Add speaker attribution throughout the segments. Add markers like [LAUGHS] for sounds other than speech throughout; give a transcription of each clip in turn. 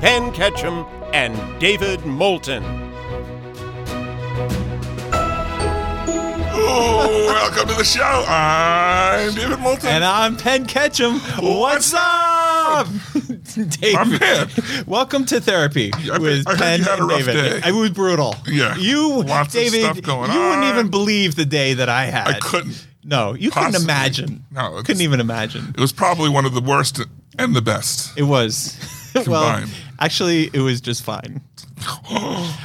Speaker 1: Penn Ketchum and David Moulton.
Speaker 2: Ooh, welcome to the show. I'm David Moulton.
Speaker 3: And I'm Penn Ketchum. What's up?
Speaker 2: I'm
Speaker 3: David,
Speaker 2: Penn.
Speaker 3: welcome to therapy
Speaker 2: I
Speaker 3: with
Speaker 2: heard you
Speaker 3: Penn
Speaker 2: had a
Speaker 3: and
Speaker 2: rough
Speaker 3: David.
Speaker 2: day.
Speaker 3: It was brutal.
Speaker 2: Yeah.
Speaker 3: You,
Speaker 2: Lots of
Speaker 3: David,
Speaker 2: stuff going
Speaker 3: you
Speaker 2: on.
Speaker 3: wouldn't even believe the day that I had.
Speaker 2: I couldn't.
Speaker 3: No, you couldn't
Speaker 2: possibly.
Speaker 3: imagine.
Speaker 2: No, it's-
Speaker 3: couldn't even imagine.
Speaker 2: It was probably one of the worst and the best.
Speaker 3: It was. [LAUGHS] well,
Speaker 2: Combined.
Speaker 3: actually, it was
Speaker 2: [GASPS]
Speaker 3: just fine.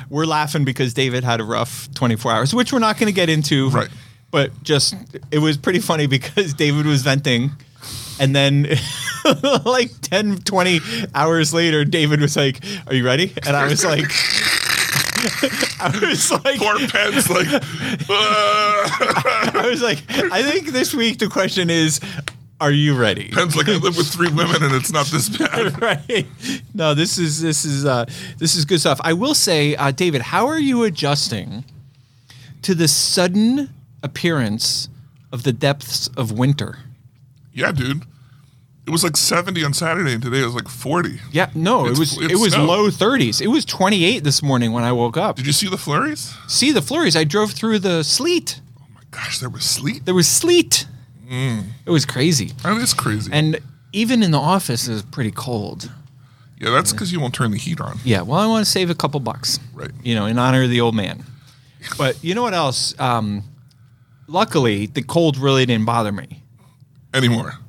Speaker 3: We're laughing because David had a rough 24 hours, which we're not going to get into.
Speaker 2: Right.
Speaker 3: But just, it was pretty funny because [LAUGHS] David was venting. And then, [LAUGHS] like 10, 20 hours later, David was like, Are you ready? And I was like, [LAUGHS] I was like,
Speaker 2: Poor Penn's
Speaker 3: [LAUGHS]
Speaker 2: like, uh, [LAUGHS]
Speaker 3: I was like, I think this week the question is, Are you ready?
Speaker 2: Penn's like, I live with three women and it's not this bad.
Speaker 3: [LAUGHS] right. No, this is this is uh, this is good stuff. I will say, uh, David, how are you adjusting to the sudden appearance of the depths of winter?
Speaker 2: Yeah, dude. It was like 70 on Saturday and today it was like 40.
Speaker 3: Yeah, no,
Speaker 2: It's-
Speaker 3: it was
Speaker 2: it's
Speaker 3: it was
Speaker 2: snow.
Speaker 3: low 30s. It was 28 this morning when I woke up.
Speaker 2: Did you see the flurries?
Speaker 3: See the flurries? I drove through the sleet.
Speaker 2: Oh my gosh, there was sleet.
Speaker 3: There was sleet.
Speaker 2: Mm.
Speaker 3: It was crazy.
Speaker 2: That is crazy.
Speaker 3: And even in the office, it was pretty cold.
Speaker 2: yeah, that's because you won't turn the heat on.
Speaker 3: Yeah, well, I want to save a couple bucks.
Speaker 2: Right.
Speaker 3: You know, in honor of the old man. But you know what else? Um, luckily, the cold really didn't bother me.
Speaker 2: Anymore.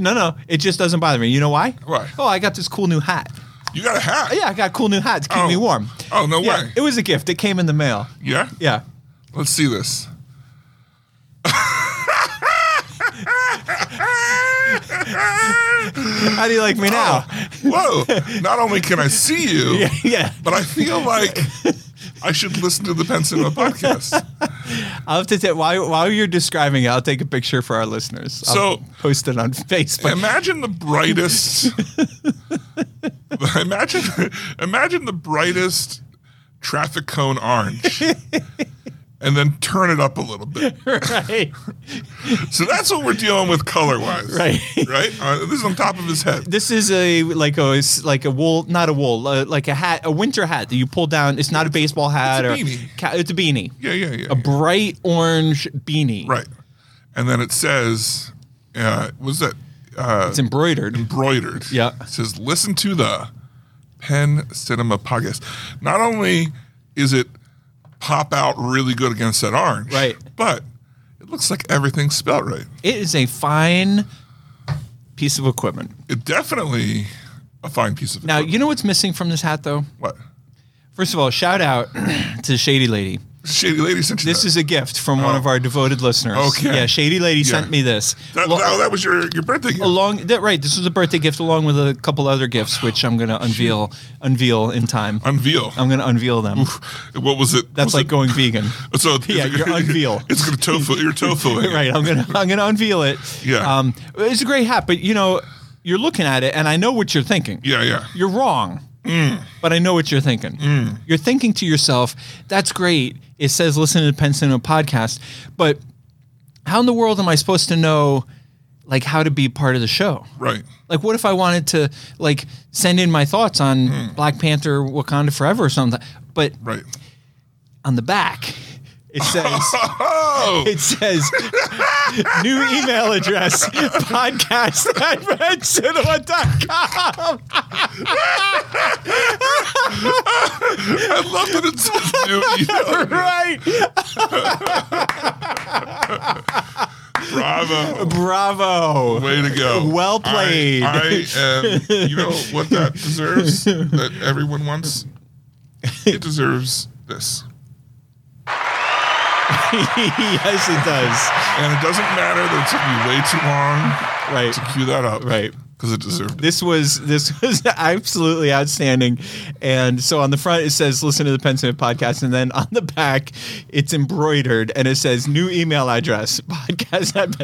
Speaker 3: No, no, it just doesn't bother me. You know why?
Speaker 2: Why?
Speaker 3: Oh, I got this cool new hat.
Speaker 2: You got a hat.
Speaker 3: Yeah, I got a cool new hat to keep
Speaker 2: Oh.
Speaker 3: me warm.
Speaker 2: Oh, no
Speaker 3: yeah,
Speaker 2: way.
Speaker 3: It was a gift. It came in the mail.
Speaker 2: Yeah?
Speaker 3: Yeah.
Speaker 2: Let's see
Speaker 3: [LAUGHS]
Speaker 2: this. [LAUGHS]
Speaker 3: How do you like me
Speaker 2: Oh.
Speaker 3: now? [LAUGHS]
Speaker 2: Whoa! Not only can I see you,
Speaker 3: Yeah, yeah.
Speaker 2: but I feel like I should listen to the Penn Cinema
Speaker 3: [LAUGHS]
Speaker 2: podcast.
Speaker 3: I'll have to take while while you're describing it, I'll take a picture for our listeners. I'll
Speaker 2: So-
Speaker 3: post it on Facebook. [LAUGHS]
Speaker 2: Imagine the brightest. [LAUGHS] imagine, imagine the brightest traffic cone orange, and then turn it up a little bit.
Speaker 3: right.
Speaker 2: So that's what we're dealing with color wise,
Speaker 3: Right.
Speaker 2: Right. Uh, this is on top of his
Speaker 3: [LAUGHS]
Speaker 2: head.
Speaker 3: This is a like a it's like a wool, not a wool, uh, like a hat, a winter hat that you pull down. It's not a baseball hat
Speaker 2: a
Speaker 3: or
Speaker 2: beanie.
Speaker 3: Ca- it's a beanie,
Speaker 2: Yeah, yeah, yeah. yeah.
Speaker 3: a bright orange beanie.
Speaker 2: Right. And then it says, uh, "Was that?" Uh,
Speaker 3: it's embroidered.
Speaker 2: embroidered.
Speaker 3: Yeah.
Speaker 2: It says, listen to the Penn Cinema podcast. Not only is it pop out really good against that orange,
Speaker 3: Right.
Speaker 2: but it looks like everything's spelled right.
Speaker 3: It is a fine piece of equipment.
Speaker 2: It definitely a fine piece of
Speaker 3: Now
Speaker 2: equipment.
Speaker 3: you know what's missing from this hat, though.
Speaker 2: what?
Speaker 3: First of all, shout out [CLEARS THROAT] to Shady Lady.
Speaker 2: Shady Lady sent you
Speaker 3: This
Speaker 2: that.
Speaker 3: is a gift from one of our devoted listeners.
Speaker 2: Oh. Okay.
Speaker 3: Yeah, Shady Lady
Speaker 2: Yeah.
Speaker 3: sent me this.
Speaker 2: That,
Speaker 3: Lo-
Speaker 2: that, that was your, your birthday gift.
Speaker 3: along that right this was a birthday gift along with a couple other gifts which i'm going to unveil unveil in time
Speaker 2: Unveil.
Speaker 3: i'm going to unveil them
Speaker 2: what was it?
Speaker 3: that's
Speaker 2: Was
Speaker 3: like
Speaker 2: it-
Speaker 3: going vegan
Speaker 2: [LAUGHS] So [LAUGHS]
Speaker 3: Yeah, your unveil.
Speaker 2: It's gonna tofu. Your tofu. in it.
Speaker 3: [LAUGHS] right i'm going to i'm going to unveil it
Speaker 2: Yeah.
Speaker 3: um it's a great hat but you know you're looking at it and i know what you're thinking
Speaker 2: Yeah, yeah.
Speaker 3: you're wrong but i know what you're thinking you're thinking to yourself that's great it says listen to the penn cinema podcast but how in the world am i supposed to know like how to be part of the show
Speaker 2: Right.
Speaker 3: Like, what if I wanted to like send in my thoughts on Black Panther, Wakanda Forever, or something? But
Speaker 2: Right. [LAUGHS]
Speaker 3: on the back, it says.
Speaker 2: Oh,
Speaker 3: It says new email address podcast at redcinema.com.
Speaker 2: I love that it says new.
Speaker 3: [LAUGHS] Right.
Speaker 2: Bravo.
Speaker 3: Bravo.
Speaker 2: Way to go.
Speaker 3: Well played.
Speaker 2: I, I am, you know what that deserves? That everyone wants? It deserves this.
Speaker 3: yes, it does.
Speaker 2: And it doesn't matter that it took me way too long
Speaker 3: Right.
Speaker 2: to cue that up.
Speaker 3: Right.
Speaker 2: because it deserved it. [LAUGHS]
Speaker 3: This was this was [LAUGHS] absolutely outstanding. And so on the front it says listen to the Penn Senate podcast and then on the back it's embroidered and it says new email address podcast at-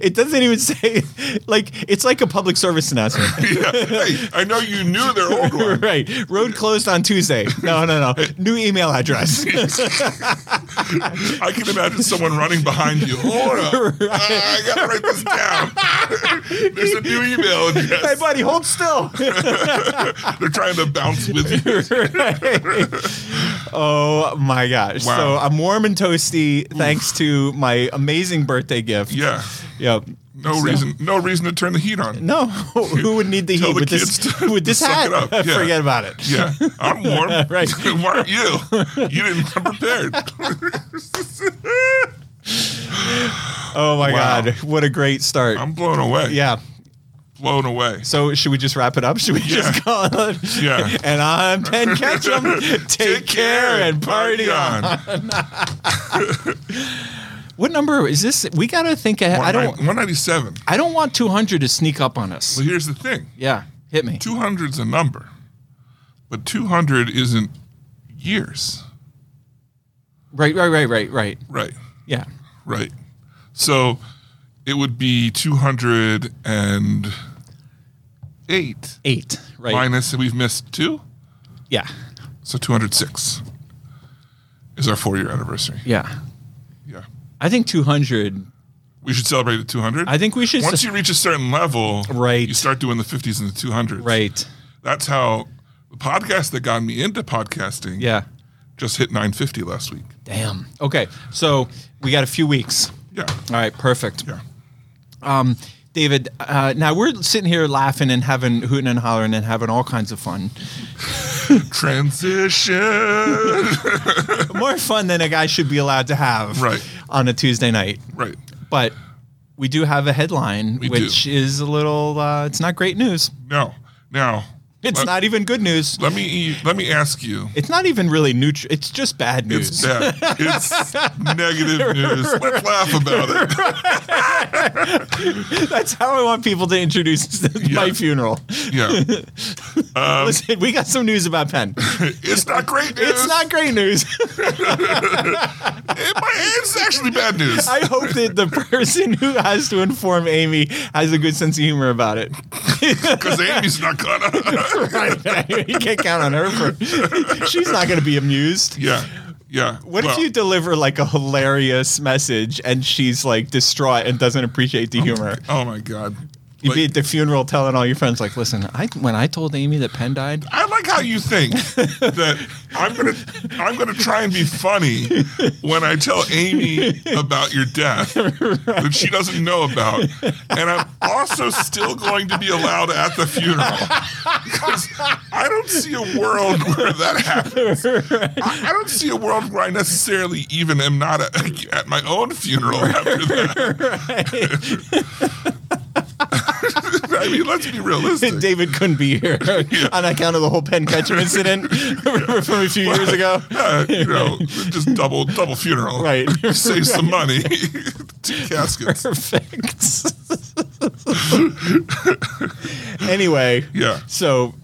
Speaker 3: [LAUGHS] it doesn't even say like it's like a public service announcement. [LAUGHS]
Speaker 2: yeah. Hey, I know you knew their old one.
Speaker 3: right. Road closed on Tuesday. No, no, no. New email address.
Speaker 2: I can imagine someone running behind
Speaker 3: [LAUGHS]
Speaker 2: you. Hold up. Uh, I gotta write this down. [LAUGHS] There's a new email
Speaker 3: hey
Speaker 2: address.
Speaker 3: buddy, hold still.
Speaker 2: They're trying to bounce with you.
Speaker 3: [LAUGHS] oh my gosh.
Speaker 2: Wow.
Speaker 3: So I'm warm and toasty thanks to my amazing birthday gift.
Speaker 2: Yeah.
Speaker 3: Yep.
Speaker 2: No reason. No reason to turn the heat on.
Speaker 3: No, [LAUGHS] who would need the
Speaker 2: Tell
Speaker 3: heat
Speaker 2: the
Speaker 3: with
Speaker 2: kids
Speaker 3: this
Speaker 2: to-
Speaker 3: [LAUGHS] with this
Speaker 2: to suck
Speaker 3: hat?
Speaker 2: it up. Yeah.
Speaker 3: Forget about it.
Speaker 2: Yeah, I'm warm.
Speaker 3: [LAUGHS] Right.
Speaker 2: [LAUGHS] Why aren't you? You didn't come
Speaker 3: [LAUGHS]
Speaker 2: prepared.
Speaker 3: Oh my
Speaker 2: Wow.
Speaker 3: god, what a great start.
Speaker 2: I'm blown away.
Speaker 3: yeah.
Speaker 2: blown away.
Speaker 3: So should we just wrap it up? Should we
Speaker 2: Yeah.
Speaker 3: [LAUGHS] just call it?
Speaker 2: Yeah.
Speaker 3: [LAUGHS] And
Speaker 2: [LAUGHS]
Speaker 3: I'm Penn Ketchum. Take, care and party on. What number is this? We gotta think. Ahead. [LAUGHS] I don't.
Speaker 2: 197.
Speaker 3: I don't want 200 to sneak up on us.
Speaker 2: Well, here's the thing.
Speaker 3: Yeah, hit me.
Speaker 2: 200's a number, but 200 isn't years.
Speaker 3: Right, right, right, right, right.
Speaker 2: Right.
Speaker 3: Yeah.
Speaker 2: Right. So it would be 208
Speaker 3: Eight. Right.
Speaker 2: minus, we've missed two.
Speaker 3: Yeah.
Speaker 2: So 206 is our four year anniversary.
Speaker 3: Yeah.
Speaker 2: Yeah.
Speaker 3: I think 200.
Speaker 2: We should celebrate at 200.
Speaker 3: I think we should.
Speaker 2: Once you reach a certain level,
Speaker 3: Right.
Speaker 2: you start doing the 50s and the 200s.
Speaker 3: right.
Speaker 2: That's how the podcast that got me into podcasting
Speaker 3: Yeah.
Speaker 2: just hit 950 last week.
Speaker 3: Damn. Okay. So we got a few weeks.
Speaker 2: Yeah.
Speaker 3: All right. Perfect.
Speaker 2: Yeah.
Speaker 3: Um, David, uh, now we're sitting here laughing and having hooting and hollering and having all kinds of fun.
Speaker 2: [LAUGHS]
Speaker 3: [LAUGHS]
Speaker 2: Transition.
Speaker 3: More fun than a guy should be allowed to have
Speaker 2: Right.
Speaker 3: on a Tuesday night.
Speaker 2: right.
Speaker 3: But we do have a headline,
Speaker 2: We
Speaker 3: which
Speaker 2: do.
Speaker 3: is a little, uh, it's not great news.
Speaker 2: No. Now,
Speaker 3: It's
Speaker 2: let,
Speaker 3: not even good news.
Speaker 2: Let me e, let me ask you.
Speaker 3: It's not even really neutral. It's just bad news.
Speaker 2: It's bad. It's negative news. Let's laugh about it.
Speaker 3: [LAUGHS] That's how I want people to introduce my
Speaker 2: Yeah.
Speaker 3: funeral.
Speaker 2: Yeah.
Speaker 3: [LAUGHS] Listen, we got some news about Penn.
Speaker 2: It's not great news.
Speaker 3: It's not great news.
Speaker 2: It might- it's actually bad news.
Speaker 3: I hope that the person who has to inform Amy has a good sense of humor about it. [LAUGHS]
Speaker 2: Because Amy's not gonna. [LAUGHS]
Speaker 3: you can't count on her for. [LAUGHS] She's not going to be amused.
Speaker 2: yeah. Yeah.
Speaker 3: What if
Speaker 2: Well,
Speaker 3: you deliver like a hilarious message and she's like distraught and doesn't appreciate the humor?
Speaker 2: Oh my god.
Speaker 3: You'd
Speaker 2: Like-
Speaker 3: be at the funeral telling all your friends, like, listen, I when I told Amy that Penn died,
Speaker 2: I like how you think that I'm gonna I'm gonna try and be funny when I tell Amy about your death that she doesn't know about, and I'm also still going to be allowed at the funeral because I don't see a world where that happens. I, I don't see a world where I necessarily even am not at, at my own funeral after that. [LAUGHS] I mean, let's be realistic.
Speaker 3: [LAUGHS] David couldn't be
Speaker 2: [LAUGHS]
Speaker 3: here on account of the whole Penn Ketchum incident from a few years ago.
Speaker 2: uh, you
Speaker 3: [LAUGHS]
Speaker 2: know, just double double funeral.
Speaker 3: Right.
Speaker 2: [LAUGHS] Save some money. [LAUGHS] Two [LAUGHS] caskets.
Speaker 3: Perfect. [LAUGHS] anyway,
Speaker 2: Yeah. [CLEARS THROAT]
Speaker 3: so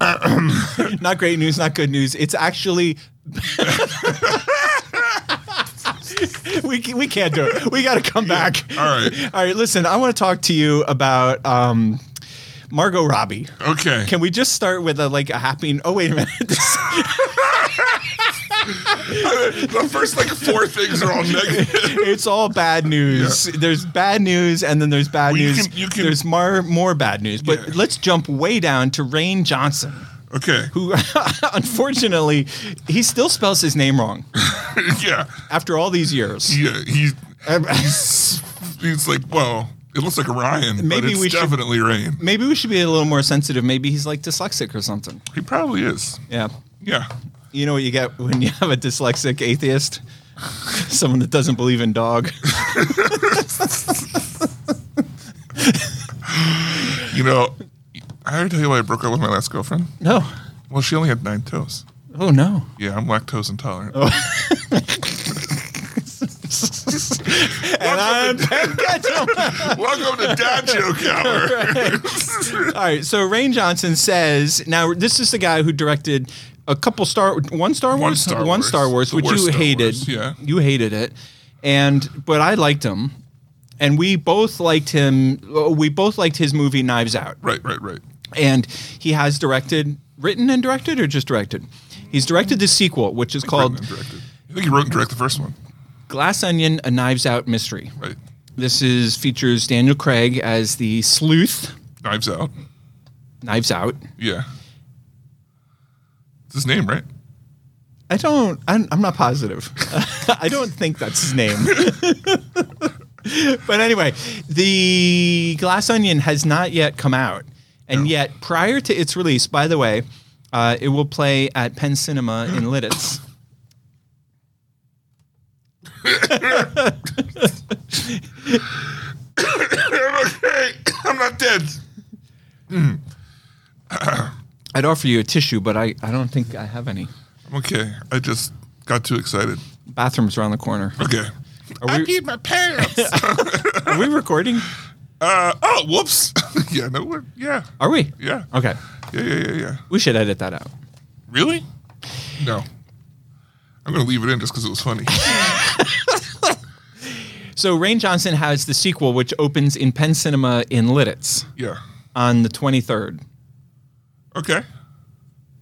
Speaker 3: not great news, not good news. It's actually. [LAUGHS] we, ca- we can't do it. We got to come back.
Speaker 2: All right.
Speaker 3: All right, listen, I want to talk to you about um, Margot Robbie.
Speaker 2: Okay.
Speaker 3: Can we just start with a like a happy? Oh wait a minute. [LAUGHS] This-
Speaker 2: the first like four things are all negative.
Speaker 3: [LAUGHS] it's all bad news. There's bad news, and then there's bad
Speaker 2: Well, you
Speaker 3: news.
Speaker 2: can- you can-
Speaker 3: there's more more bad news. But
Speaker 2: Yeah.
Speaker 3: let's jump way down to Rain Johnson,
Speaker 2: Okay.
Speaker 3: who [LAUGHS] unfortunately he still spells his name wrong
Speaker 2: [LAUGHS] yeah.
Speaker 3: after all these
Speaker 2: [LAUGHS]
Speaker 3: years.
Speaker 2: Yeah. He he's, he's like, well, it looks like Orion,
Speaker 3: Maybe
Speaker 2: but it's
Speaker 3: we should-
Speaker 2: definitely rain.
Speaker 3: Maybe we should be a little more sensitive. Maybe he's like dyslexic or something.
Speaker 2: He probably is.
Speaker 3: Yeah.
Speaker 2: Yeah.
Speaker 3: You know what you get when you have a dyslexic atheist? [LAUGHS] Someone that doesn't believe in dog.
Speaker 2: You know, I already tell you why I broke up with my last girlfriend.
Speaker 3: No.
Speaker 2: Well, she only had nine toes.
Speaker 3: [LAUGHS]
Speaker 2: [LAUGHS]
Speaker 3: Oh no. Oh.
Speaker 2: Yeah, I'm lactose intolerant.
Speaker 3: and I'm Ben Ketchum.
Speaker 2: Welcome to Dad Joke
Speaker 3: [LAUGHS]
Speaker 2: Hour.
Speaker 3: All right, so Rain Johnson says now this is the guy who directed a couple Star one Star Wars
Speaker 2: Star
Speaker 3: one
Speaker 2: Wars.
Speaker 3: Star Wars
Speaker 2: The
Speaker 3: which
Speaker 2: worst
Speaker 3: you
Speaker 2: Star
Speaker 3: hated
Speaker 2: Wars, yeah.
Speaker 3: you hated it and but I liked him and we both liked him we both liked his movie Knives Out
Speaker 2: right, right, right.
Speaker 3: and he has directed written and directed or just directed he's directed the sequel which is called
Speaker 2: Written and directed. I think he wrote and directed the first one.
Speaker 3: Glass Onion a Knives Out mystery
Speaker 2: Right.
Speaker 3: this is features Daniel Craig as the sleuth
Speaker 2: Knives Out.
Speaker 3: Knives Out
Speaker 2: Yeah. It's his name, right?
Speaker 3: I don't. I'm, I'm not positive. [LAUGHS] I don't think that's his name. [LAUGHS] but anyway, the Glass Onion has not yet come out, and yet prior to its release, by the way, uh, it will play at Penn Cinema [GASPS] in Lidditz.
Speaker 2: I'm okay. [COUGHS] I'm not dead.
Speaker 3: I'd offer you a tissue, but I, I don't think I have any.
Speaker 2: I'm okay. I just got too excited.
Speaker 3: Bathrooms around the corner.
Speaker 2: Okay. I
Speaker 3: we-
Speaker 2: peed my pants.
Speaker 3: Are we recording?
Speaker 2: [LAUGHS] uh, oh, whoops. [LAUGHS] yeah, no, we're, yeah,
Speaker 3: [LAUGHS] Are we?
Speaker 2: yeah.
Speaker 3: Okay.
Speaker 2: Yeah, yeah, yeah, yeah.
Speaker 3: We should edit that out.
Speaker 2: Really? No. I'm going to leave it in just because it was [LAUGHS] funny.
Speaker 3: So Rain Johnson has the sequel, which opens in Penn Cinema in Lidditz
Speaker 2: yeah.
Speaker 3: on the 23rd.
Speaker 2: Okay.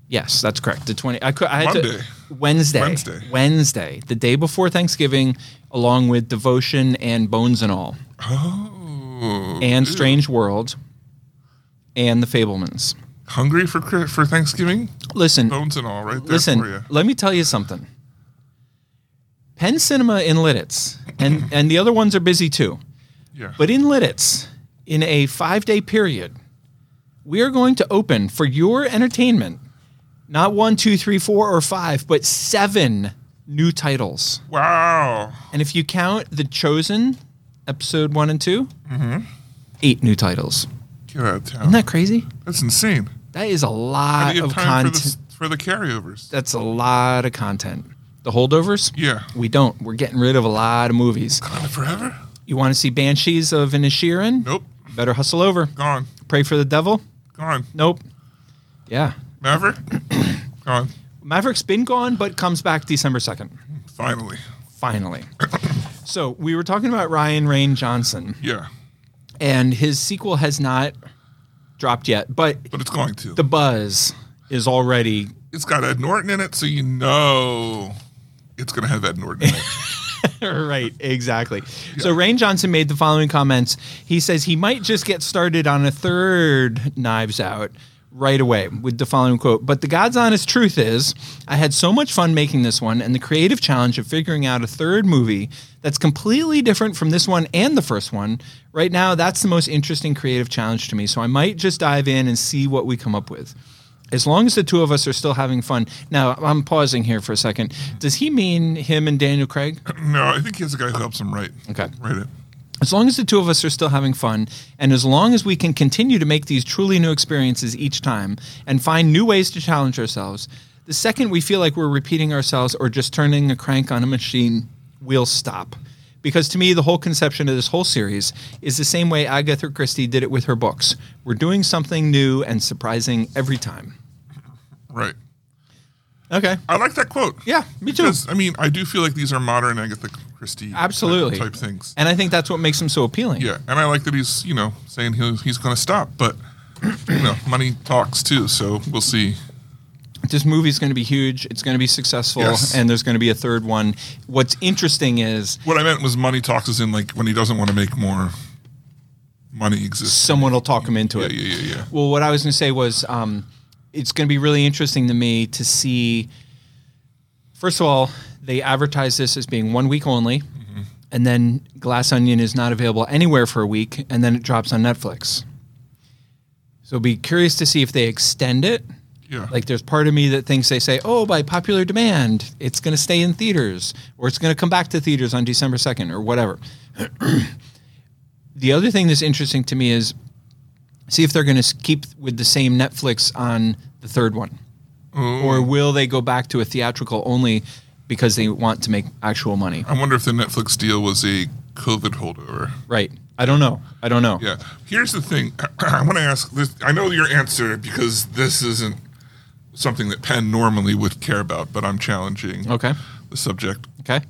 Speaker 3: Yes, that's correct. The twenty. I, could, I had
Speaker 2: Monday.
Speaker 3: to Wednesday.
Speaker 2: Wednesday.
Speaker 3: Wednesday, the day before Thanksgiving, along with Devotion and Bones and All,
Speaker 2: Oh,
Speaker 3: and Strange World, and The Fablemans.
Speaker 2: hungry for cri- for Thanksgiving?
Speaker 3: Listen,
Speaker 2: Bones and all, right there for you.
Speaker 3: listen. Let me tell you something. Penn Cinema in Lidditz, and and the other ones are busy too.
Speaker 2: Yeah.
Speaker 3: But in Lidditz, in a five day period, we are going to open for your entertainment not one, two, three, four, or five, but seven new titles.
Speaker 2: wow.
Speaker 3: And if you count The Chosen, episode one and 2
Speaker 2: Mm-hmm.
Speaker 3: eight new titles.
Speaker 2: Get out of town.
Speaker 3: Isn't that crazy?
Speaker 2: That's insane.
Speaker 3: That is a
Speaker 2: How do
Speaker 3: lot
Speaker 2: you
Speaker 3: of
Speaker 2: have time for
Speaker 3: content.
Speaker 2: the, s- for the carryovers?
Speaker 3: That's a lot of content. The holdovers?
Speaker 2: Yeah.
Speaker 3: We don't. We're getting rid of a lot of movies.
Speaker 2: Gone forever?
Speaker 3: You want to see Banshees of Inishirin?
Speaker 2: Nope.
Speaker 3: Better hustle over.
Speaker 2: Gone.
Speaker 3: Pray for the Devil?
Speaker 2: Gone.
Speaker 3: Nope. Yeah. [COUGHS]
Speaker 2: Maverick? Gone.
Speaker 3: Maverick's been gone, but comes back December 2nd,
Speaker 2: Finally.
Speaker 3: finally. [COUGHS] so we were talking about Ryan Rain Johnson,
Speaker 2: Yeah.
Speaker 3: and his sequel has not dropped yet, but
Speaker 2: But it's going to.
Speaker 3: the buzz is already.
Speaker 2: it's got Ed Norton in it, so you know it's going to have Ed Norton in
Speaker 3: [LAUGHS]
Speaker 2: it.
Speaker 3: right, exactly. So Rain Johnson made the following comments. He says he might just get started on a third Knives Out right away with the following quote But the God's honest truth is, I had so much fun making this one, and the creative challenge of figuring out a third movie that's completely different from this one and the first one. Right now, that's the most interesting creative challenge to me. So I might just dive in and see what we come up with. As long as the two of us are still having fun. Now, I'm pausing here for a second. Does he mean him and Daniel Craig?
Speaker 2: no, I think he has a guy who helps him write.
Speaker 3: Okay.
Speaker 2: Write it.
Speaker 3: As long as the two of us are still having fun, and as long as we can continue to make these truly new experiences each time and find new ways to challenge ourselves, the second we feel like we're repeating ourselves or just turning a crank on a machine, we'll stop. Because to me, the whole conception of this whole series is the same way Agatha Christie did it with her books. We're doing something new and surprising every time.
Speaker 2: Right.
Speaker 3: Okay.
Speaker 2: I like that quote.
Speaker 3: Yeah, me too.
Speaker 2: Because, I mean, I do feel like these are modern Agatha Christie type-
Speaker 3: Absolutely.
Speaker 2: type things.
Speaker 3: And I think that's what makes them so appealing.
Speaker 2: Yeah, and I like that he's you know saying he he's going to stop, but you know money talks too, so we'll see.
Speaker 3: this movie's going to be huge. It's going to be successful,
Speaker 2: Yes.
Speaker 3: and there's going to be a third one. What's interesting is
Speaker 2: What I meant was money talks is in like when he doesn't want to make more money exist.
Speaker 3: someone will talk him into
Speaker 2: Yeah,
Speaker 3: it.
Speaker 2: yeah, yeah, yeah.
Speaker 3: Well, what I was going to say was, um, it's going to be really interesting to me to see. First of all, they advertise this as being one week only,
Speaker 2: Mm-hmm.
Speaker 3: and then Glass Onion is not available anywhere for a week, and then it drops on Netflix. So, be curious to see if they extend it.
Speaker 2: Yeah,
Speaker 3: Like there's part of me that thinks they say, "Oh, by popular demand, it's going to stay in theaters or it's going to come back to theaters on December 2nd or whatever." the other thing that's interesting to me is see if they're going to keep with the same
Speaker 2: Mm.
Speaker 3: Netflix on the third one. Or will they go back to a theatrical only because they want to make actual money.
Speaker 2: I wonder if the Netflix deal was a COVID holdover.
Speaker 3: Right. I don't know. I don't know.
Speaker 2: Yeah. Here's the thing. [CLEARS THROAT] I want to ask this. I know your answer because this isn't something that Penn normally would care about, but I'm challenging
Speaker 3: Okay.
Speaker 2: the subject.
Speaker 3: Okay.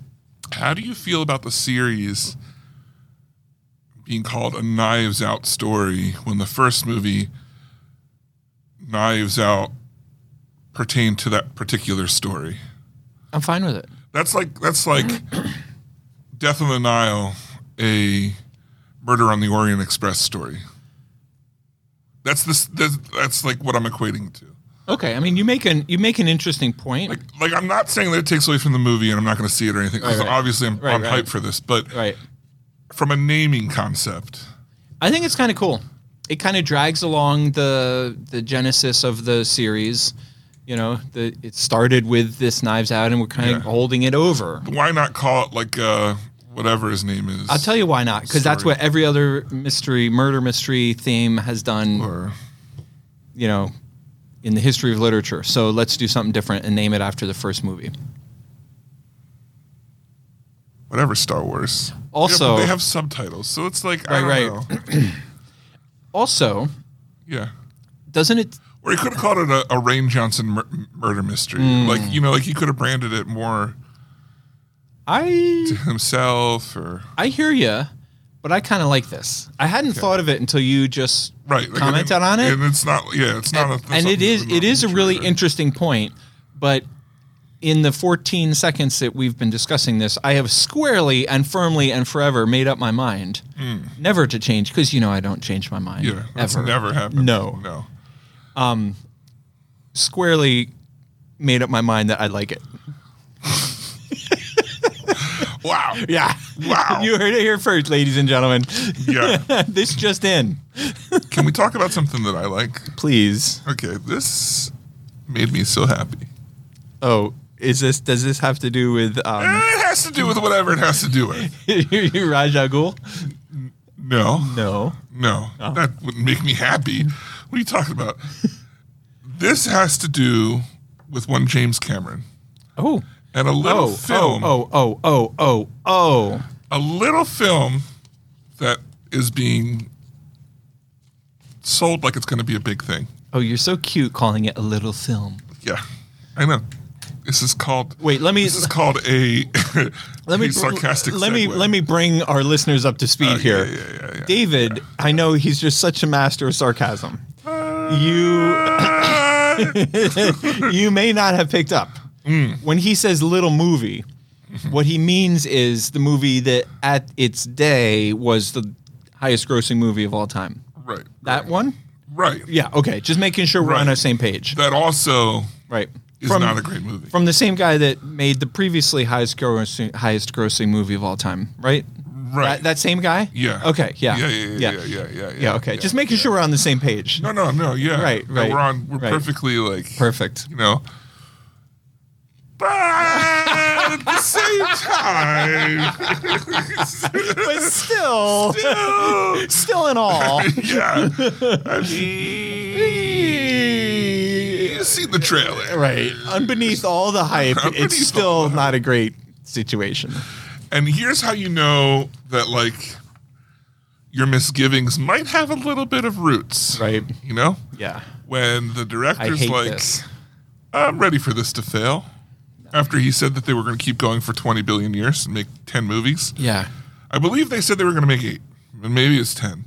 Speaker 2: How do you feel about the series being called a Knives Out story when the first movie, Knives Out, pertained to that particular story?
Speaker 3: I'm fine with it.
Speaker 2: That's like that's like [CLEARS THROAT] Death on the Nile, a Murder on the Orient Express story. That's this. That's, that's like what I'm equating to.
Speaker 3: Okay. I mean, you make an you make an interesting point.
Speaker 2: Like I'm not saying that it takes away from the movie, and I'm not going to see it or anything. 'cause
Speaker 3: Right, right.
Speaker 2: Obviously, I'm,
Speaker 3: Right,
Speaker 2: I'm
Speaker 3: right.
Speaker 2: hyped for this, but
Speaker 3: right.
Speaker 2: from a naming concept,
Speaker 3: I think it's kind of cool. It kind of drags along the the genesis of the series. You know, the it started with this Knives Out, and we're kind of
Speaker 2: Yeah.
Speaker 3: holding it over.
Speaker 2: why not call it like uh, whatever his name is?
Speaker 3: I'll tell you why not, because that's
Speaker 2: Story.
Speaker 3: what every other mystery, murder mystery theme has done.
Speaker 2: Or
Speaker 3: you know, in the history of literature. So let's do something different and name it after the first movie.
Speaker 2: whatever Star Wars. They don't-
Speaker 3: Also-
Speaker 2: they have subtitles, so it's like I
Speaker 3: Right,
Speaker 2: don't
Speaker 3: right.
Speaker 2: know.
Speaker 3: Also,
Speaker 2: Yeah.
Speaker 3: doesn't it?
Speaker 2: Or he could have called it a, a Rain Johnson mur- murder mystery.
Speaker 3: Mm.
Speaker 2: Like, you know, like he could have branded it more
Speaker 3: I
Speaker 2: [LAUGHS] himself or.
Speaker 3: I hear you, but I kind of like this. I hadn't thought of it until you just
Speaker 2: Right. Like,
Speaker 3: commented
Speaker 2: and-
Speaker 3: on it,
Speaker 2: And it's not, yeah, it's not a.
Speaker 3: and it
Speaker 2: something
Speaker 3: is
Speaker 2: that's
Speaker 3: it is a
Speaker 2: not
Speaker 3: really
Speaker 2: true.
Speaker 3: interesting point. But in the 14 seconds that we've been discussing this, I have squarely and firmly and forever made up my mind never to change because you know I don't change my mind
Speaker 2: Mm. Yeah. That's
Speaker 3: ever.
Speaker 2: never happened.
Speaker 3: No.
Speaker 2: No.
Speaker 3: Squarely made up my mind that I like it.
Speaker 2: Wow.
Speaker 3: [LAUGHS] Yeah.
Speaker 2: Wow.
Speaker 3: [LAUGHS] You heard it here first, ladies and gentlemen. [LAUGHS]
Speaker 2: yeah.
Speaker 3: this just in.
Speaker 2: Can we talk about something that I like?
Speaker 3: Please.
Speaker 2: Okay. This made me so happy.
Speaker 3: Oh, is this does this have to do with um [LAUGHS]
Speaker 2: It has to do with whatever it has to do with.
Speaker 3: Raja Ghul?
Speaker 2: No.
Speaker 3: No. Oh.
Speaker 2: No, that wouldn't make me
Speaker 3: [LAUGHS]
Speaker 2: happy. What are you talking about? this has to do with one James Cameron
Speaker 3: Oh.
Speaker 2: and a little
Speaker 3: Oh,
Speaker 2: film,
Speaker 3: oh, oh, oh, oh, oh,
Speaker 2: a little film that is being sold like it's going to be a big thing.
Speaker 3: oh. you're so cute calling it a little film.
Speaker 2: Yeah, I know. This is called.
Speaker 3: Wait, let me-
Speaker 2: This is called a.
Speaker 3: [LAUGHS] Let me
Speaker 2: a sarcastic.
Speaker 3: Let me
Speaker 2: segue.
Speaker 3: let me bring our listeners up to speed
Speaker 2: Uh,
Speaker 3: here.
Speaker 2: yeah, yeah, yeah, yeah.
Speaker 3: David, I know he's just such a master of sarcasm. You [LAUGHS] you may not have picked up.
Speaker 2: Hmm.
Speaker 3: When he says little movie, what he means is the movie that at its day was the highest grossing movie of all time.
Speaker 2: [LAUGHS] right.
Speaker 3: That one? [LAUGHS]
Speaker 2: Right.
Speaker 3: Yeah, okay. Just making sure we're on
Speaker 2: Right.
Speaker 3: the same page.
Speaker 2: That also
Speaker 3: right.
Speaker 2: is not a great movie.
Speaker 3: From the same guy that made the previously highest grossing, highest grossing movie of all time, right?
Speaker 2: Right.
Speaker 3: That, that same guy?
Speaker 2: yeah.
Speaker 3: Okay, yeah.
Speaker 2: Yeah. Yeah. Yeah. Yeah. Yeah. Yeah.
Speaker 3: Yeah, okay. Just making sure we're on the same page.
Speaker 2: No, no, no. Yeah,
Speaker 3: Right,
Speaker 2: No,
Speaker 3: right,
Speaker 2: We're on. We're
Speaker 3: right.
Speaker 2: perfectly like.
Speaker 3: Perfect.
Speaker 2: You know. But at the same
Speaker 3: [LAUGHS]
Speaker 2: time,
Speaker 3: But still,
Speaker 2: no.
Speaker 3: still
Speaker 2: [LAUGHS]
Speaker 3: in all.
Speaker 2: yeah.
Speaker 3: [LAUGHS]
Speaker 2: I mean, you see the trailer,
Speaker 3: Right. And beneath all the hype,
Speaker 2: Underneath
Speaker 3: it's still
Speaker 2: all the
Speaker 3: not a great situation.
Speaker 2: and here's how you know that like your misgivings might have a little bit of roots,
Speaker 3: Right.
Speaker 2: You know,
Speaker 3: Yeah.
Speaker 2: when the director's
Speaker 3: hate
Speaker 2: like,
Speaker 3: this.
Speaker 2: I'm ready for this to fail. After he said that they were going to keep going for 20 billion years and make 10 movies,
Speaker 3: Yeah.
Speaker 2: I believe they said they were going to make eight, and maybe it's 10.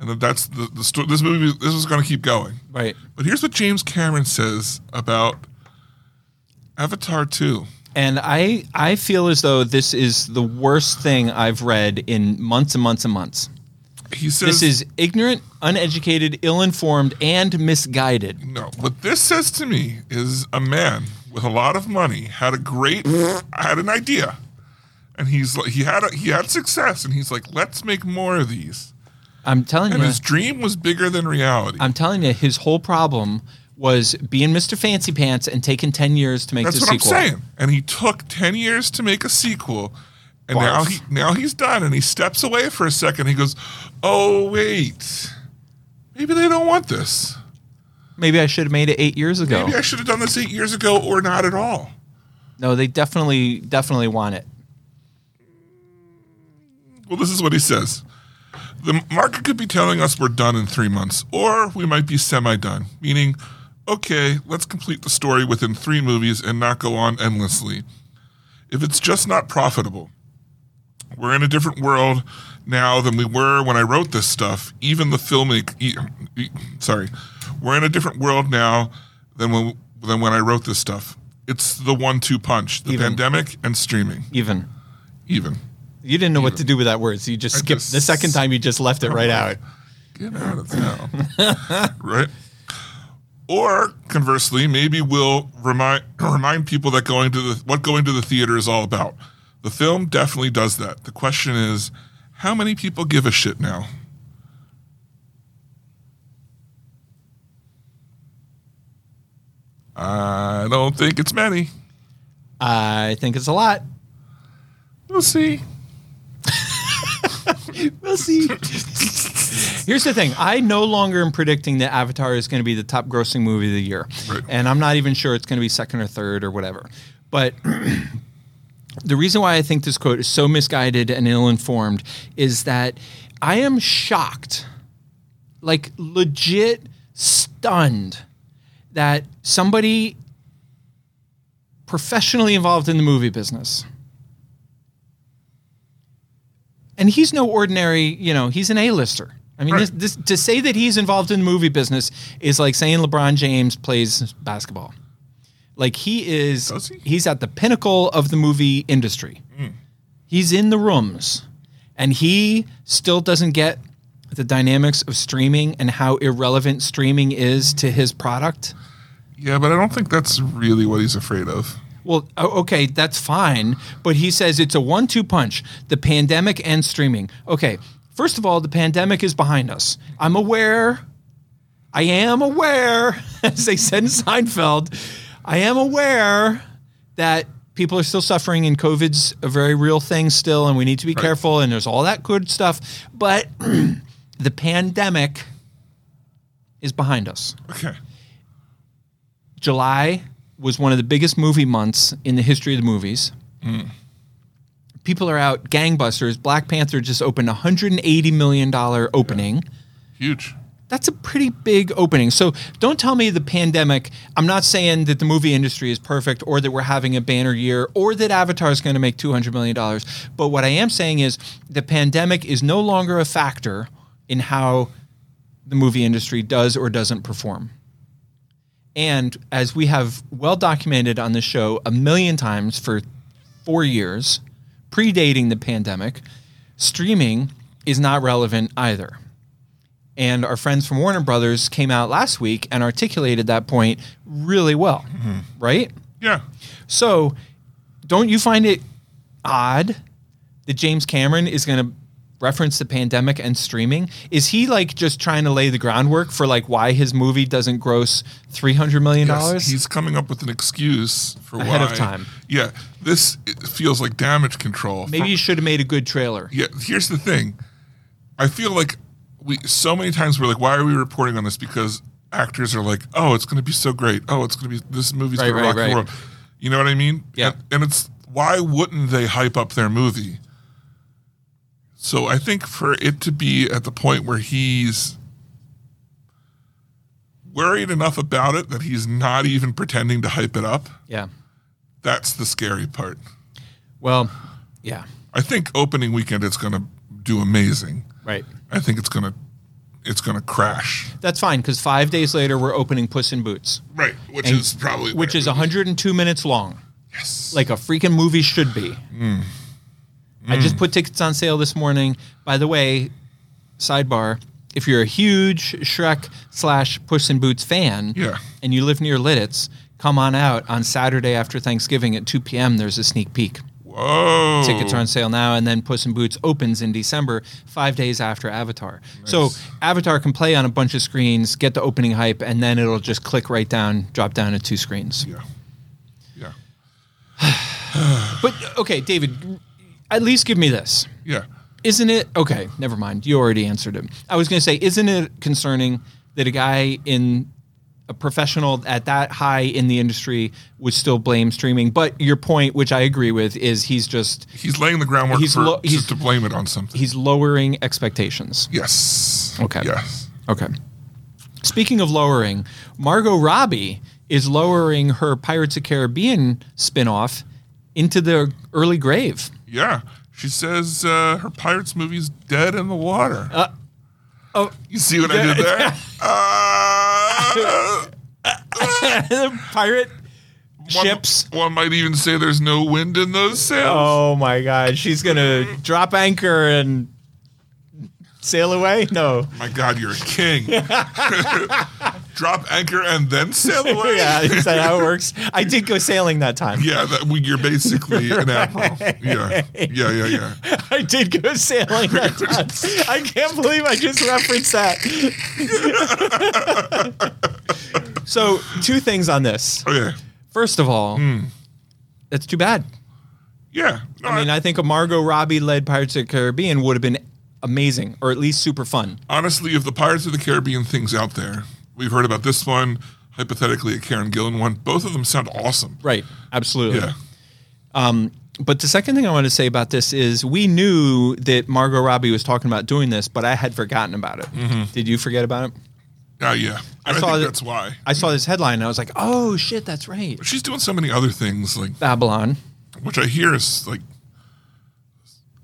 Speaker 2: And that that's the, the story. This movie, this is going to keep going.
Speaker 3: Right.
Speaker 2: But here's what James Cameron says about Avatar 2.
Speaker 3: And I I feel as though this is the worst thing I've read in months and months and months.
Speaker 2: He says,
Speaker 3: This is ignorant, uneducated, ill-informed, and misguided.
Speaker 2: No, what this says to me is a man with a lot of money had a great, had an idea, and he's like, he had a, he had success, and he's like, let's make more of these.
Speaker 3: I'm telling
Speaker 2: And
Speaker 3: you.
Speaker 2: his dream was bigger than reality.
Speaker 3: I'm telling you, his whole problem was being Mr. Fancy Pants and taking 10 years to make
Speaker 2: That's
Speaker 3: the
Speaker 2: what
Speaker 3: sequel.
Speaker 2: I'm saying. And he took ten years to make a sequel, and now he now he's done. And he steps away for a second. He goes, "Oh wait, maybe they don't want this.
Speaker 3: Maybe I should have made it eight years ago.
Speaker 2: Maybe I should have done this eight years ago, or not at all."
Speaker 3: No, they definitely, definitely want it.
Speaker 2: Well, this is what he says. The market could be telling us we're done in three months, or we might be semi done, meaning, okay, let's complete the story within three movies and not go on endlessly. If it's just not profitable, we're in a different world now than we were when I wrote this stuff. Even the filmmaking, e- e- sorry, we're in a different world now than when, than when I wrote this stuff. It's the one two punch the
Speaker 3: Even.
Speaker 2: pandemic and streaming,
Speaker 3: Even
Speaker 2: even.
Speaker 3: you didn't know what to do with that word, so you just
Speaker 2: I
Speaker 3: skipped
Speaker 2: just-
Speaker 3: the second time. You just left it right out.
Speaker 2: get out of town. [LAUGHS] right? Or conversely, maybe we'll remind remind people that going to the what going to the theater is all about. The film definitely does that. The question is, how many people give a shit now? I don't think it's many.
Speaker 3: I think it's a lot.
Speaker 2: We'll see.
Speaker 3: We'll see. [LAUGHS] Here's the thing. I no longer am predicting that Avatar is going to be the top grossing movie of the year.
Speaker 2: Right.
Speaker 3: And I'm not even sure it's going to be second or third or whatever. But [CLEARS THROAT] the reason why I think this quote is so misguided and ill informed is that I am shocked, like legit stunned, that somebody professionally involved in the movie business and he's no ordinary you know he's an a-lister i mean
Speaker 2: Right.
Speaker 3: this, this, to say that he's involved in the movie business is like saying lebron james plays basketball like he is
Speaker 2: Does he? Hmm.
Speaker 3: he's at the pinnacle of the movie industry he's in the rooms and he still doesn't get the dynamics of streaming and how irrelevant streaming is to his product
Speaker 2: Yeah, but I don't think that's really what he's afraid of.
Speaker 3: well, o- okay, that's fine. But he says it's a one two punch the pandemic and streaming. Okay, first of all, the pandemic is behind us. I'm aware. I am aware, [LAUGHS] as they said in Seinfeld, I am aware that people are still suffering and COVID's a very real thing still, and we need to be careful, and there's all that good stuff. But [CLEARS THROAT] the pandemic is behind us.
Speaker 2: Okay.
Speaker 3: July was one of the biggest movie months in the history of the movies. People are out gangbusters. Black Panther just opened a $180 million opening.
Speaker 2: Huge.
Speaker 3: That's a pretty big opening. So don't tell me the pandemic. I'm not saying that the movie industry is perfect or that we're having a banner year or that Avatar is going to make $200 million. But what I am saying is the pandemic is no longer a factor in how the movie industry does or doesn't perform. And as we have well documented on the show a million times for four years, predating the pandemic, streaming is not relevant either. And our friends from Warner Brothers came out last week and articulated that point really well,
Speaker 2: Mm-hmm.
Speaker 3: right?
Speaker 2: Yeah.
Speaker 3: So, don't you find it odd that James Cameron is going to reference the pandemic and streaming? Is he like just trying to lay the groundwork for like why his movie doesn't gross three hundred million
Speaker 2: Yes,
Speaker 3: dollars?
Speaker 2: he's coming up with an excuse for
Speaker 3: Ahead
Speaker 2: why.
Speaker 3: of time.
Speaker 2: Yeah, this it feels like damage control.
Speaker 3: Maybe you should have made a good trailer.
Speaker 2: yeah, here's the thing. I feel like we so many times we're like, why are we reporting on this? Because actors are like, oh, it's going to be so great. Oh, it's going to be this movie's
Speaker 3: Right,
Speaker 2: going
Speaker 3: right,
Speaker 2: to rock
Speaker 3: right.
Speaker 2: the world. You know what I mean?
Speaker 3: Yeah.
Speaker 2: And, and it's why wouldn't they hype up their movie? So I think for it to be at the point where he's worried enough about it that he's not even pretending to hype it up.
Speaker 3: Yeah.
Speaker 2: That's the scary part.
Speaker 3: Well, yeah.
Speaker 2: I think opening weekend it's going to do amazing.
Speaker 3: Right.
Speaker 2: I think it's going to it's going to crash.
Speaker 3: That's fine because five days later we're opening Puss in Boots,
Speaker 2: Right, which
Speaker 3: And-
Speaker 2: is probably
Speaker 3: which is 102 minutes long,
Speaker 2: yes.
Speaker 3: like a freaking movie should be.
Speaker 2: Hmm.
Speaker 3: I just put tickets on sale this morning. By the way, sidebar: if you're a huge Shrek slash Puss in Boots fan,
Speaker 2: Yeah.
Speaker 3: and you live near Lidditz, come on out on Saturday after Thanksgiving at 2 p.m. There's a sneak peek.
Speaker 2: Whoa.
Speaker 3: Tickets are on sale now, and then Puss in Boots opens in December, five days after Avatar. So Avatar can play on a bunch of screens, get the opening hype, and then it'll just click right down, drop down to two screens.
Speaker 2: Yeah. Yeah.
Speaker 3: But okay, David, at least give me this.
Speaker 2: Yeah.
Speaker 3: Isn't it okay? Never mind. You already answered it. I was going to say, isn't it concerning that a guy in a professional at that high in the industry would still blame streaming. But your point, which I agree with, is he's just
Speaker 2: He's laying the groundwork
Speaker 3: He's
Speaker 2: for
Speaker 3: lo- he's-
Speaker 2: just to blame it on something.
Speaker 3: he's lowering expectations.
Speaker 2: yes.
Speaker 3: Okay.
Speaker 2: Yes.
Speaker 3: Okay. Speaking of lowering, Margot Robbie is lowering her Pirates of Caribbean spinoff into the early grave.
Speaker 2: Yeah. She says uh, her pirates movie's dead in the water. Uh,
Speaker 3: oh.
Speaker 2: you see what I did
Speaker 3: [LAUGHS]
Speaker 2: there? Uh,
Speaker 3: Pirate
Speaker 2: one-
Speaker 3: ships.
Speaker 2: One, might even say there's no wind in those sails.
Speaker 3: Oh my God. She's going to drop anchor and sail away? No.
Speaker 2: My God, you're a
Speaker 3: [LAUGHS]
Speaker 2: king. Drop anchor and then sail away.
Speaker 3: [LAUGHS] Yeah, is that how it works? I did go sailing that time.
Speaker 2: Yeah, that, we, you're basically an admiral. Yeah, yeah, yeah, yeah.
Speaker 3: [LAUGHS] I did go sailing that time. I can't believe I just referenced that. [LAUGHS] so, two things on this.
Speaker 2: Okay.
Speaker 3: First of all, that's too bad.
Speaker 2: Yeah. Uh, No,
Speaker 3: I mean, I think a Margot Robbie led Pirates of the Caribbean would have been amazing or at least super fun.
Speaker 2: honestly, if the Pirates of the Caribbean thing's out there, we've heard about this one, hypothetically a Karen Gillan one. Both of them sound awesome.
Speaker 3: Right. Absolutely.
Speaker 2: Yeah.
Speaker 3: But the second thing I want to say about this is we knew that Margot Robbie was talking about doing this, but I had forgotten about it. Did you forget about it?
Speaker 2: Oh yeah.
Speaker 3: I
Speaker 2: And I,
Speaker 3: saw
Speaker 2: think
Speaker 3: that-
Speaker 2: that's why.
Speaker 3: I saw this headline and I was like, oh shit, that's right.
Speaker 2: She's doing so many other things, like
Speaker 3: Babylon.
Speaker 2: which I hear is like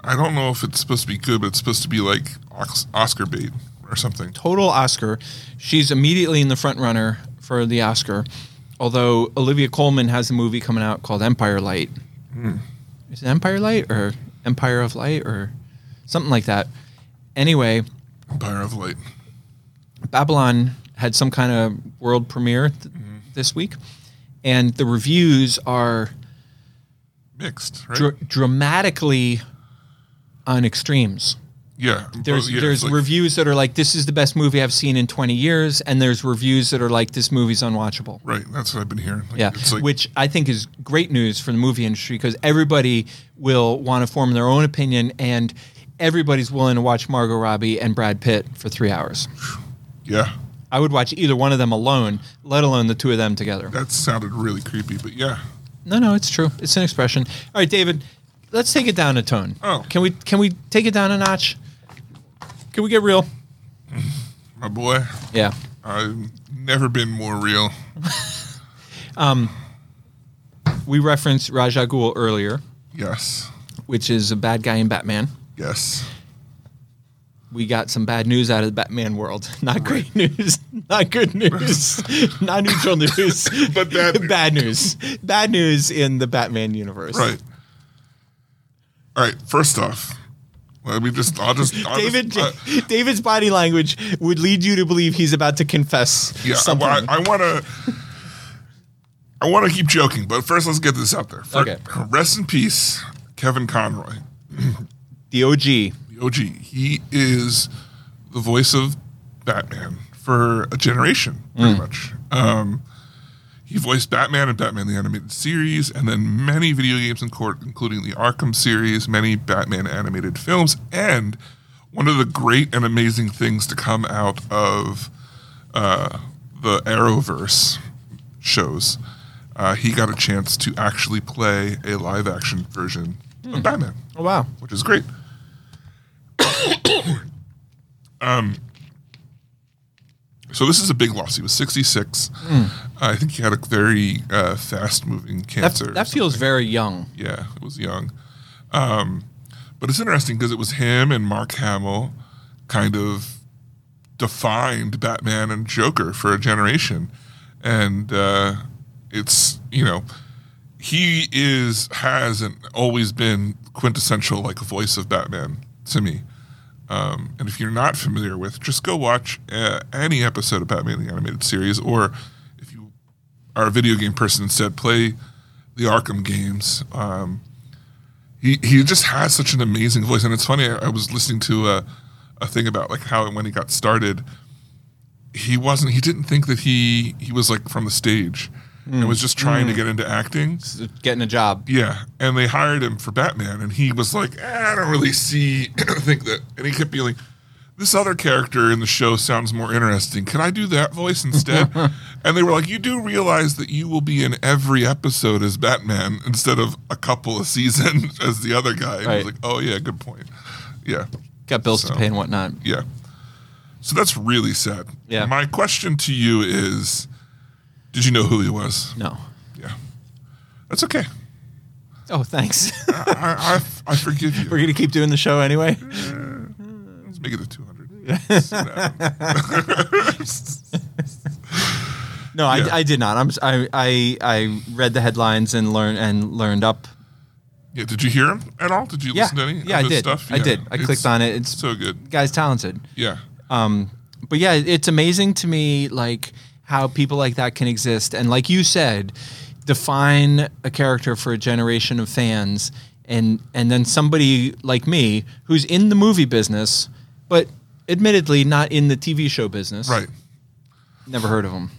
Speaker 2: I don't know if it's supposed to be good, but it's supposed to be like Ox- Oscar bait or something.
Speaker 3: total Oscar. She's immediately in the front runner for the Oscar. Although Olivia Coleman has a movie coming out called Empire Light. Is it Empire Light or Empire of Light or something like that? Anyway,
Speaker 2: Empire of Light.
Speaker 3: Babylon had some kind of world premiere th-
Speaker 2: Mm-hmm.
Speaker 3: this week, and the reviews are
Speaker 2: Mixed, right?
Speaker 3: dr- dramatically on extremes.
Speaker 2: yeah.
Speaker 3: There's
Speaker 2: Both- yeah,
Speaker 3: there's
Speaker 2: it's like-
Speaker 3: reviews that are like this is the best movie I've seen in 20 years, and there's reviews that are like this movie's unwatchable.
Speaker 2: Right, that's what I've been hearing. Like,
Speaker 3: Yeah,
Speaker 2: It's like
Speaker 3: which I think is great news for the movie industry because everybody will want to form their own opinion, and everybody's willing to watch Margot Robbie and Brad Pitt for three hours.
Speaker 2: yeah.
Speaker 3: I would watch either one of them alone, let alone the two of them together.
Speaker 2: That sounded really creepy, but yeah.
Speaker 3: No, no, it's true. It's an expression. All right, David, let's take it down a tone.
Speaker 2: Oh.
Speaker 3: can we can we take it down a notch? Can we get real?
Speaker 2: My boy,
Speaker 3: Yeah.
Speaker 2: I've never been more real.
Speaker 3: We referenced Raja Ghul earlier,
Speaker 2: Yes.
Speaker 3: which is a bad guy in Batman.
Speaker 2: Yes.
Speaker 3: we got some bad news out of the Batman world. [LAUGHS] Not great news, not good news, [LAUGHS]
Speaker 2: [LAUGHS]
Speaker 3: not neutral news,
Speaker 2: But that-
Speaker 3: bad news. Bad news in the Batman universe.
Speaker 2: Right. All right. First off, let me just. I'll just. uh, I'll
Speaker 3: David,
Speaker 2: Just, I-
Speaker 3: [LAUGHS] David's body language would lead you to believe he's about to confess
Speaker 2: yeah. I-
Speaker 3: something.
Speaker 2: I want to. I want to keep joking, but first let's get this out there. Fir-
Speaker 3: Okay.
Speaker 2: Rest in peace, Kevin Conroy,
Speaker 3: the OG.
Speaker 2: the OG. He is the voice of Batman for a generation, pretty much. Um, he voiced Batman and Batman the Animated Series, and then many video games in court, including the Arkham series, many Batman animated films, and one of the great and amazing things to come out of uh, the Arrowverse shows, uh, he got a chance to actually play a live action version of Batman
Speaker 3: Oh wow.
Speaker 2: which is great. um, Um, so this is a big loss. He was 66. I think he had a very uh, fast-moving
Speaker 3: That,
Speaker 2: cancer.
Speaker 3: that feels very young.
Speaker 2: yeah, it was young. Um, but it's interesting because it was him and Mark Hamill kind of defined Batman and Joker for a generation, and uh, it's you know he is has and always been quintessential like voice of Batman to me. Um, and if you're not familiar with, just go watch uh, any episode of Batman the Animated Series, or if you are a video game person instead, play the Arkham games. Um, he he just has such an amazing voice, and it's funny. I, I was listening to a, a thing about like how and when he got started, he wasn't. He didn't think that he he was like from the stage, and was just trying to get into acting.
Speaker 3: Getting a job.
Speaker 2: Yeah, and they [CLEARS THROAT] hired him for Batman, and he was like, "Eh, I don't really see, I think that, and he kept being like, this other character in the show sounds more interesting. Can I do that voice
Speaker 3: [LAUGHS]
Speaker 2: instead? and they were like, you do realize that you will be in every episode as Batman instead of a couple of seasons [LAUGHS] as the other guy. And I was
Speaker 3: Right.
Speaker 2: like, oh yeah, good point. Yeah,
Speaker 3: Got bills
Speaker 2: So.
Speaker 3: to pay and whatnot.
Speaker 2: yeah. So that's really sad.
Speaker 3: Yeah.
Speaker 2: My question to you is, did you know who he was?
Speaker 3: No.
Speaker 2: Yeah. That's okay.
Speaker 3: Oh, thanks. [LAUGHS]
Speaker 2: I, I, I forgive you.
Speaker 3: We're gonna keep doing the show anyway.
Speaker 2: Let's make it a
Speaker 3: [LAUGHS]
Speaker 2: 200. See what happens.
Speaker 3: No, I,
Speaker 2: Yeah.
Speaker 3: I did not. I'm s- I, I I read the headlines and learned and learned up.
Speaker 2: yeah, did you hear him at all? Did you
Speaker 3: Yeah,
Speaker 2: listen to any
Speaker 3: yeah,
Speaker 2: of
Speaker 3: I
Speaker 2: his
Speaker 3: did.
Speaker 2: stuff?
Speaker 3: I did. I clicked on it. It's
Speaker 2: So good.
Speaker 3: guy's talented.
Speaker 2: Yeah.
Speaker 3: Um, but yeah, it's amazing to me like how people like that can exist and like you said, define a character for a generation of fans and and then somebody like me who's in the movie business but admittedly not in the TV show business.
Speaker 2: Right.
Speaker 3: Never heard of him.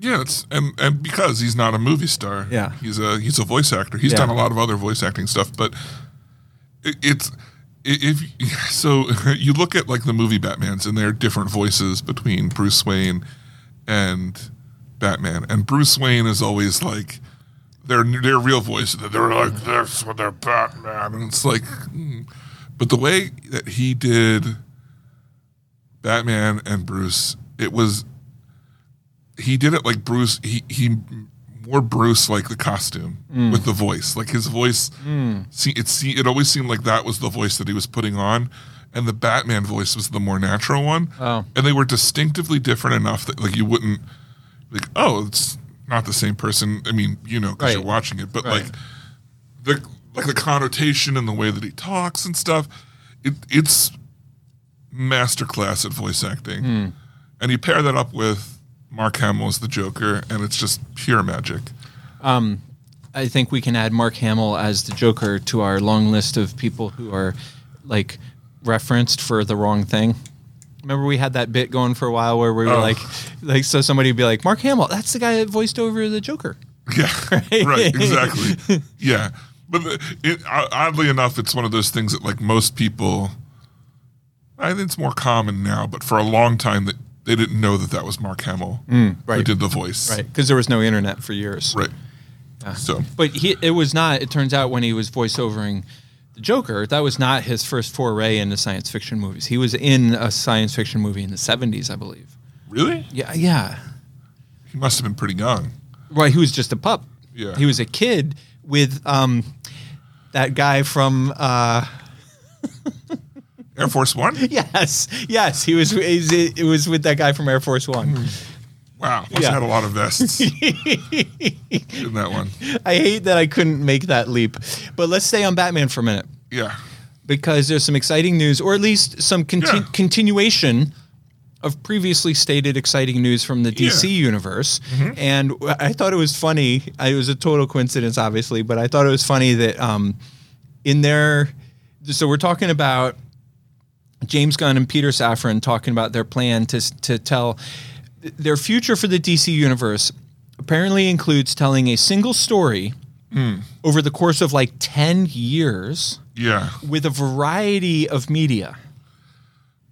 Speaker 2: Yeah, it's and and because he's not a movie star.
Speaker 3: Yeah.
Speaker 2: he's a he's a voice actor. He's
Speaker 3: Yeah.
Speaker 2: done a lot of other voice acting stuff, but it, it's i- if [LAUGHS] so you look at like the movie Batman's and there are different voices between Bruce Wayne and Batman, and Bruce Wayne is always like their their real voice. They're like this when they're Batman, and it's like, hmm. but the way that he did Batman and Bruce, it was he did it like Bruce. He he wore Bruce like the costume
Speaker 3: Mm.
Speaker 2: with the voice, like his voice. See, it see, it always seemed like that was the voice that he was putting on, and the Batman voice was the more natural one.
Speaker 3: Oh.
Speaker 2: and they were distinctively different enough that like you wouldn't like oh it's not the same person. I mean you know because
Speaker 3: Right.
Speaker 2: you're watching it, but
Speaker 3: Right.
Speaker 2: like the like the connotation and the way that he talks and stuff, it it's masterclass at voice acting.
Speaker 3: Hmm.
Speaker 2: And you pair that up with Mark Hamill as the Joker, and it's just pure
Speaker 3: [LAUGHS]
Speaker 2: magic.
Speaker 3: I think we can add Mark Hamill as the Joker to our long list of people who are like referenced for the wrong thing. Remember we had that bit going for a while where we were
Speaker 2: Oh.
Speaker 3: like like so somebody would be like, Mark Hamill, that's the guy that voiced over the Joker.
Speaker 2: Yeah, right, exactly. yeah, but the, it, o- oddly enough, it's one of those things that like most people, I think it's more common now, but for a long time that they didn't know that that was Mark Hamill who
Speaker 3: Mm, right.
Speaker 2: did the voice.
Speaker 3: Because there was no internet for years.
Speaker 2: right. So
Speaker 3: But he it was not it turns out when he was voiceovering the Joker, that was not his first foray into science fiction movies. He was in a science fiction movie in the seventies, I believe.
Speaker 2: really,
Speaker 3: Yeah, yeah.
Speaker 2: he must have been pretty young.
Speaker 3: Right, he was just a pup.
Speaker 2: Yeah.
Speaker 3: He was a kid with um that guy from uh [LAUGHS]
Speaker 2: Air Force One.
Speaker 3: yes, yes, he was he's- it was with that guy from Air Force 1.
Speaker 2: Wow, must
Speaker 3: Yeah.
Speaker 2: have had a lot of
Speaker 3: [LAUGHS]
Speaker 2: vests in that one.
Speaker 3: I hate that I couldn't make that leap. But let's stay on Batman for a minute
Speaker 2: Yeah,
Speaker 3: because there's some exciting news or at least some conti-
Speaker 2: Yeah.
Speaker 3: continuation of previously stated exciting news from the DC universe. And w- I thought it was funny. I- It was a total coincidence, obviously, but I thought it was funny that um, in their. So we're talking about James Gunn and Peter Safran talking about their plan to s- to tell their future for the DC universe. Apparently, includes telling a single story over the course of like ten years
Speaker 2: yeah,
Speaker 3: with a variety of media,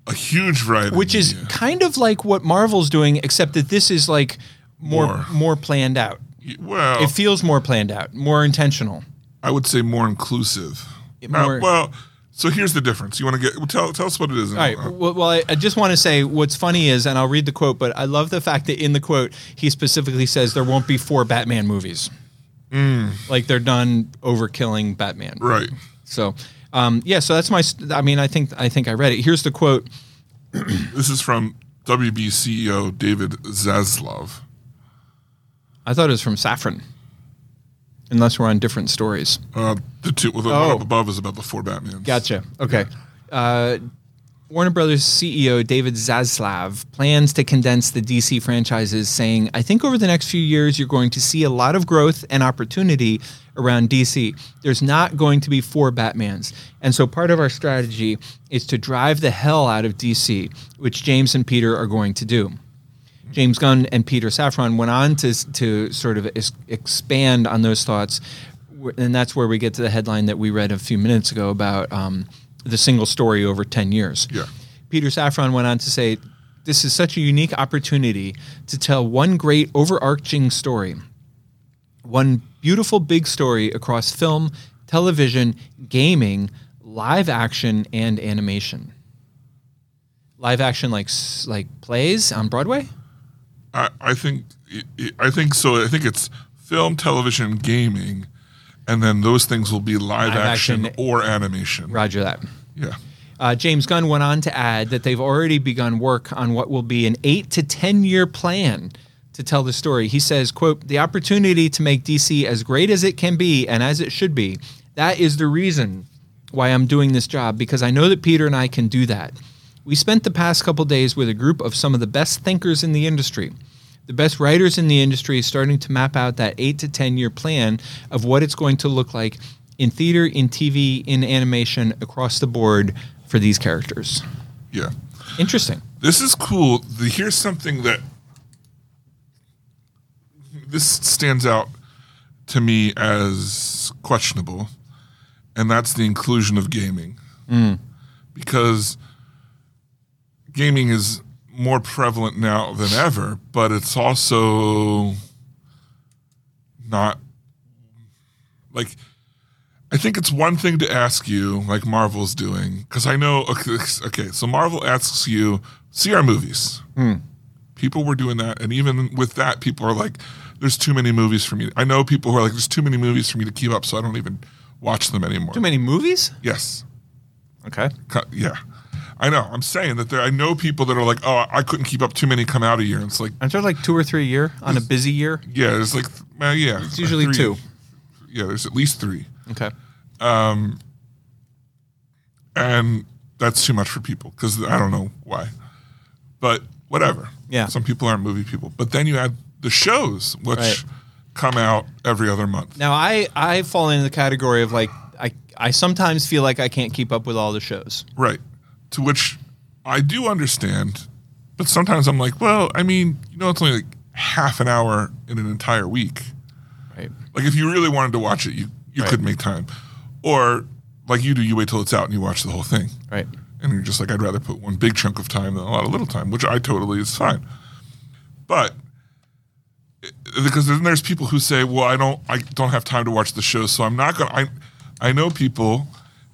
Speaker 2: a huge variety,
Speaker 3: which is
Speaker 2: Yeah.
Speaker 3: kind of like what Marvel's doing, except that this is like more
Speaker 2: More.
Speaker 3: more, planned out.
Speaker 2: well,
Speaker 3: It feels more planned out, more intentional.
Speaker 2: I would say more inclusive.
Speaker 3: It
Speaker 2: Uh,
Speaker 3: more-
Speaker 2: well, so here's the difference. You want to get well, tell tell us what it is. and
Speaker 3: All right.
Speaker 2: I'll-
Speaker 3: Well, well I, I just want to say what's funny is, and I'll read the quote, but I love the fact that in the quote he specifically says there won't be four Batman movies.
Speaker 2: Mm.
Speaker 3: Like they're done overkilling Batman.
Speaker 2: right.
Speaker 3: So, um, yeah. So that's my. s- I mean, I think I think I read it. Here's the quote.
Speaker 2: This is from WB CEO E David Zaslav.
Speaker 3: I thought it was from Saffron. Unless we're on different stories.
Speaker 2: Uh, the two well, the one
Speaker 3: Oh.
Speaker 2: up above is about the four Batmans.
Speaker 3: Gotcha. Okay. Uh, Warner Brothers CEO David Zaslav plans to condense the DC franchises, saying, I think over the next few years, you're going to see a lot of growth and opportunity around DC. There's not going to be four Batmans. And so part of our strategy is to drive the hell out of DC, which James and Peter are going to do. James Gunn and Peter Safran went on to to sort of es- expand on those thoughts, wh- and that's where we get to the headline that we read a few minutes ago about um, the single story over ten years.
Speaker 2: Yeah.
Speaker 3: Peter Safran went on to say, This is such a unique opportunity to tell one great overarching story, one beautiful big story across film, television, gaming, live action, and animation. Live action like s- like plays on Broadway?
Speaker 2: I, I think I think so. I think it's film, television, gaming, and then those things will be live,
Speaker 3: Live
Speaker 2: action,
Speaker 3: action.
Speaker 2: or animation.
Speaker 3: Roger that.
Speaker 2: Yeah.
Speaker 3: Uh, James Gunn went on to add that they've already begun work on what will be an eight to ten year plan to tell the story. He says, "quote The opportunity to make DC as great as it can be and as it should be. That is the reason why I'm doing this job because I know that Peter and I can do that. We spent the past couple days with a group of some of the best thinkers in the industry." The best writers in the industry starting to map out that eight to 10 year plan of what it's going to look like in theater, in TV, in animation, across the board for these characters.
Speaker 2: Yeah.
Speaker 3: Interesting.
Speaker 2: This is cool. The, here's something that this stands out to me as questionable, and that's the inclusion of gaming. Because gaming is more prevalent now than ever, but it's also not like I think it's one thing to ask you, like Marvel's doing, because I know. Okay, okay, so Marvel asks you, see our movies.
Speaker 3: Hmm.
Speaker 2: People were doing that, and even with that, people are like, "There's too many movies for me." I know people who are like, "There's too many movies for me to keep up, so I don't even watch them anymore."
Speaker 3: Too many movies?
Speaker 2: Yes,
Speaker 3: Okay.
Speaker 2: Co- yeah, I know. I'm saying that there. I know people that are like, "Oh, I couldn't keep up. Too many come out a year." And it's like,
Speaker 3: Aren't there like two or three a year on a busy year?
Speaker 2: yeah, it's like, well, yeah,
Speaker 3: It's usually
Speaker 2: three.
Speaker 3: two.
Speaker 2: Yeah, there's at least three.
Speaker 3: Okay.
Speaker 2: and that's too much for people because I don't know why, but whatever.
Speaker 3: Yeah.
Speaker 2: some people aren't movie people, but then you add the shows which
Speaker 3: Right.
Speaker 2: come out every other month.
Speaker 3: Now I I fall into the category of like I I sometimes feel like I can't keep up with all the shows.
Speaker 2: Right. To which I do understand, but sometimes I'm like, well, I mean, you know, it's only like half an hour in an entire week.
Speaker 3: Right.
Speaker 2: Like if you really wanted to watch it, you you could make time, or like you do, you wait till it's out and you watch the whole thing.
Speaker 3: Right.
Speaker 2: and you're just like, I'd rather put one big chunk of time than a lot of little time, which I totally is fine. But eh, because then there's people who say, well, I don't, I don't have time to watch the show, so I'm not gonna. I, I know people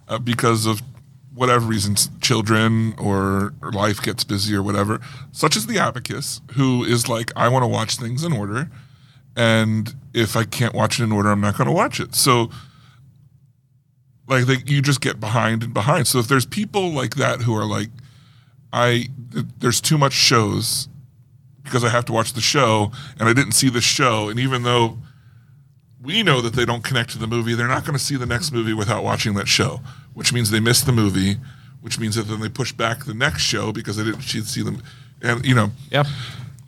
Speaker 2: uh, because of whatever reasons, children or, or life gets busy or whatever, such as the Abacus, who is like, I want to watch things in order, and if I can't watch it in order, I'm not going to watch it. So like they, you just get behind and behind. So if there's people like that who are like, I th- there's too much shows because I have to watch the show and I didn't see the show, and even though we know that they don't connect to the movie, they're not going to see the next movie without watching that show, which means they miss the movie, which means that then they push back the next show because they didn't see see them, and you know
Speaker 3: Yeah.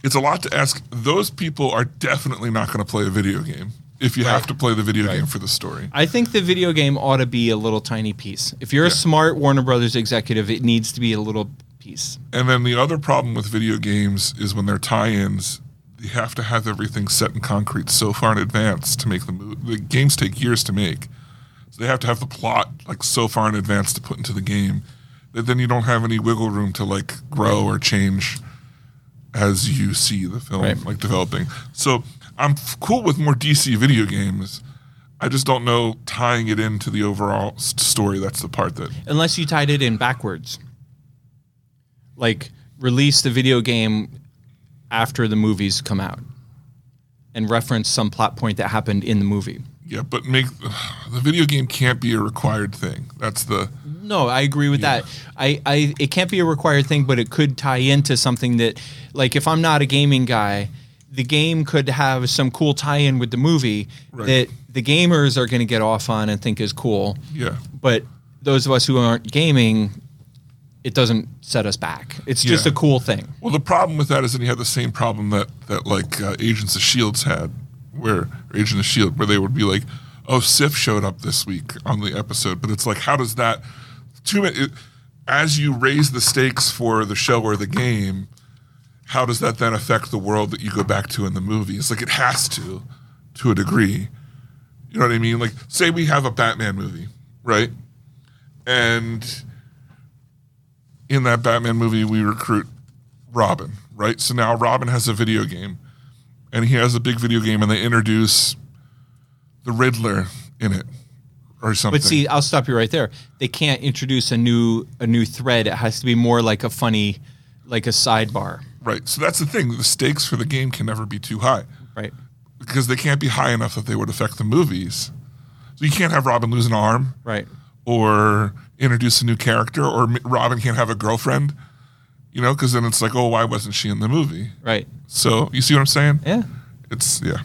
Speaker 2: it's a lot to ask. Those people are definitely not going to play a video game if you have to play the video game for the story.
Speaker 3: I think the video game ought to be a little tiny piece. If you're a smart Warner Brothers executive, it needs to be a little piece.
Speaker 2: And then the other problem with video games is when they're tie-ins, you have to have everything set in concrete so far in advance to make the mo- the games take years to make. So they have to have the plot like so far in advance to put into the game that then you don't have any wiggle room to like grow or change as you see the film
Speaker 3: Right.
Speaker 2: like developing. So I'm f- cool with more DC video games. I just don't know tying it into the overall s- story. That's the part that
Speaker 3: unless you tied it in backwards. Like release the video game after the movies come out and reference some plot point that happened in the movie.
Speaker 2: Yeah, but make the video game can't be a required thing. That's the
Speaker 3: No, I agree with that. I, I it can't be a required thing, but it could tie into something that like if I'm not a gaming guy, the game could have some cool tie-in with the movie
Speaker 2: Right.
Speaker 3: that the gamers are going to get off on and think is cool.
Speaker 2: yeah.
Speaker 3: but those of us who aren't gaming, it doesn't set us back. It's just
Speaker 2: Yeah.
Speaker 3: a cool thing.
Speaker 2: Well, the problem with that is that you have the same problem that that like uh, Agents of Shields had, where or Agent of Shield, E where they would be like, "Oh, Sif showed up this week on the episode," but it's like, how does that? Too many. It, as you raise the stakes for the show or the game, how does that then affect the world that you go back to in the movie? It's like it has to, to a degree. You know what I mean? Like, say we have a Batman movie, right? And in that Batman movie, we recruit Robin, right? So now Robin has a video game, and he has a big video game, and they introduce the Riddler in it or something.
Speaker 3: But see, I'll stop you right there. They can't introduce a new a new thread. It has to be more like a funny, like a sidebar,
Speaker 2: right? So that's the thing. The stakes for the game can never be too high
Speaker 3: right?
Speaker 2: because they can't be high enough that they would affect the movies. So you can't have Robin lose an arm,
Speaker 3: Right.
Speaker 2: or introduce a new character, or m- Robin can't have a girlfriend, you know, because then it's like, oh, why wasn't she in the movie?
Speaker 3: Right.
Speaker 2: So you see what I'm saying?
Speaker 3: Yeah.
Speaker 2: It's, yeah.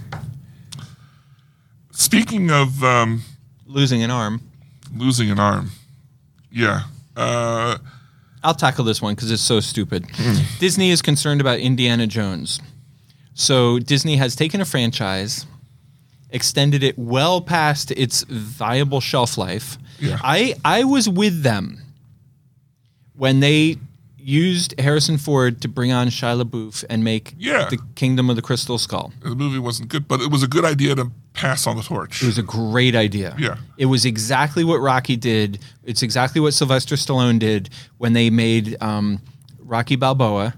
Speaker 2: Speaking of um,
Speaker 3: Losing an arm.
Speaker 2: losing an arm, yeah. Uh,
Speaker 3: I'll tackle this one because it's so stupid. Disney is concerned about Indiana Jones. So Disney has taken a franchise, extended it well past its viable shelf life.
Speaker 2: Yeah.
Speaker 3: I, I was with them when they used Harrison Ford to bring on Shia LaBeouf and make
Speaker 2: Yeah.
Speaker 3: the Kingdom of the Crystal Skull.
Speaker 2: the movie wasn't good, but it was a good idea to pass on the torch.
Speaker 3: It was a great idea.
Speaker 2: Yeah.
Speaker 3: It was exactly what Rocky did. It's exactly what Sylvester Stallone did when they made um, Rocky Balboa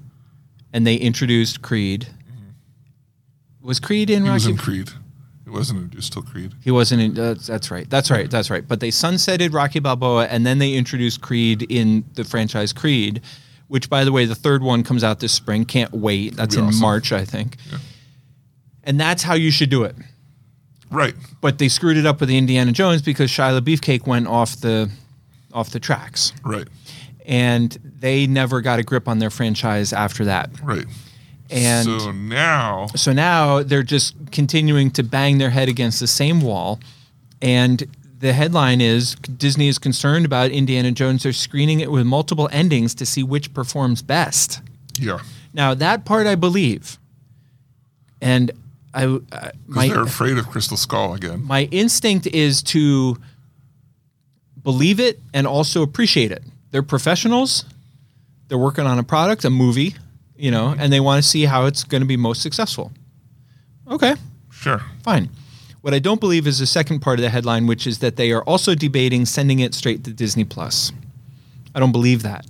Speaker 3: and they introduced Creed. Was Creed in
Speaker 2: Mm-hmm. he was
Speaker 3: Rocky?
Speaker 2: in Creed. It wasn't introduced till Creed.
Speaker 3: he wasn't in. Uh, that's right. That's right. That's right. But they sunsetted Rocky Balboa and then they introduced Creed in the franchise Creed, which, by the way, the third one comes out this spring. Can't wait. That's
Speaker 2: be
Speaker 3: in
Speaker 2: awesome.
Speaker 3: March, I think. And that's how you should do it.
Speaker 2: Right.
Speaker 3: but they screwed it up with the Indiana Jones because Shia Beefcake went off the off the tracks,
Speaker 2: Right.
Speaker 3: and they never got a grip on their franchise after that.
Speaker 2: Right.
Speaker 3: And
Speaker 2: so now,
Speaker 3: so now they're just continuing to bang their head against the same wall, and the headline is Disney is concerned about Indiana Jones. They're screening it with multiple endings to see which performs best.
Speaker 2: yeah,
Speaker 3: Now that part I believe, and I, I my
Speaker 2: because they're afraid of Crystal Skull again.
Speaker 3: my instinct is to believe it and also appreciate it. They're professionals. They're working on a product, a movie, you know, and they want to see how it's going to be most successful. Okay,
Speaker 2: Sure.
Speaker 3: fine. What I don't believe is the second part of the headline, which is that they are also debating sending it straight to Disney Plus. I don't believe that.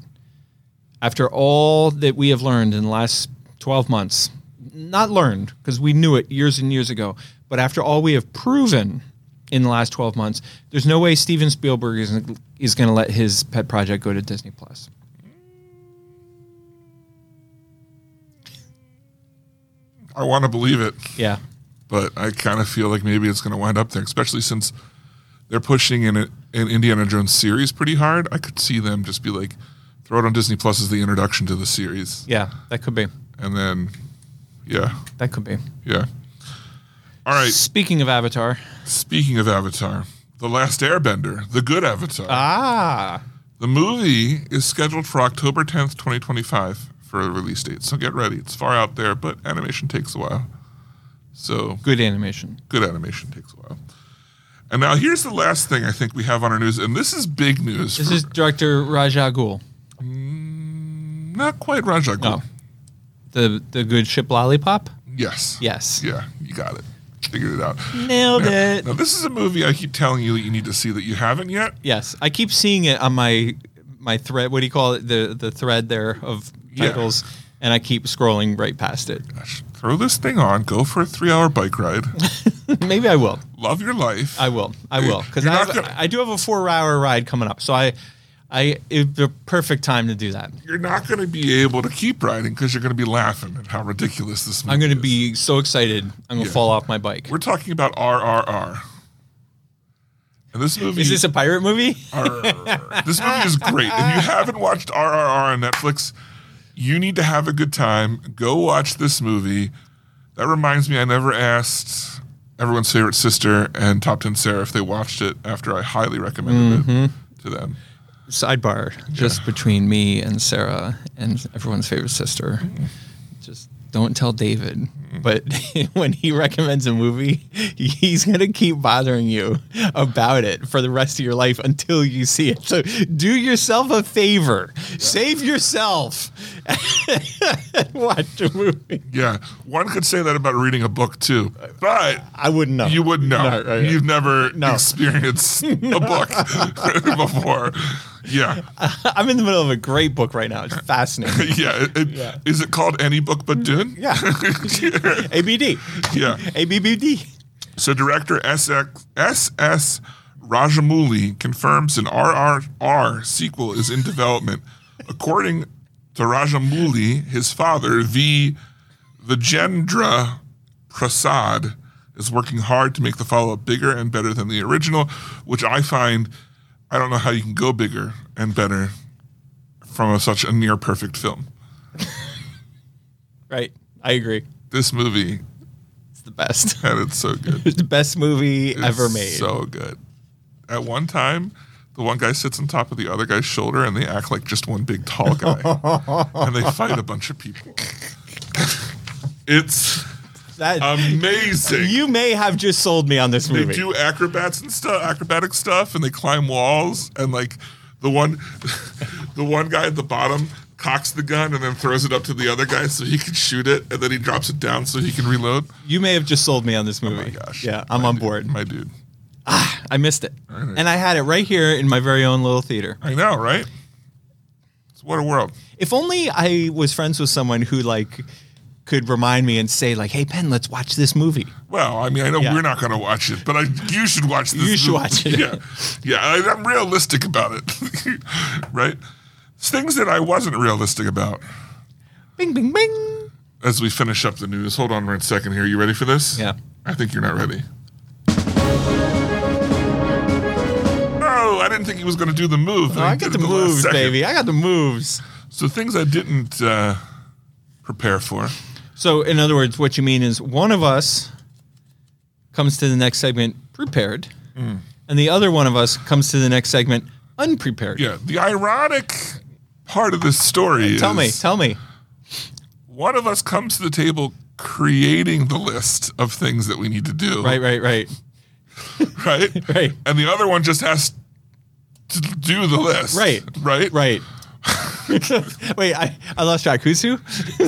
Speaker 3: After all that we have learned in the last 12 months, not learned because we knew it years and years ago, but after all we have proven in the last 12 months, there's no way Steven Spielberg is, is going to let his pet project go to Disney Plus.
Speaker 2: I want to believe it,
Speaker 3: Yeah.
Speaker 2: but I kind of feel like maybe it's going to wind up there, especially since they're pushing in an Indiana Jones series pretty hard. I could see them just be like, throw it on Disney Plus as the introduction to the series,
Speaker 3: Yeah, that could be.
Speaker 2: and then, yeah,
Speaker 3: That could be.
Speaker 2: yeah. All right.
Speaker 3: Speaking of Avatar,
Speaker 2: Speaking of Avatar, The Last Airbender, the good Avatar.
Speaker 3: ah,
Speaker 2: The movie is scheduled for October 10th, 2025 for a release date. So get ready. It's far out there, but animation takes a while. So
Speaker 3: good animation.
Speaker 2: good animation takes a while. And now here's the last thing I think we have on our news, and this is big news.
Speaker 3: This
Speaker 2: for-
Speaker 3: is director Raja Ghul,
Speaker 2: not quite Raja Ghul.
Speaker 3: No. Oh. the the good ship lollipop.
Speaker 2: Yes.
Speaker 3: Yes,
Speaker 2: Yeah, you got it. Figured it out.
Speaker 3: nailed it.
Speaker 2: Now this is a movie I keep telling you that you need to see that you haven't yet.
Speaker 3: Yes, I keep seeing it on my my thread. What do you call it? The the thread there of
Speaker 2: Yeah.
Speaker 3: titles, and I keep scrolling right past it. [LAUGHS]
Speaker 2: Gosh, throw this thing on, go for a three-hour bike ride,
Speaker 3: Maybe I will.
Speaker 2: love your life.
Speaker 3: I will. I will because
Speaker 2: You're
Speaker 3: I,
Speaker 2: not
Speaker 3: have-
Speaker 2: gonna-
Speaker 3: I do have a four hour ride coming up, so I I it's the perfect time to do that.
Speaker 2: you're not going to be able to keep riding because you're going to be laughing at how ridiculous this movie
Speaker 3: I'm going to
Speaker 2: is.
Speaker 3: be so excited. I'm going to
Speaker 2: Yeah.
Speaker 3: fall off my bike.
Speaker 2: We're talking about RRR. And this movie
Speaker 3: Is this a pirate movie?
Speaker 2: RRR. this movie is great. If
Speaker 3: [LAUGHS]
Speaker 2: you haven't watched RRR on Netflix, you need to have a good time. Go watch this movie. That reminds me, I never asked everyone's favorite sister and top ten Sarah if they watched it after I highly recommended it
Speaker 3: Mm-hmm.
Speaker 2: to them.
Speaker 3: sidebar just between me and Sarah and everyone's favorite sister. Just don't tell David. But [LAUGHS] when he recommends a movie, he's gonna keep bothering you about it for the rest of your life until you see it. So do yourself a favor, save yourself, and [LAUGHS] watch a movie.
Speaker 2: Yeah, one could say that about reading a book too, but
Speaker 3: I wouldn't know.
Speaker 2: you wouldn't know.
Speaker 3: No, right, right.
Speaker 2: You've never
Speaker 3: No. [LAUGHS]
Speaker 2: experienced a book [LAUGHS] before. Yeah,
Speaker 3: I'm in the middle of a great book right [LAUGHS] now. It's fascinating.
Speaker 2: yeah. It, it-
Speaker 3: Yeah.
Speaker 2: Is it called Any Book But Dune?
Speaker 3: Yeah. [LAUGHS] ABD.
Speaker 2: [LAUGHS] yeah.
Speaker 3: ABBD.
Speaker 2: So director SX, SS Rajamouli confirms an RRR sequel is in development. According to Rajamouli, his father, V. Vijendra Prasad, is working hard to make the follow-up bigger and better than the original, which I find I don't know how you can go bigger and better from a, such a near perfect film.
Speaker 3: Right. I agree.
Speaker 2: This movie
Speaker 3: It's the best.
Speaker 2: had it so good.
Speaker 3: It's the best movie ever
Speaker 2: It's
Speaker 3: made.
Speaker 2: So good. At one time, the one guy sits on top of the other guy's shoulder and they act like just one big tall
Speaker 3: [LAUGHS]
Speaker 2: guy. and they fight a bunch of people. it's
Speaker 3: that
Speaker 2: amazing.
Speaker 3: you may have just sold me on this
Speaker 2: they
Speaker 3: movie.
Speaker 2: do acrobats and stuff, acrobatic stuff, and they climb walls and like the one the one guy at the bottom cocks the gun and then throws it up to the other guy so he can shoot it and then he drops it down so he can reload.
Speaker 3: You may have just sold me on this movie.
Speaker 2: Oh my gosh.
Speaker 3: Yeah, I'm
Speaker 2: My
Speaker 3: on
Speaker 2: dude-
Speaker 3: board.
Speaker 2: My dude.
Speaker 3: I missed it. And I had it right here in my very own little theater.
Speaker 2: I know, right? It's what a world.
Speaker 3: If only I was friends with someone who like could remind me and say like, "Hey, Penn, let's watch this movie."
Speaker 2: Well, I mean, I know
Speaker 3: Yeah.
Speaker 2: we're not going to watch it, but I, you should watch this.
Speaker 3: You should
Speaker 2: movie.
Speaker 3: watch
Speaker 2: [LAUGHS]
Speaker 3: it.
Speaker 2: Yeah, yeah. I, I'm realistic about it, [LAUGHS] right? It's things that I wasn't realistic about.
Speaker 3: Bing, bing, bing.
Speaker 2: As we finish up the news, hold on one second here. You ready for this?
Speaker 3: Yeah.
Speaker 2: I think you're not ready. Oh, I didn't think he was going to do the move. and
Speaker 3: Oh,
Speaker 2: he
Speaker 3: I
Speaker 2: did
Speaker 3: got
Speaker 2: it
Speaker 3: the
Speaker 2: at last
Speaker 3: moves,
Speaker 2: second.
Speaker 3: baby. I got the moves.
Speaker 2: So things I didn't uh, prepare for.
Speaker 3: So, in other words, what you mean is one of us comes to the next segment prepared,
Speaker 2: Mm.
Speaker 3: and the other one of us comes to the next segment unprepared.
Speaker 2: Yeah, the ironic part of this story
Speaker 3: Tell me,
Speaker 2: is-
Speaker 3: tell me.
Speaker 2: one of us comes to the table creating the list of things that we need to do.
Speaker 3: Right, right, right.
Speaker 2: Right?
Speaker 3: [LAUGHS] Right.
Speaker 2: And the other one just has to do the list.
Speaker 3: Right.
Speaker 2: Right?
Speaker 3: Right. [LAUGHS] Wait, I, I lost track. Who's who? [LAUGHS]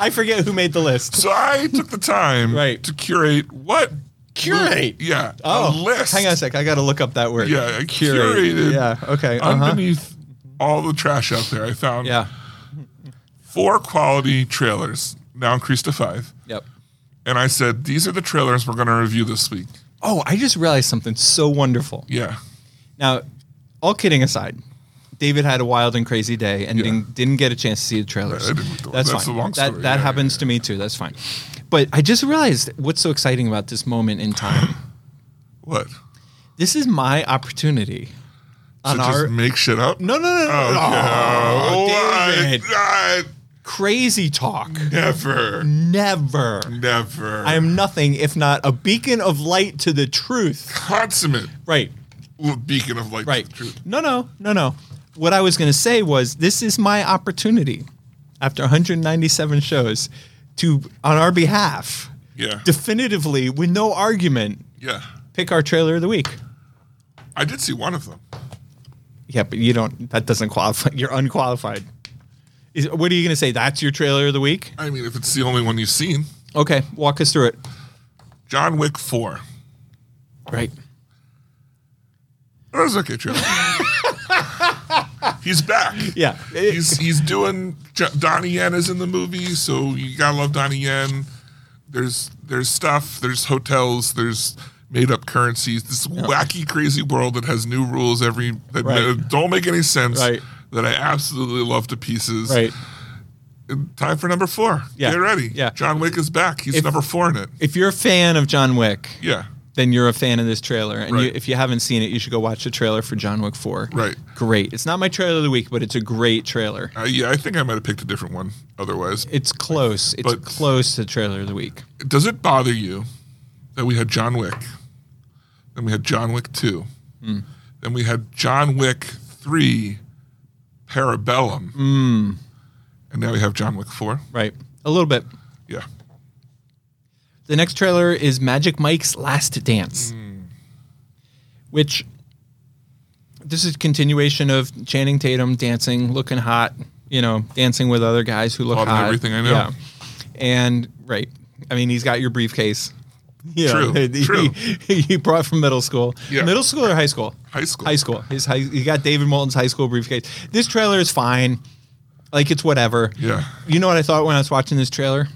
Speaker 3: I forget who made the list.
Speaker 2: So I took the time
Speaker 3: Right.
Speaker 2: to curate what?
Speaker 3: Curate.
Speaker 2: Yeah.
Speaker 3: Oh,
Speaker 2: a list.
Speaker 3: hang on a sec. I got to look up that word.
Speaker 2: Yeah, I curated.
Speaker 3: Yeah. Okay. Uh huh.
Speaker 2: Underneath all the trash out there, I found
Speaker 3: Yeah.
Speaker 2: four quality trailers, now increased to five.
Speaker 3: Yep.
Speaker 2: And I said, these are the trailers we're going to review this week.
Speaker 3: Oh, I just realized something so wonderful.
Speaker 2: Yeah.
Speaker 3: Now, all kidding aside, David had a wild and crazy day and didn't, didn't get a chance to see the trailers.
Speaker 2: I didn't-
Speaker 3: That's,
Speaker 2: that's
Speaker 3: fine.
Speaker 2: a long
Speaker 3: that
Speaker 2: story.
Speaker 3: that
Speaker 2: Yeah,
Speaker 3: happens to me too. That's fine. But I just realized what's so exciting about this moment in time.
Speaker 2: What?
Speaker 3: this is my opportunity.
Speaker 2: So
Speaker 3: On
Speaker 2: just
Speaker 3: our
Speaker 2: make shit up?
Speaker 3: no, no, no, Oh, no,
Speaker 2: Oh,
Speaker 3: no.
Speaker 2: no.
Speaker 3: David.
Speaker 2: I- I-
Speaker 3: crazy talk.
Speaker 2: never.
Speaker 3: Never.
Speaker 2: Never.
Speaker 3: I am nothing if not a beacon of light to the truth.
Speaker 2: consummate
Speaker 3: Right.
Speaker 2: little beacon of light. to
Speaker 3: Right.
Speaker 2: the truth.
Speaker 3: No, no, no, no. What I was going to say was this is my opportunity after 197 shows to, on our behalf,
Speaker 2: Yeah.
Speaker 3: definitively, with no argument,
Speaker 2: yeah.
Speaker 3: pick our trailer of the week.
Speaker 2: I did see one of them.
Speaker 3: Yeah, but you don't, that doesn't qualify. [LAUGHS] You're unqualified. Is, what are you going to say? That's your trailer of the week?
Speaker 2: I mean, if it's the only one you've seen,
Speaker 3: Okay, walk us through it.
Speaker 2: John Wick 4.
Speaker 3: Right.
Speaker 2: That was okay,
Speaker 3: [LAUGHS]
Speaker 2: Trevor. he's back.
Speaker 3: Yeah. [LAUGHS]
Speaker 2: He's he's doing Jo- Donnie Yen is in the movie, so you gotta love Donnie Yen. There's there's stuff, there's hotels, there's made up currencies. This wacky, crazy world that has new rules every that
Speaker 3: Right.
Speaker 2: don't make any sense.
Speaker 3: Right.
Speaker 2: That I absolutely love to pieces.
Speaker 3: right.
Speaker 2: Time for number four.
Speaker 3: Yeah.
Speaker 2: Get ready.
Speaker 3: Yeah.
Speaker 2: John Wick is back. He's
Speaker 3: If-
Speaker 2: number four in it.
Speaker 3: If you're a fan of John Wick,
Speaker 2: Yeah.
Speaker 3: then you're a fan of this trailer. And you,
Speaker 2: Right.
Speaker 3: if you haven't seen it, you should go watch the trailer for John Wick 4.
Speaker 2: Right.
Speaker 3: Great. It's not my trailer of the week, but it's a great trailer.
Speaker 2: Uh, yeah, I think I might have picked a different one otherwise.
Speaker 3: It's close. It's
Speaker 2: But-
Speaker 3: close to trailer of the week.
Speaker 2: Does it bother you that we had John Wick, then we had John Wick 2, then we had John Wick 3 Parabellum, and now we have John Wick 4?
Speaker 3: Right. A little bit.
Speaker 2: Yeah.
Speaker 3: The next trailer is Magic Mike's Last Dance, which this is continuation of Channing Tatum dancing, looking hot, you know, dancing with other guys who look
Speaker 2: Hotter than
Speaker 3: hot.
Speaker 2: everything I know.
Speaker 3: Yeah. And right, I mean, he's got your briefcase. You know,
Speaker 2: True,
Speaker 3: [LAUGHS] he-
Speaker 2: true.
Speaker 3: He, he brought from middle school,
Speaker 2: Yeah.
Speaker 3: middle school or high school?
Speaker 2: High school.
Speaker 3: High school. His high. He got David Moulton's high school briefcase. This trailer is fine. Like it's whatever.
Speaker 2: Yeah.
Speaker 3: You know what I thought when I was watching this trailer?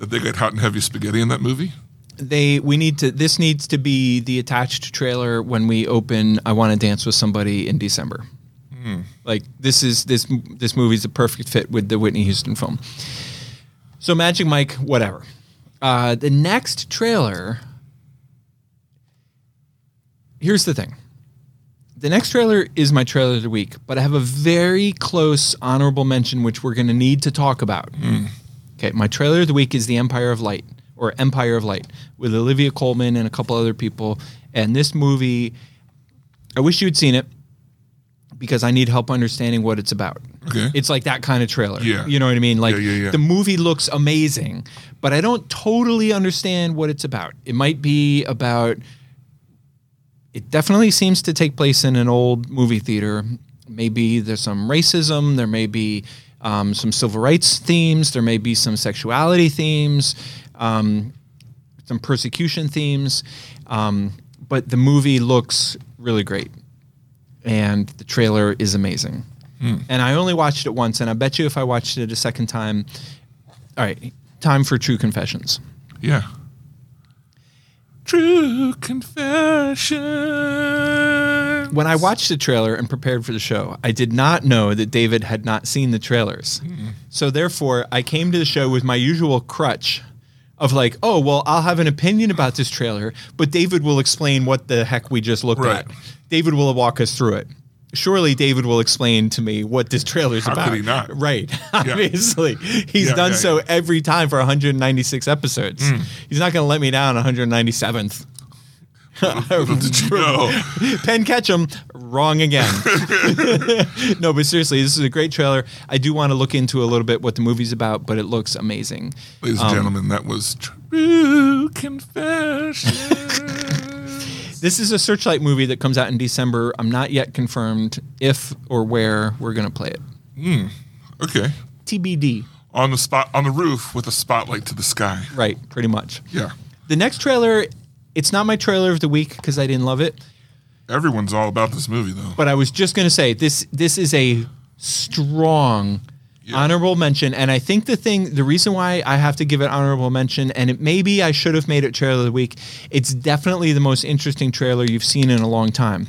Speaker 2: Did they get hot and heavy spaghetti in that movie?
Speaker 3: they we need to this needs to be the attached trailer when we open i want to dance with somebody in december like this is this this movie's a perfect fit with the whitney houston film so magic mike whatever uh, the next trailer here's the thing the next trailer is my trailer of the week but i have a very close honorable mention which we're going to need to talk about
Speaker 2: Mm.
Speaker 3: Okay, my trailer of the week is The Empire of Light or Empire of Light with Olivia Colman and a couple other people. And this movie, I wish you'd seen it because I need help understanding what it's about.
Speaker 2: Okay.
Speaker 3: It's like that kind of trailer.
Speaker 2: Yeah.
Speaker 3: You know what I mean? Like
Speaker 2: Yeah, yeah, yeah.
Speaker 3: the movie looks amazing, but I don't totally understand what it's about. It might be about it definitely seems to take place in an old movie theater. Maybe there's some racism. There may be um, some civil rights themes. There may be some sexuality themes, um, some persecution themes. Um, but the movie looks really great, and the trailer is amazing. And I only watched it once, and I bet you if I watched it a second time, all right, time for true confessions.
Speaker 2: Yeah. True confession.
Speaker 3: when I watched the trailer and prepared for the show, I did not know that David had not seen the trailers.
Speaker 2: Mm-hmm.
Speaker 3: So therefore, I came to the show with my usual crutch of like, oh, well, I'll have an opinion about this trailer, but David will explain what the heck we just looked
Speaker 2: Right.
Speaker 3: at. David will walk us through it. Surely David will explain to me what this trailer's
Speaker 2: How could
Speaker 3: about.
Speaker 2: he not?
Speaker 3: Right. [LAUGHS] Obviously. He's
Speaker 2: Yeah,
Speaker 3: done
Speaker 2: yeah, Hmm.
Speaker 3: so
Speaker 2: yeah.
Speaker 3: every time for 196 episodes. He's not going to let me down 197th. [LAUGHS]
Speaker 2: Did you know?
Speaker 3: Penn Ketchum, wrong again. [LAUGHS] no, but seriously, this is a great trailer. I do want to look into a little bit what the movie's about, but it looks amazing.
Speaker 2: Ladies and gentlemen, that was true confession.
Speaker 3: This is a Searchlight movie that comes out in December. I'm not yet confirmed if or where we're going to play it.
Speaker 2: okay.
Speaker 3: TBD.
Speaker 2: On the spot, on the roof with a spotlight to the sky.
Speaker 3: Right, pretty much.
Speaker 2: Yeah.
Speaker 3: The next trailer, it's not my trailer of the week because I didn't love it,
Speaker 2: Everyone's all about this movie, though.
Speaker 3: but I was just going to say this this is a strong honorable mention and I think the thing the reason why I have to give it honorable mention and it maybe I should have made it trailer of the week it's definitely the most interesting trailer you've seen in a long time.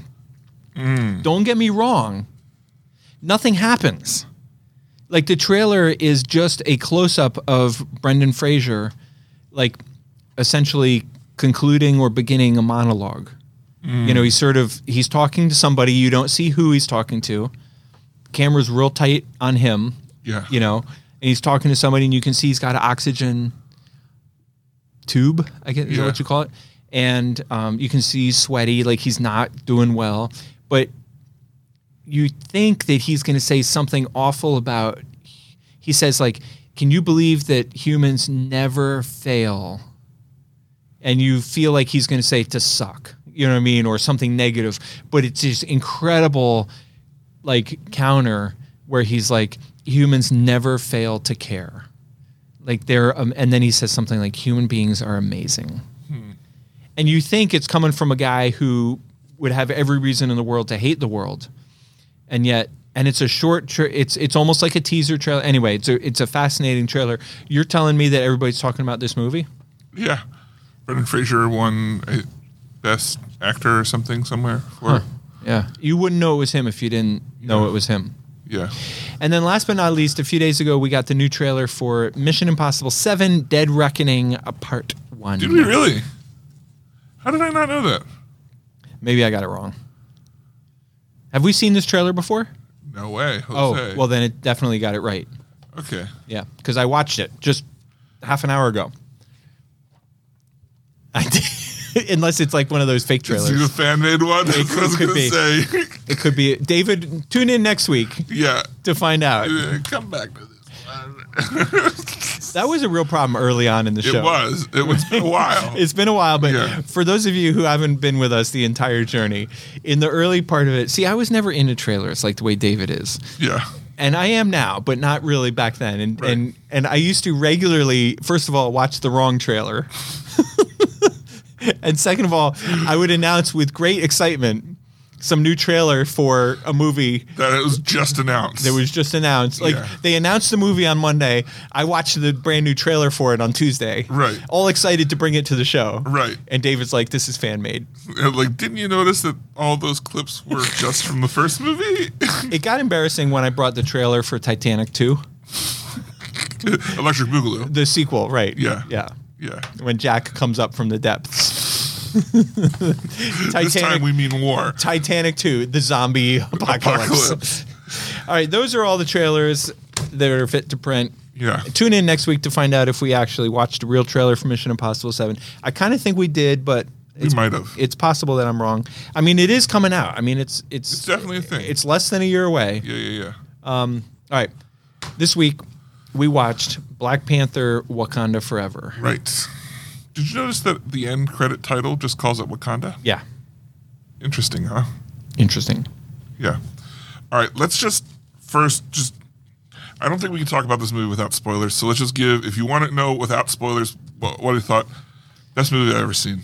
Speaker 3: Don't get me wrong. Nothing happens. Like the trailer is just a close up of Brendan Fraser like essentially concluding or beginning a monologue. You know, he's sort of he's talking to somebody. You don't see who he's talking to. Camera's real tight on him.
Speaker 2: Yeah.
Speaker 3: You know, and he's talking to somebody, and you can see he's got an oxygen tube. I guess is that
Speaker 2: Yeah.
Speaker 3: what you call it. And um, you can see he's sweaty, like he's not doing well. But you think that he's going to say something awful about. He says like, "Can you believe that humans never fail?" and you feel like he's going to say to suck, you know what I mean, or something negative. But it's this incredible, like counter where he's like, humans never fail to care, like they're, um, and then he says something like, human beings are amazing,
Speaker 2: Hmm.
Speaker 3: and you think it's coming from a guy who would have every reason in the world to hate the world, and yet. And it's a short. Tra- it's it's almost like a teaser trailer. Anyway, it's a it's a fascinating trailer. You're telling me that everybody's talking about this movie?
Speaker 2: Yeah. Brendan Fraser won a best actor or something somewhere for it.
Speaker 3: Yeah. You wouldn't know it was him if you didn't know it was him.
Speaker 2: Yeah.
Speaker 3: And then last but not least, a few days ago, we got the new trailer for Mission Impossible 7 Dead Reckoning uh, Part 1.
Speaker 2: Did we really? How did I not know that?
Speaker 3: Maybe I got it wrong. Have we seen this trailer before?
Speaker 2: No way.
Speaker 3: Oh,
Speaker 2: Jose.
Speaker 3: well, then it definitely got it right.
Speaker 2: Okay.
Speaker 3: Yeah, because I watched it just half an hour ago. [LAUGHS] I did. Unless it's like one of those fake
Speaker 2: Is he the
Speaker 3: trailers.
Speaker 2: fan made one? That's what [LAUGHS] I was
Speaker 3: could
Speaker 2: going
Speaker 3: be.
Speaker 2: to say. [LAUGHS]
Speaker 3: It could be. David, tune in next week
Speaker 2: yeah.
Speaker 3: to find out.
Speaker 2: Uh, Come back to this.
Speaker 3: That was a real problem early on in the show.
Speaker 2: It was. It was been a while.
Speaker 3: [LAUGHS] It's been a while, but
Speaker 2: Yeah.
Speaker 3: for those of you who haven't been with us the entire journey, in the early part of it, see, I was never into trailers like the way David is.
Speaker 2: yeah.
Speaker 3: And I am now, but not really back then. And
Speaker 2: Right.
Speaker 3: and and I used to regularly, first of all, watch the wrong trailer. [LAUGHS] and second of all, I would announce with great excitement some new trailer for a movie
Speaker 2: That it was just announced.
Speaker 3: that was just announced. Like
Speaker 2: Yeah.
Speaker 3: they announced the movie on Monday. I watched the brand new trailer for it on Tuesday.
Speaker 2: Right.
Speaker 3: All excited to bring it to the show.
Speaker 2: Right.
Speaker 3: And David's like, "This is fan made."
Speaker 2: And, like, didn't you notice that all those clips were just from the first movie? [LAUGHS]
Speaker 3: It got embarrassing when I brought the trailer for Titanic 2,
Speaker 2: Electric Boogaloo.
Speaker 3: the sequel. Right.
Speaker 2: Yeah.
Speaker 3: Yeah.
Speaker 2: Yeah.
Speaker 3: When Jack comes up from the depths.
Speaker 2: This time
Speaker 3: Titanic.
Speaker 2: we mean war.
Speaker 3: Titanic 2, the zombie [LAUGHS] apocalypse.
Speaker 2: Apocalypse.
Speaker 3: all right, those are all the trailers that are fit to print.
Speaker 2: Yeah.
Speaker 3: Tune in next week to find out if we actually watched a real trailer for Mission Impossible 7. I kind of think we did, but
Speaker 2: We
Speaker 3: it's,
Speaker 2: might have.
Speaker 3: it's possible that I'm wrong. I mean, it is coming out. I mean, it's it's
Speaker 2: It's definitely a thing.
Speaker 3: It's less than a year away.
Speaker 2: Yeah, yeah, yeah.
Speaker 3: All right. This week we watched Black Panther Wakanda Forever.
Speaker 2: Right. Did you notice that the end credit title just calls it Wakanda?
Speaker 3: Yeah.
Speaker 2: Interesting, huh?
Speaker 3: Interesting.
Speaker 2: Yeah. All right, let's just first just I don't think we can talk about this movie without spoilers. So let's just give if you want to know without spoilers what, what I thought best movie I've ever seen.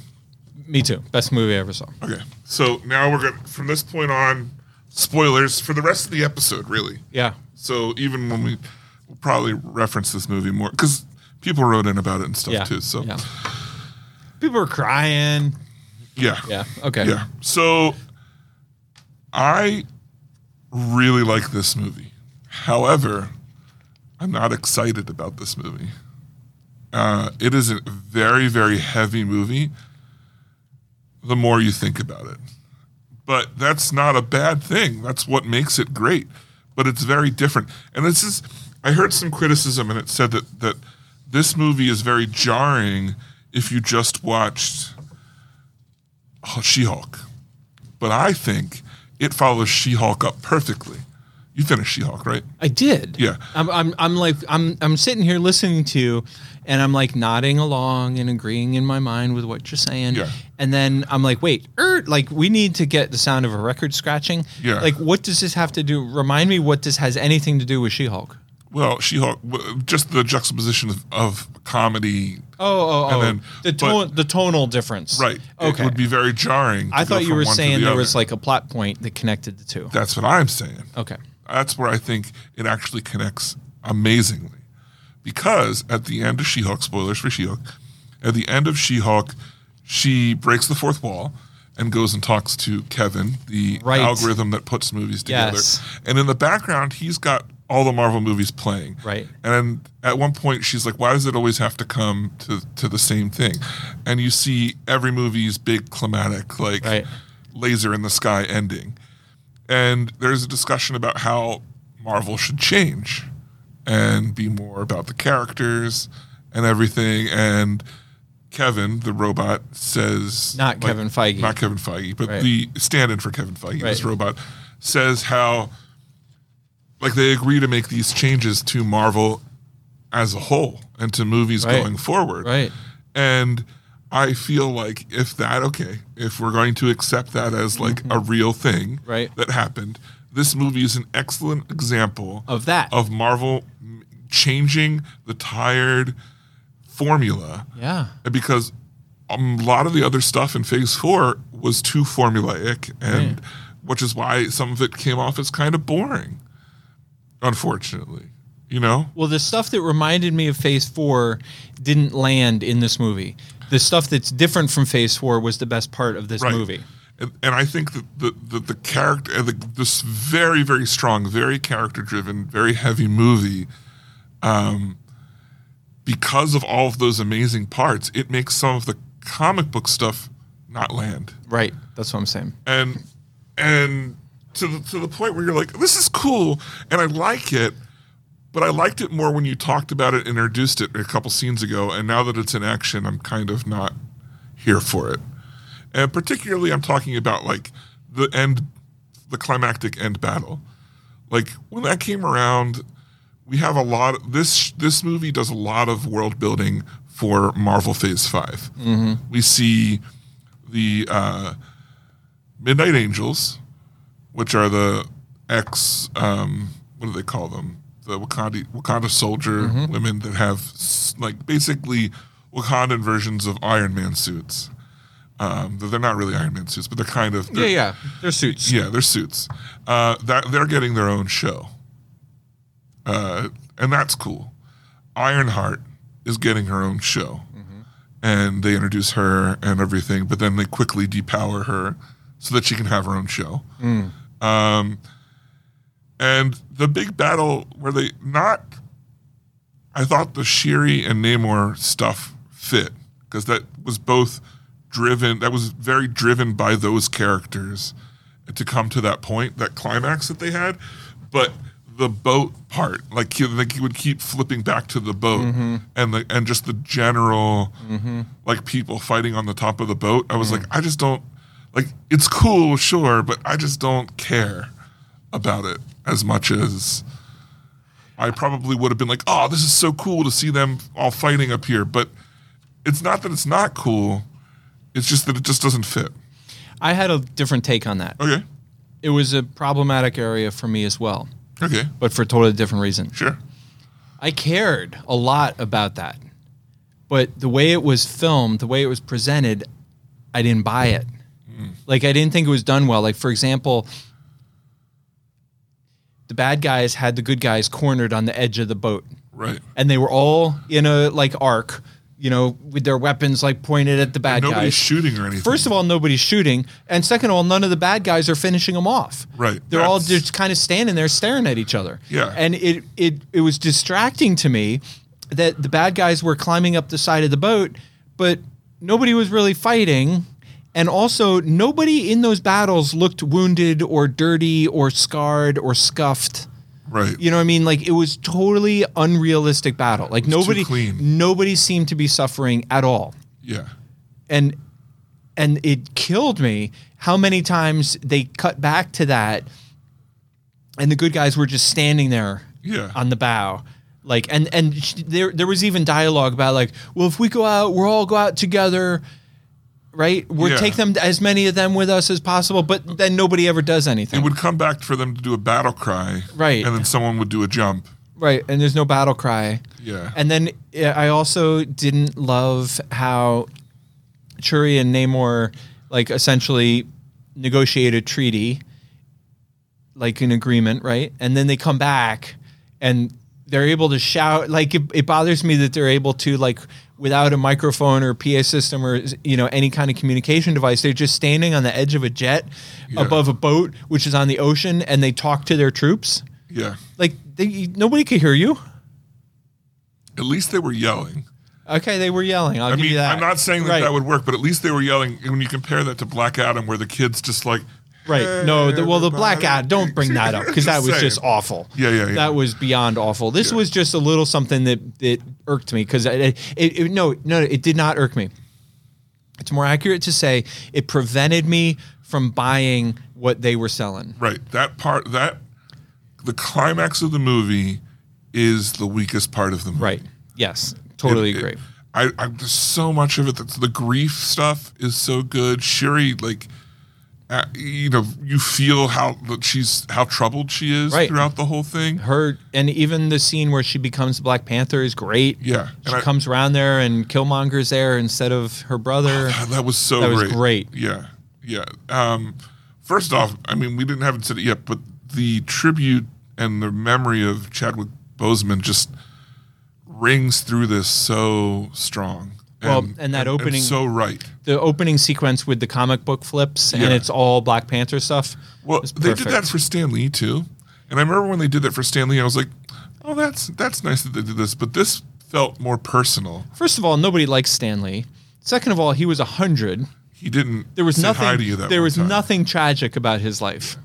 Speaker 3: Me too. Best movie I ever saw.
Speaker 2: Okay. So now we're going to from this point on spoilers for the rest of the episode really.
Speaker 3: Yeah.
Speaker 2: So even when we we'll probably reference this movie more cuz people wrote in about it and stuff
Speaker 3: Yeah.
Speaker 2: too. So
Speaker 3: yeah. People are crying.
Speaker 2: yeah.
Speaker 3: Yeah. Okay.
Speaker 2: Yeah. So I really like this movie. However, I'm not excited about this movie. Uh, it is a very, very heavy movie the more you think about it. But that's not a bad thing. That's what makes it great. But it's very different. And this is, I heard some criticism and it said that, that this movie is very jarring if you just watched She Hulk. Oh, But I think it follows She Hulk up perfectly. You finished She Hulk, right?
Speaker 3: I did.
Speaker 2: Yeah.
Speaker 3: I'm, I'm, I'm like, I'm, I'm sitting here listening to you and I'm like nodding along and agreeing in my mind with what you're saying.
Speaker 2: Yeah.
Speaker 3: And then I'm like, wait, er, like we need to get the sound of a record scratching.
Speaker 2: Yeah.
Speaker 3: Like, what does this have to do? Remind me what this has anything to do with She Hulk.
Speaker 2: Well, She Hulk, just the juxtaposition of, of comedy.
Speaker 3: Oh, oh, oh.
Speaker 2: And then-
Speaker 3: the
Speaker 2: but-
Speaker 3: tone, the tonal difference.
Speaker 2: Right.
Speaker 3: Okay.
Speaker 2: It would be very jarring. to
Speaker 3: I
Speaker 2: go
Speaker 3: thought you
Speaker 2: from
Speaker 3: were
Speaker 2: one to
Speaker 3: saying
Speaker 2: the
Speaker 3: there
Speaker 2: other.
Speaker 3: was like a plot point that connected the two.
Speaker 2: That's what I'm saying.
Speaker 3: Okay.
Speaker 2: That's where I think it actually connects amazingly. Because at the end of She Hulk, spoilers for She Hulk, at the end of She Hulk, she breaks the fourth wall and goes and talks to Kevin, the
Speaker 3: Right.
Speaker 2: algorithm that puts movies together.
Speaker 3: Yes.
Speaker 2: And in the background, he's got all the Marvel movies playing.
Speaker 3: Right.
Speaker 2: And at one point, she's like, "Why does it always have to come to to the same thing?" And you see every movie's big climatic, like
Speaker 3: Right.
Speaker 2: laser in the sky ending. And there's a discussion about how Marvel should change and be more about the characters and everything. And Kevin, the robot, says
Speaker 3: Not Kevin Feige.
Speaker 2: not Kevin Feige, but
Speaker 3: Right.
Speaker 2: the stand-in for Kevin Feige, this
Speaker 3: Right.
Speaker 2: robot, says how like they agree to make these changes to Marvel as a whole and to movies
Speaker 3: Right.
Speaker 2: going forward.
Speaker 3: Right.
Speaker 2: And I feel like if that okay, if we're going to accept that as like a real thing
Speaker 3: Mm-hmm. Right.
Speaker 2: that happened, this movie is an excellent example
Speaker 3: Of that.
Speaker 2: of Marvel m- changing the tired formula
Speaker 3: yeah.
Speaker 2: because um, a lot of the other stuff in phase four was too formulaic and which is why some of it came off as kind of boring unfortunately you know
Speaker 3: Well, the stuff that reminded me of Phase Four didn't land in this movie. The stuff that's different from Phase Four was the best part of this movie.
Speaker 2: and, and i think that the, the, the character uh, the, this very very strong very character driven very heavy movie um, because of all of those amazing parts it makes some of the comic book stuff not land
Speaker 3: Right. That's what I'm saying.
Speaker 2: and and to the, to the point where you're like, this is cool, and I like it, but I liked it more when you talked about it, introduced it a couple scenes ago, and now that it's in action, I'm kind of not here for it. And particularly, I'm talking about like the end, the climactic end battle. Like when that came around, we have a lot. this this movie does a lot of world building for Marvel Phase 5
Speaker 3: Mm-hmm.
Speaker 2: We see the uh, Midnight Angels, which are the ex um, what do they call them? The Wakanda Wakanda soldier
Speaker 3: Mm-hmm.
Speaker 2: women that have s- like basically Wakandan versions of Iron Man suits. Um, they're not really Iron Man suits, but they're kind of
Speaker 3: Yeah,
Speaker 2: they're-
Speaker 3: yeah. They're suits.
Speaker 2: yeah, they're suits. Uh, that they're getting their own show, uh, and that's cool. Ironheart is getting her own show, and they introduce her and everything, but then they quickly depower her so that she can have her own show. Um, and the big battle where they not, I thought the Shiri and Namor stuff fit because that was both driven. That was very driven by those characters to come to that point, that climax that they had. But the boat part, like he, like he would keep flipping back to the boat, and the and just the general like people fighting on the top of the boat. I was like, I just don't like. It's cool, sure, but I just don't care about it as much as I probably would have been like, oh, this is so cool to see them all fighting up here. But it's not that it's not cool. It's just that it just doesn't fit.
Speaker 3: I had a different take on that.
Speaker 2: Okay.
Speaker 3: It was a problematic area for me as well,
Speaker 2: Okay.
Speaker 3: but for a totally different reason.
Speaker 2: Sure.
Speaker 3: I cared a lot about that. But the way it was filmed, the way it was presented, I didn't buy it. Like I didn't think it was done well. Like for example, the bad guys had the good guys cornered on the edge of the boat.
Speaker 2: Right.
Speaker 3: And they were all in a like arc, you know, with their weapons like pointed at the bad
Speaker 2: Nobody's
Speaker 3: guys.
Speaker 2: shooting or anything.
Speaker 3: First of all, nobody's shooting, and second of all, none of the bad guys are finishing them off.
Speaker 2: Right.
Speaker 3: They're all
Speaker 2: That's-
Speaker 3: just kind of standing there staring at each other.
Speaker 2: Yeah.
Speaker 3: And it it it was distracting to me that the bad guys were climbing up the side of the boat, but nobody was really fighting. And also, nobody in those battles looked wounded or dirty or scarred or scuffed.
Speaker 2: right.
Speaker 3: You know what I mean? Like it was totally unrealistic battle. Like
Speaker 2: was too
Speaker 3: nobody,
Speaker 2: clean.
Speaker 3: nobody seemed to be suffering at all
Speaker 2: yeah.
Speaker 3: and and it killed me how many times they cut back to that and the good guys were just standing there
Speaker 2: Yeah.
Speaker 3: on the bow like and and sh- there there was even dialogue about like well if we go out we'll all go out together right we'll
Speaker 2: Yeah.
Speaker 3: take them as many of them with us as possible but then nobody ever does anything
Speaker 2: It would come back for them to do a battle cry.
Speaker 3: Right.
Speaker 2: And then someone would do a jump.
Speaker 3: right and there's no battle cry
Speaker 2: Yeah.
Speaker 3: And then uh, I also didn't love how Churi and Namor like essentially negotiate a treaty, like an agreement, right? And then they come back and they're able to shout. Like it, it bothers me that they're able to like without a microphone or PA system or you know any kind of communication device. They're just standing on the edge of a jet above a boat, which is on the ocean, and they talk to their troops.
Speaker 2: yeah.
Speaker 3: Like they, nobody could hear you.
Speaker 2: At least they were yelling.
Speaker 3: Okay, they were yelling. I'll
Speaker 2: I
Speaker 3: give
Speaker 2: mean,
Speaker 3: you that.
Speaker 2: I'm not saying that
Speaker 3: right.
Speaker 2: that would work, but at least they were yelling. And when you compare that to Black Adam, where the kids just like,
Speaker 3: Right. No. The, well, the black
Speaker 2: Everybody.
Speaker 3: ad. Don't bring that up because that was
Speaker 2: Just
Speaker 3: just
Speaker 2: saying.
Speaker 3: awful.
Speaker 2: Yeah, yeah, yeah.
Speaker 3: That was beyond awful. This was just a little something that that irked me because it, it, it no no it did not irk me. It's more accurate to say it prevented me from buying what they were selling.
Speaker 2: right, that part, that, the climax of the movie is the weakest part of the movie.
Speaker 3: Right. Yes. Totally
Speaker 2: It-
Speaker 3: agree.
Speaker 2: it- I, I'm just so much of it. That's the grief stuff is so good. Sherry, like, uh, you know, you feel how that she's how troubled she is
Speaker 3: Right.
Speaker 2: throughout the whole thing.
Speaker 3: Her and even the scene where she becomes Black Panther is great.
Speaker 2: Yeah,
Speaker 3: She
Speaker 2: and I-
Speaker 3: comes around there and Killmonger's there instead of her
Speaker 2: [SIGHS]
Speaker 3: brother.
Speaker 2: God, that was so
Speaker 3: That was
Speaker 2: great.
Speaker 3: great.
Speaker 2: Yeah, yeah. Um, first off, I mean, we didn't haven't said it yet, but the tribute and the memory of Chadwick Boseman just rings through this so strong.
Speaker 3: Well, and that opening-
Speaker 2: so right.
Speaker 3: the opening sequence with the comic book flips
Speaker 2: Yeah.
Speaker 3: and it's all Black Panther stuff.
Speaker 2: Well,
Speaker 3: is
Speaker 2: they did that
Speaker 3: perfect.
Speaker 2: for Stan Lee too, and I remember when they did that for Stan Lee, I was like, "Oh, that's that's nice that they did this," but this felt more personal.
Speaker 3: First of all, nobody likes Stanley. Second of all, he was a hundred.
Speaker 2: He didn't.
Speaker 3: There was
Speaker 2: say
Speaker 3: nothing.
Speaker 2: Hi to you that
Speaker 3: there
Speaker 2: one
Speaker 3: was
Speaker 2: time.
Speaker 3: nothing tragic about his life.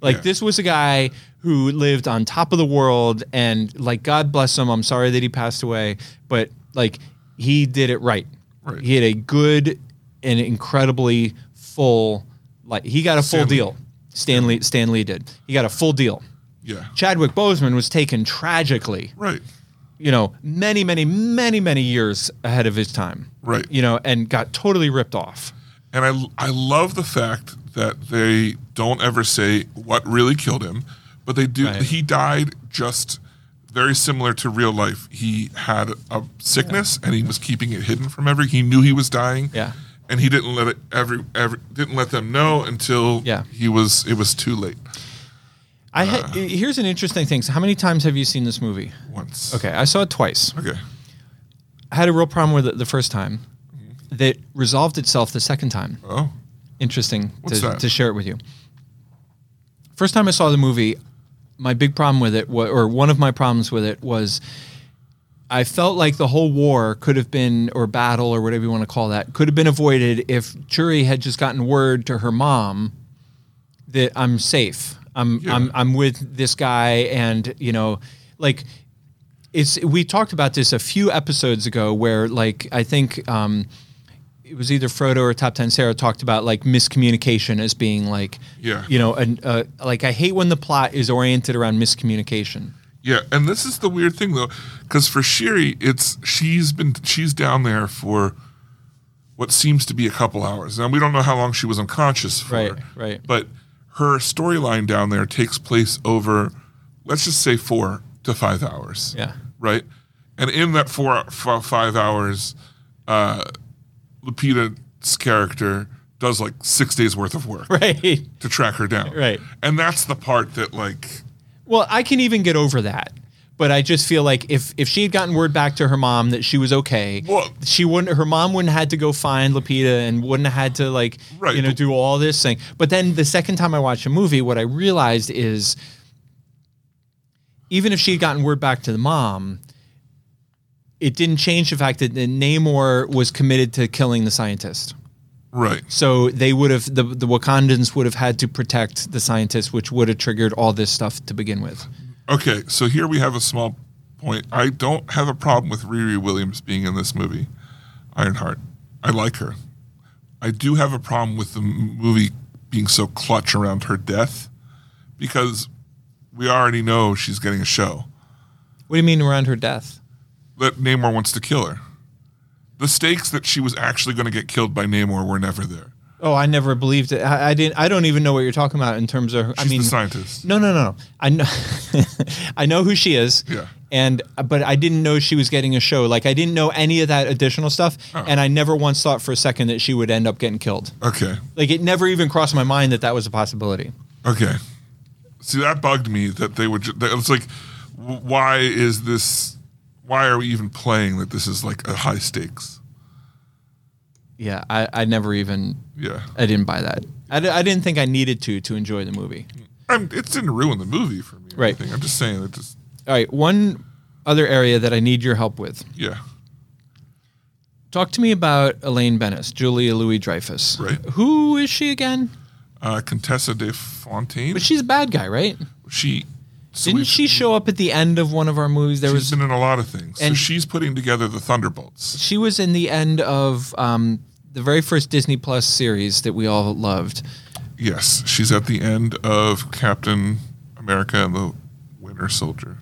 Speaker 3: Like
Speaker 2: Yeah.
Speaker 3: this was a guy who lived on top of the world, and like God bless him. I'm sorry that he passed away, but like he did it right.
Speaker 2: Right.
Speaker 3: He had a good and incredibly full. Like he got a full
Speaker 2: Stan Lee.
Speaker 3: deal. Stanley Stanley did. He got a full deal.
Speaker 2: Yeah.
Speaker 3: Chadwick Boseman was taken tragically,
Speaker 2: Right.
Speaker 3: you know, many, many, many, many years ahead of his time.
Speaker 2: Right.
Speaker 3: You know, and got totally ripped off.
Speaker 2: And I I love the fact that they don't ever say what really killed him, but they do.
Speaker 3: Right.
Speaker 2: He died just very similar to real life. He had a sickness and he was keeping it hidden from every. He knew he was dying.
Speaker 3: Yeah.
Speaker 2: And he didn't let it every, every didn't let them know until
Speaker 3: Yeah.
Speaker 2: he was it was too late
Speaker 3: I had, here's an interesting thing. So how many times have you seen this movie?
Speaker 2: once.
Speaker 3: Okay, I saw it twice.
Speaker 2: Okay.
Speaker 3: I had a real problem with it the first time. That resolved itself the second time.
Speaker 2: Oh.
Speaker 3: Interesting
Speaker 2: What's
Speaker 3: to,
Speaker 2: that?
Speaker 3: to share it with you. First time I saw the movie, my big problem with it, wa- or one of my problems with it, was I felt like the whole war could have been, or battle, or whatever you want to call that, could have been avoided if Churi had just gotten word to her mom that I'm safe. I'm
Speaker 2: Yeah.
Speaker 3: I'm I'm with this guy, and you know, like it's we talked about this a few episodes ago, where like I think um, it was either Frodo or Top Ten Sarah talked about like miscommunication as being like
Speaker 2: Yeah.
Speaker 3: you know, and uh, like I hate when the plot is oriented around miscommunication. [LAUGHS]
Speaker 2: Yeah, and this is the weird thing though, because for Shiri, it's she's been she's down there for what seems to be a couple hours. Now we don't know how long she was unconscious for,
Speaker 3: Right, right.
Speaker 2: But her storyline down there takes place over, let's just say four to five hours.
Speaker 3: Yeah.
Speaker 2: Right, and in that four f- five hours, uh, Lupita's character does like six days worth of work
Speaker 3: Right.
Speaker 2: to track her down.
Speaker 3: Right.
Speaker 2: and that's the part that like
Speaker 3: Well, I can even get over that. But I just feel like if if she had gotten word back to her mom that she was okay,
Speaker 2: Well-
Speaker 3: she wouldn't. Her mom wouldn't have had to go find Lapita and wouldn't have had to like
Speaker 2: Right,
Speaker 3: you know
Speaker 2: but-
Speaker 3: do all this thing. But then the second time I watched a movie, what I realized is even if she had gotten word back to the mom, it didn't change the fact that Namor was committed to killing the scientist.
Speaker 2: right.
Speaker 3: So they would have the the Wakandans would have had to protect the scientist, which would have triggered all this stuff to begin with.
Speaker 2: Okay, so here we have a small point. I don't have a problem with Riri Williams being in this movie, Ironheart. I like her. I do have a problem with the m- movie being so clutch around her death because we already know she's getting a show.
Speaker 3: What do you mean around her death?
Speaker 2: That Namor wants to kill her. The stakes that she was actually going to get killed by Namor were never there.
Speaker 3: Oh, I never believed it. I, I didn't. I don't even know what you're talking about in terms of. I
Speaker 2: She's
Speaker 3: mean,
Speaker 2: the scientist.
Speaker 3: no, no, no. I know. [LAUGHS] I know who she is.
Speaker 2: Yeah.
Speaker 3: And but I didn't know she was getting a show. Like I didn't know any of that additional stuff,
Speaker 2: Oh.
Speaker 3: and I never once thought for a second that she would end up getting killed.
Speaker 2: Okay.
Speaker 3: Like it never even crossed my mind that that was a possibility.
Speaker 2: Okay. See, that bugged me that they would. Ju- that it's like, w- why is this? Why are we even playing that this is like a high stakes?
Speaker 3: Yeah, I, I never even.
Speaker 2: Yeah,
Speaker 3: I didn't buy that. I, di- I didn't think I needed to to enjoy the movie.
Speaker 2: Hmm. I'm, it didn't ruin the movie for me. or
Speaker 3: Right.
Speaker 2: anything. I'm just saying that. Just
Speaker 3: All right, one other area that I need your help with.
Speaker 2: yeah.
Speaker 3: Talk to me about Elaine Bennis, Julia Louis Dreyfus. [LAUGHS]
Speaker 2: Right.
Speaker 3: Who is she again?
Speaker 2: Uh, Contessa de Fontaine.
Speaker 3: But she's a bad guy, right?
Speaker 2: she so
Speaker 3: Didn't
Speaker 2: we've-
Speaker 3: she show up at the end of one of our movies? There
Speaker 2: She's
Speaker 3: was
Speaker 2: been in a lot of things. so
Speaker 3: and-
Speaker 2: she's putting together the Thunderbolts.
Speaker 3: she was in the end of um, the very first Disney Plus series that we all loved.
Speaker 2: Yes, she's at the end of Captain America and the Winter Soldier.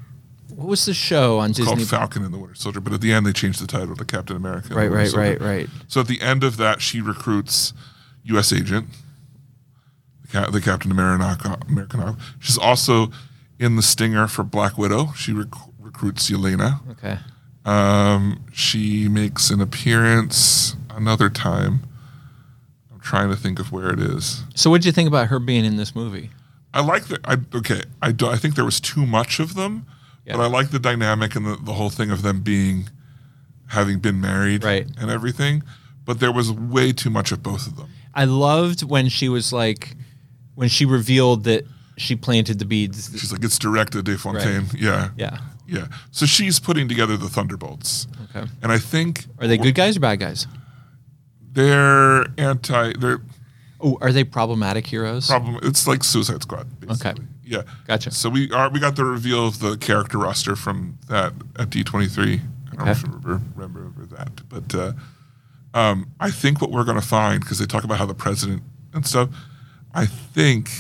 Speaker 3: What was the show on
Speaker 2: It's
Speaker 3: Disney?
Speaker 2: called Falcon and the Winter Soldier, but at the end they changed the title to Captain America. and the
Speaker 3: right,
Speaker 2: Winter
Speaker 3: right,
Speaker 2: Soldier.
Speaker 3: right, right.
Speaker 2: So at the end of that, she recruits U.S. agent, the, ca- the Captain America. American. She's also in the stinger for Black Widow. She rec- recruits Yelena.
Speaker 3: Okay.
Speaker 2: Um, she makes an appearance another time. I'm trying to think of where it is.
Speaker 3: So what did you think about her being in this movie?
Speaker 2: I like the. I, okay, I do, I think there was too much of them,
Speaker 3: Yeah.
Speaker 2: but I like the dynamic and the, the whole thing of them being, having been married,
Speaker 3: Right.
Speaker 2: and everything. But there was way too much of both of them.
Speaker 3: I loved when she was like, when she revealed that she planted the beads.
Speaker 2: She's like, it's directed De Fontaine. Yeah.
Speaker 3: Yeah.
Speaker 2: Yeah. So she's putting together the Thunderbolts.
Speaker 3: Okay.
Speaker 2: And I think
Speaker 3: Are they good guys or bad guys?
Speaker 2: they're anti they're
Speaker 3: Oh, are they problematic heroes?
Speaker 2: problem it's like Suicide Squad, basically.
Speaker 3: Okay.
Speaker 2: Yeah.
Speaker 3: Gotcha.
Speaker 2: So we are we got the reveal of the character roster from that at D twenty three. I don't know
Speaker 3: Okay.
Speaker 2: if you remember remember that. But uh, um, I think what we're gonna find, because they talk about how the president and stuff, I think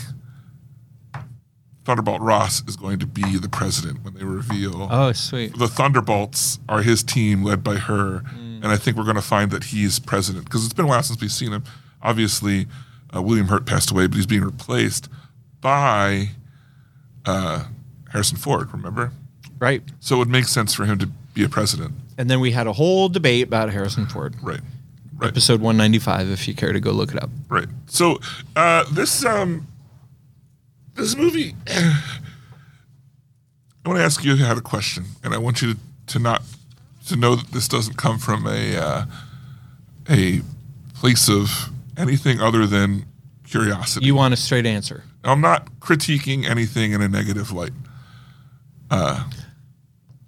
Speaker 2: Thunderbolt Ross is going to be the president when they reveal
Speaker 3: Oh, sweet.
Speaker 2: the Thunderbolts are his team led by her, and I think we're going to find that he's president because it's been a while since we've seen him. Obviously, uh, William Hurt passed away, but he's being replaced by uh, Harrison Ford. Remember,
Speaker 3: Right.
Speaker 2: so it would make sense for him to be a president,
Speaker 3: And then we had a whole debate about Harrison Ford.
Speaker 2: right? Right.
Speaker 3: Episode 195, if you care to go look it up.
Speaker 2: Right. So uh, this um, this movie, [SIGHS] I want to ask you had a question, and I want you to, to not to know that this doesn't come from a uh, a place of anything other than curiosity.
Speaker 3: You want a straight answer.
Speaker 2: I'm not critiquing anything in a negative light.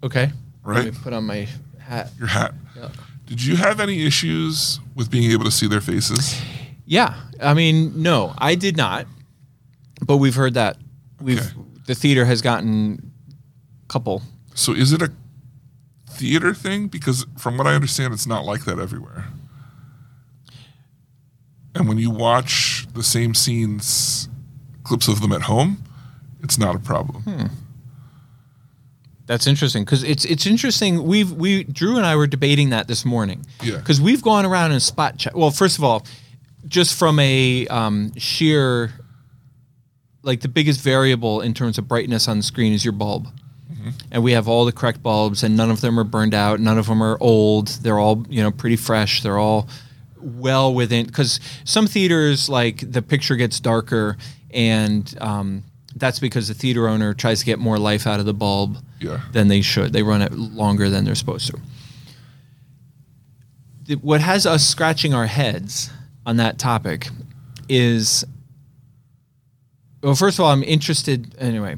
Speaker 3: Okay. Let
Speaker 2: Right.
Speaker 3: me put on my hat.
Speaker 2: Your hat. Did you have any issues with being able to see their faces?
Speaker 3: Yeah. I mean, no, I did not. But we've heard that. We've
Speaker 2: Okay.
Speaker 3: the theater has gotten couple.
Speaker 2: So is it a theater thing? Because from what I understand, it's not like that everywhere. And when you watch the same scenes, clips of them at home, it's not a problem.
Speaker 3: Hmm. That's interesting because it's it's interesting. We've we Drew and I were debating that this morning.
Speaker 2: Yeah.
Speaker 3: Because we've gone around and spot check. Well, first of all, just from a um, sheer, like the biggest variable in terms of brightness on the screen is your bulb, and we have all the correct bulbs, and none of them are burned out. None of them are old. They're all you know pretty fresh. They're all well within because some theaters like the picture gets darker and um, that's because the theater owner tries to get more life out of the bulb
Speaker 2: Yeah.
Speaker 3: than they should. They run it longer than they're supposed to. The- What has us scratching our heads on that topic is well, first of all, I'm interested anyway.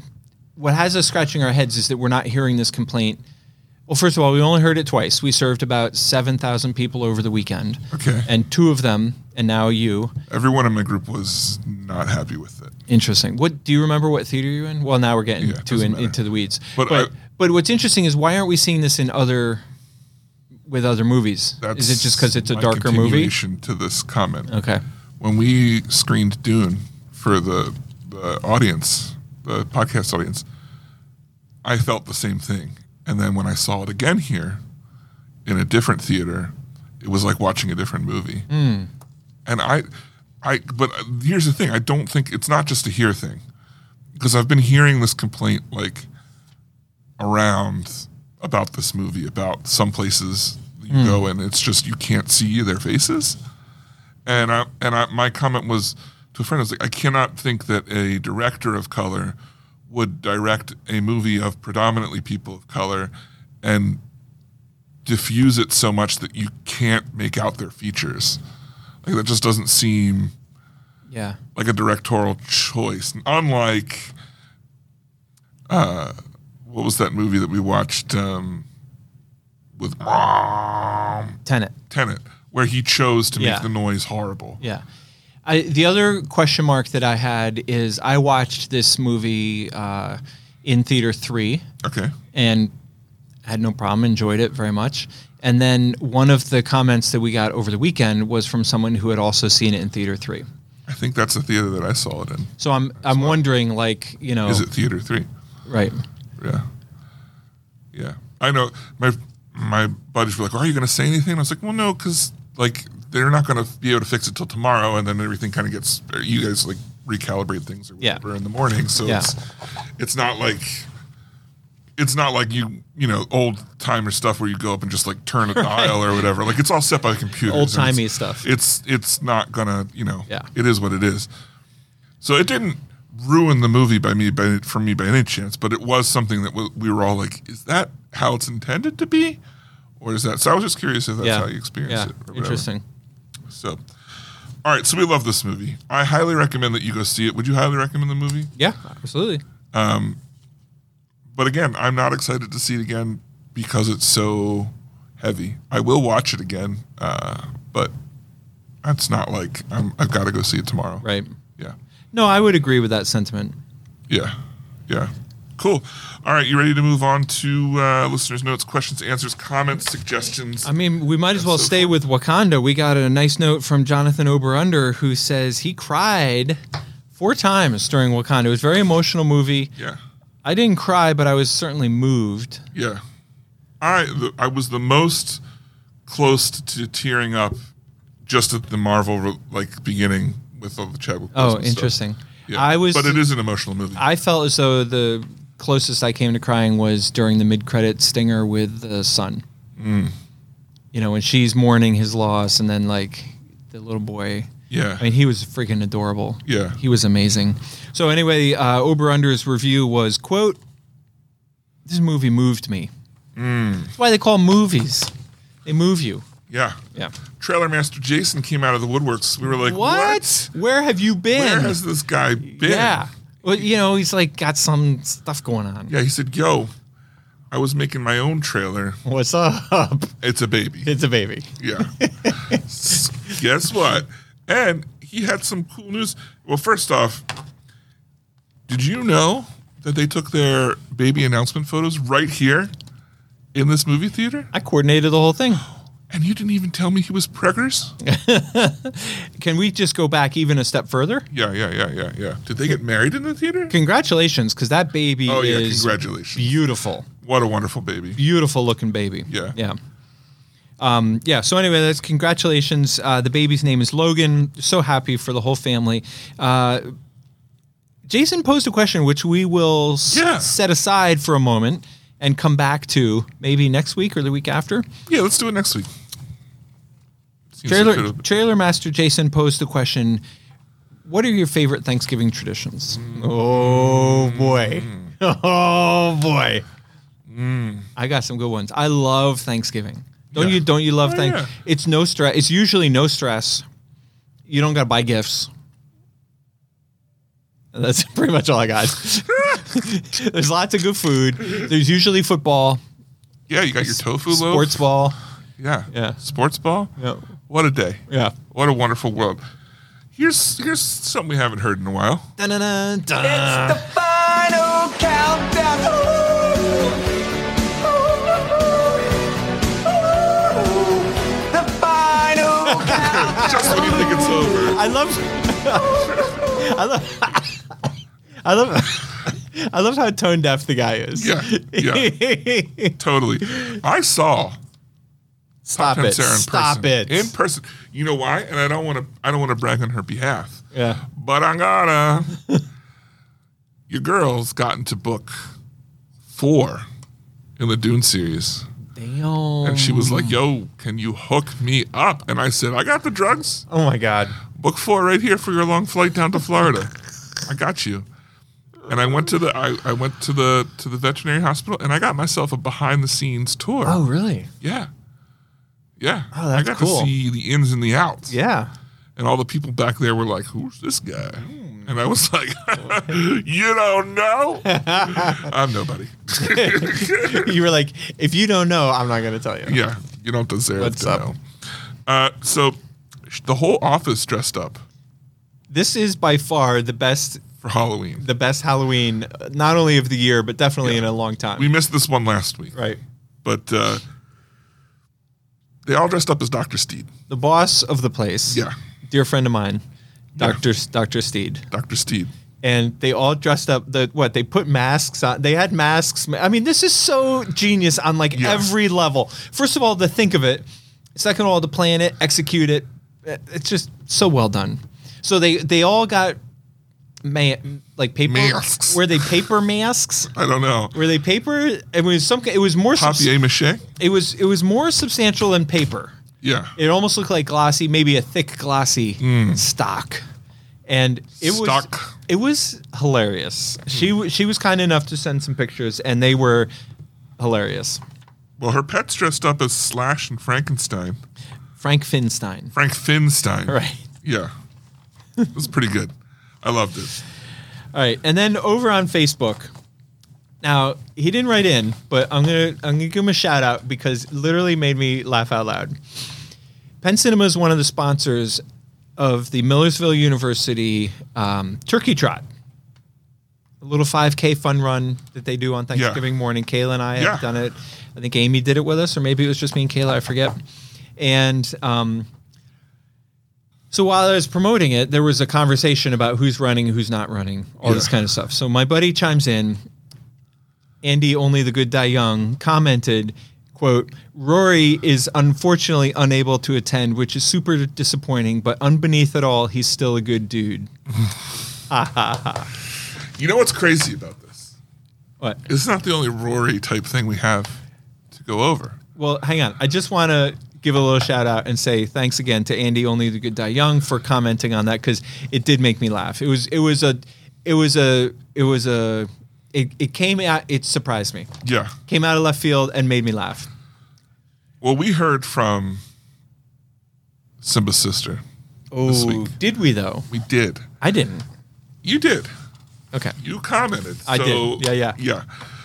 Speaker 3: What has us scratching our heads is that we're not hearing this complaint. Well, first of all, we only heard it twice. We served about 7,000 people over the weekend.
Speaker 2: Okay.
Speaker 3: And two of them, and now you.
Speaker 2: Everyone in my group was not happy with it.
Speaker 3: Interesting. What do you remember? What theater you're in? Well, now we're getting
Speaker 2: Yeah, it
Speaker 3: too
Speaker 2: doesn't
Speaker 3: in,
Speaker 2: matter.
Speaker 3: into the weeds. But
Speaker 2: But
Speaker 3: but,
Speaker 2: I-
Speaker 3: what's interesting is why aren't we seeing this in other with other movies? is it just because it's a
Speaker 2: my
Speaker 3: darker movie?
Speaker 2: continuation To this comment,
Speaker 3: Okay.
Speaker 2: when we screened Dune for the the audience, the podcast audience, I felt the same thing. And then when I saw it again here in a different theater, it was like watching a different movie. And I I but here's the thing, I don't think it's not just a here thing. Because I've been hearing this complaint like around about this movie, about some places you go and it's just you can't see their faces. And I and I, my comment was to a friend, I was like, I cannot think that a director of color would direct a movie of predominantly people of color and diffuse it so much that you can't make out their features. Like that just doesn't seem
Speaker 3: Yeah.
Speaker 2: like a directorial choice. Unlike uh, what was that movie that we watched um, with um,
Speaker 3: Tenet.
Speaker 2: Tenet, where he chose to
Speaker 3: Yeah.
Speaker 2: make the noise horrible.
Speaker 3: Yeah. I, the other question mark that I had is I watched this movie uh, in theater three.
Speaker 2: Okay.
Speaker 3: and had no problem, enjoyed it very much. And then one of the comments that we got over the weekend was from someone who had also seen it in theater three.
Speaker 2: I think that's the theater that I saw it in.
Speaker 3: So I'm I'm wondering, like you know,
Speaker 2: Is it theater three?
Speaker 3: right?
Speaker 2: Yeah, yeah. I know my my buddies were like, "Are you going to say anything?" I was like, "Well, no, because like they're not going to be able to fix it till tomorrow, and then everything kind of gets or you guys like recalibrate things or
Speaker 3: Yeah.
Speaker 2: whatever in the morning. So
Speaker 3: Yeah.
Speaker 2: it's it's not like." It's not like you, you know, old timer stuff where you go up and just like
Speaker 3: [LAUGHS]
Speaker 2: turn a dial or whatever. Like it's all set by computers. and it's-
Speaker 3: Old-timey stuff.
Speaker 2: It's it's not gonna, you know.
Speaker 3: Yeah.
Speaker 2: It is what it is. So it didn't ruin the movie by me by for me by any chance, but it was something that we- we were all like, is that how it's intended to be, or is that? So I was just curious if that's
Speaker 3: yeah.
Speaker 2: how you experienced
Speaker 3: yeah.
Speaker 2: it. or whatever.
Speaker 3: Interesting.
Speaker 2: So, all right. So we love this movie. I highly recommend that you go see it. Would you highly recommend the movie?
Speaker 3: Yeah. Absolutely.
Speaker 2: But again, I'm not excited to see it again because it's so heavy. I will watch it again, uh, but that's not like I'm, I've got to go see it tomorrow.
Speaker 3: Right.
Speaker 2: Yeah.
Speaker 3: No, I would agree with that sentiment.
Speaker 2: Yeah. Yeah. Cool. All right. You ready to move on to uh, listeners' notes, questions, answers, comments, suggestions?
Speaker 3: I mean, we might as well
Speaker 2: so
Speaker 3: stay with Wakanda. We got a nice note from Jonathan Oberunder who says he cried four times during Wakanda. It was a very emotional movie.
Speaker 2: Yeah.
Speaker 3: I didn't cry, but I was certainly moved.
Speaker 2: Yeah. I the, I was the most close to tearing up just at the Marvel re- like beginning with all the Chadwick.
Speaker 3: Oh,
Speaker 2: Boseman stuff.
Speaker 3: interesting.
Speaker 2: Yeah.
Speaker 3: I was
Speaker 2: But it is an emotional movie.
Speaker 3: I felt as though the closest I came to crying was during the mid-credit stinger with the son.
Speaker 2: Mm.
Speaker 3: You know, when she's mourning his loss, and then like the little boy.
Speaker 2: yeah.
Speaker 3: I mean, he was freaking adorable.
Speaker 2: Yeah.
Speaker 3: he was amazing. So anyway, uh, Ober Under's review was quote: "This movie moved me. That's why they call movies. They move you.
Speaker 2: yeah.
Speaker 3: Yeah.
Speaker 2: Trailer Master Jason came out of the woodworks. We were like,
Speaker 3: What?
Speaker 2: "What?
Speaker 3: Where have you been?
Speaker 2: Where has this guy been?"
Speaker 3: yeah. Well, you know, he's like got some stuff going on.
Speaker 2: Yeah, he said, "Yo, I was making my own trailer.
Speaker 3: [LAUGHS] What's up?
Speaker 2: It's a baby."
Speaker 3: It's a baby.
Speaker 2: Yeah. S- Guess what? And he had some cool news. Well, first off, did you know that they took their baby announcement photos right here in this movie theater?
Speaker 3: I coordinated the whole thing.
Speaker 2: And you didn't even tell me he was preggers?
Speaker 3: Can we just go back even a step further?
Speaker 2: Yeah, yeah, yeah, yeah, yeah. Did they get married in the theater?
Speaker 3: Congratulations, because that baby
Speaker 2: Oh, yeah,
Speaker 3: is
Speaker 2: congratulations.
Speaker 3: beautiful,
Speaker 2: What a wonderful baby.
Speaker 3: beautiful looking baby.
Speaker 2: Yeah.
Speaker 3: yeah, um, yeah. So anyway, that's congratulations. Uh, the baby's name is Logan. So happy for the whole family. Uh, Jason posed a question which we will s-
Speaker 2: Yeah.
Speaker 3: set aside for a moment and come back to maybe next week or the week after.
Speaker 2: Yeah, let's do it next week. Seems like
Speaker 3: Trailer,
Speaker 2: could've-
Speaker 3: trailer Master Jason posed the question What are your favorite Thanksgiving traditions? Mm. Oh, boy. [LAUGHS] Oh, boy. Mm. I got some good ones. I love Thanksgiving. Don't
Speaker 2: Yeah.
Speaker 3: you? Don't you love
Speaker 2: Oh,
Speaker 3: Thank?
Speaker 2: yeah.
Speaker 3: It's no stress. It's usually no stress. You don't got to buy gifts. That's [LAUGHS] pretty much all I got. [LAUGHS] There's lots of good food. There's usually football,
Speaker 2: [LAUGHS] yeah, you got your tofu loaf.
Speaker 3: sports ball.
Speaker 2: Yeah.
Speaker 3: Yeah.
Speaker 2: Sports ball.
Speaker 3: Yeah.
Speaker 2: What a day.
Speaker 3: Yeah.
Speaker 2: What a wonderful world. Here's here's something we haven't heard in a while.
Speaker 3: Dun-dun-dun, dun.
Speaker 2: Just when you think it's over.
Speaker 3: I love, I love, I love, I love how tone deaf the guy is.
Speaker 2: Yeah,
Speaker 3: yeah.
Speaker 2: Totally. I saw
Speaker 3: [LAUGHS] Stop
Speaker 2: Tim
Speaker 3: it!
Speaker 2: Sarah in
Speaker 3: Stop
Speaker 2: person.
Speaker 3: it!
Speaker 2: In person. You know why? And I don't want to I don't want to brag on her behalf.
Speaker 3: yeah.
Speaker 2: But I'm gonna [LAUGHS] Your girl's gotten to book four in the Dune series.
Speaker 3: Damn.
Speaker 2: And she was like,
Speaker 3: Oh.
Speaker 2: Yo, can you hook me up? And I said, I got the drugs.
Speaker 3: oh my god.
Speaker 2: book four right here for your long flight down to Florida. I got you. And I went to the I, I went to the to the veterinary hospital and I got myself a behind the scenes tour.
Speaker 3: Oh really?
Speaker 2: Yeah. Yeah.
Speaker 3: Oh, that's
Speaker 2: I got
Speaker 3: cool.
Speaker 2: to see the ins and the outs.
Speaker 3: Yeah.
Speaker 2: And all the people back there were like, Who's this guy?
Speaker 3: Hmm.
Speaker 2: And I was
Speaker 3: [LAUGHS]
Speaker 2: like, You don't know? I'm nobody. [LAUGHS]
Speaker 3: you were like, if you don't know, I'm not gonna tell you.
Speaker 2: yeah. You don't deserve
Speaker 3: What's
Speaker 2: to
Speaker 3: up?
Speaker 2: know. Uh, so sh- the whole office dressed up
Speaker 3: This is by far the best,
Speaker 2: for Halloween.
Speaker 3: the best Halloween, uh, not only of the year, but definitely in a long time.
Speaker 2: We missed this one last week.
Speaker 3: right.
Speaker 2: but uh, they all dressed up as Dr. Steed.
Speaker 3: The boss of the place.
Speaker 2: Yeah.
Speaker 3: Dear friend of mine, Doctor Doctor Steed.
Speaker 2: Dr. Steed.
Speaker 3: and they all dressed up the what they put masks on they had masks i mean this is so genius on like
Speaker 2: Yeah.
Speaker 3: every level first of all to think of it second of all to plan it execute it eh, it's just so well done so they they all got ma- like paper
Speaker 2: Masks.
Speaker 3: were they paper masks
Speaker 2: I don't know.
Speaker 3: were they paper it was some it was more subs-
Speaker 2: Papier mache?
Speaker 3: it was it was more substantial than paper
Speaker 2: Yeah.
Speaker 3: it almost looked like glossy, maybe a thick glossy stock. And it was
Speaker 2: Stock.
Speaker 3: it was hilarious. She wa- she was kind enough to send some pictures, and they were hilarious.
Speaker 2: Well, her pet's dressed up as Slash and Frankenstein.
Speaker 3: Frank Finstein, [LAUGHS]
Speaker 2: Frank Finstein.
Speaker 3: right?
Speaker 2: Yeah. It was pretty good. I loved it.
Speaker 3: All right, and then over on Facebook. Now he didn't write in, but I'm gonna I'm gonna give him a shout out because it literally made me laugh out loud. Penn Cinema is one of the sponsors of the Millersville University um, Turkey Trot, a little 5K fun run that they do on Thanksgiving morning. Kayla and I have
Speaker 2: Yeah.
Speaker 3: done it. I think Amy did it with us, or maybe it was just me and Kayla. I forget. And um, So while I was promoting it, there was a conversation about who's running, who's not running, all this
Speaker 2: Yeah.
Speaker 3: kind of stuff. So my buddy chimes in. Andy, only the good die young, commented, "quote Rory is unfortunately unable to attend, which is super disappointing. But unbeneath it all, he's still a good dude."
Speaker 2: You know what's crazy about this?
Speaker 3: What?
Speaker 2: It's not the only Rory type thing we have to go over.
Speaker 3: Well, hang on. I just want to give a little shout out and say thanks again to Andy Only the Good Die Young for commenting on that because it did make me laugh. It was it was a it was a it was a it, it came out it surprised me.
Speaker 2: Yeah.
Speaker 3: Came out of left field and made me laugh.
Speaker 2: Well, we heard from Simba's sister. This
Speaker 3: Oh,
Speaker 2: week.
Speaker 3: did we though?
Speaker 2: We did.
Speaker 3: I didn't.
Speaker 2: You did.
Speaker 3: Okay.
Speaker 2: You commented.
Speaker 3: I
Speaker 2: so,
Speaker 3: did. Yeah, yeah.
Speaker 2: Yeah.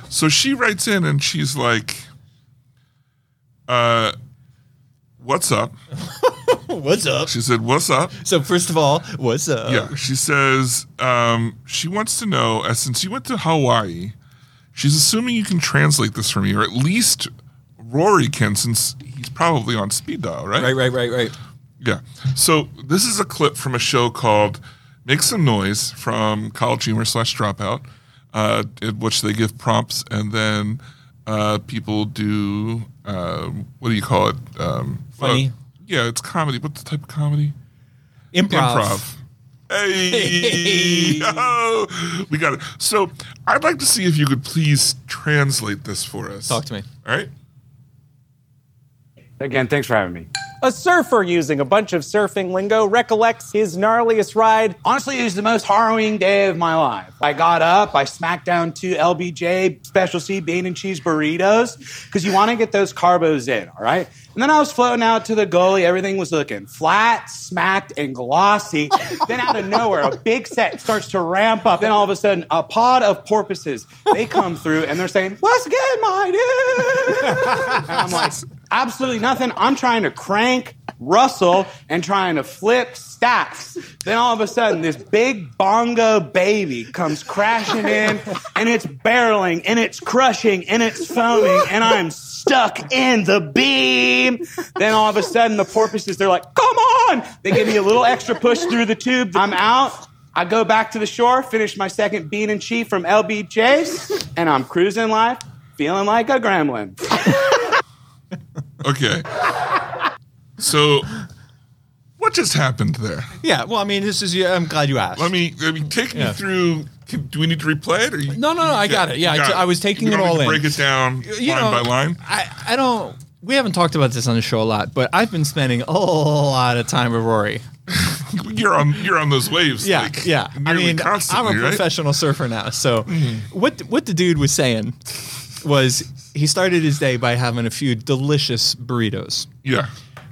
Speaker 2: So she writes in and she's like, uh, what's up?
Speaker 3: Oh, What's up?
Speaker 2: She said, what's up?
Speaker 3: So first of all, what's up?
Speaker 2: Yeah. She says, um, she wants to know, uh, since you went to Hawaii, she's assuming you can translate this for me, or at least Rory can, since he's probably on speed dial, right?
Speaker 3: Right, right, right, right.
Speaker 2: Yeah. So this is a clip from a show called "Make Some Noise" from College Humor slash Dropout, uh, in which they give prompts and then uh, people do uh, what do you call it? Um,
Speaker 3: Funny.
Speaker 2: uh, yeah, it's comedy. What's the type of comedy?
Speaker 3: Improv.
Speaker 2: Improv. [LAUGHS] Hey, yo, Oh, we got it. So I'd like to see if you could please translate this for us.
Speaker 3: Talk to me.
Speaker 2: All right.
Speaker 4: Again, thanks for having me.
Speaker 5: A surfer using a bunch of surfing lingo recollects his gnarliest ride.
Speaker 4: Honestly, it was the most harrowing day of my life. I got up, I smacked down two LBJ specialty bean and cheese burritos because you want to get those carbos in, all right? And then I was floating out to the goalie. Everything was looking flat, smacked, and glossy. then out of nowhere, a big set starts to ramp up. Then all of a sudden, a pod of porpoises they come through and they're saying, "What's good, [LAUGHS] my dude?" I'm like, absolutely nothing. I'm trying to crank Russell and trying to flip stacks. Then all of a sudden, this big bongo baby comes crashing in and it's barreling and it's crushing and it's foaming and I'm stuck in the beam. Then all of a sudden, the porpoises, they're like, come on. They give me a little extra push through the tube. I'm out. I go back to the shore, finish my second bean and cheese from LB Chase, and I'm cruising life, feeling like a gremlin.
Speaker 2: Okay. [LAUGHS] so what just happened there?
Speaker 3: Yeah. Well, I mean, this is. I'm glad you asked.
Speaker 2: Let me let me take
Speaker 3: Yeah.
Speaker 2: me through. Can, do we need to replay it? Or you,
Speaker 3: No, no, no, I got it. Yeah, I
Speaker 2: Got
Speaker 3: t- I was taking
Speaker 2: We
Speaker 3: it
Speaker 2: don't need
Speaker 3: all
Speaker 2: to
Speaker 3: in.
Speaker 2: Break it down
Speaker 3: you
Speaker 2: line
Speaker 3: know,
Speaker 2: by line.
Speaker 3: I, I don't. We haven't talked about this on the show a lot, but I've been spending a lot of time with Rory.
Speaker 2: You're on you're on those waves.
Speaker 3: Yeah,
Speaker 2: like,
Speaker 3: yeah. I
Speaker 2: nearly
Speaker 3: mean,
Speaker 2: constantly,
Speaker 3: I'm a
Speaker 2: right? Mm.
Speaker 3: professional surfer now. So, what what the dude was saying was he started his day by having a few delicious burritos
Speaker 2: Yeah,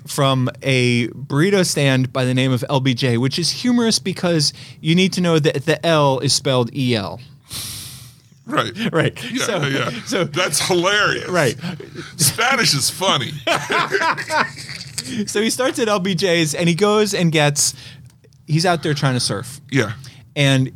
Speaker 3: from a burrito stand by the name of LBJ, which is humorous because you need to know that the L is spelled E L.
Speaker 2: right.
Speaker 3: [LAUGHS] Right.
Speaker 2: Yeah,
Speaker 3: so,
Speaker 2: yeah.
Speaker 3: So.
Speaker 2: That's hilarious.
Speaker 3: Right.
Speaker 2: Spanish is
Speaker 3: [LAUGHS]
Speaker 2: funny.
Speaker 3: So he starts at LBJ's and he goes and gets, he's out there trying to surf.
Speaker 2: yeah.
Speaker 3: and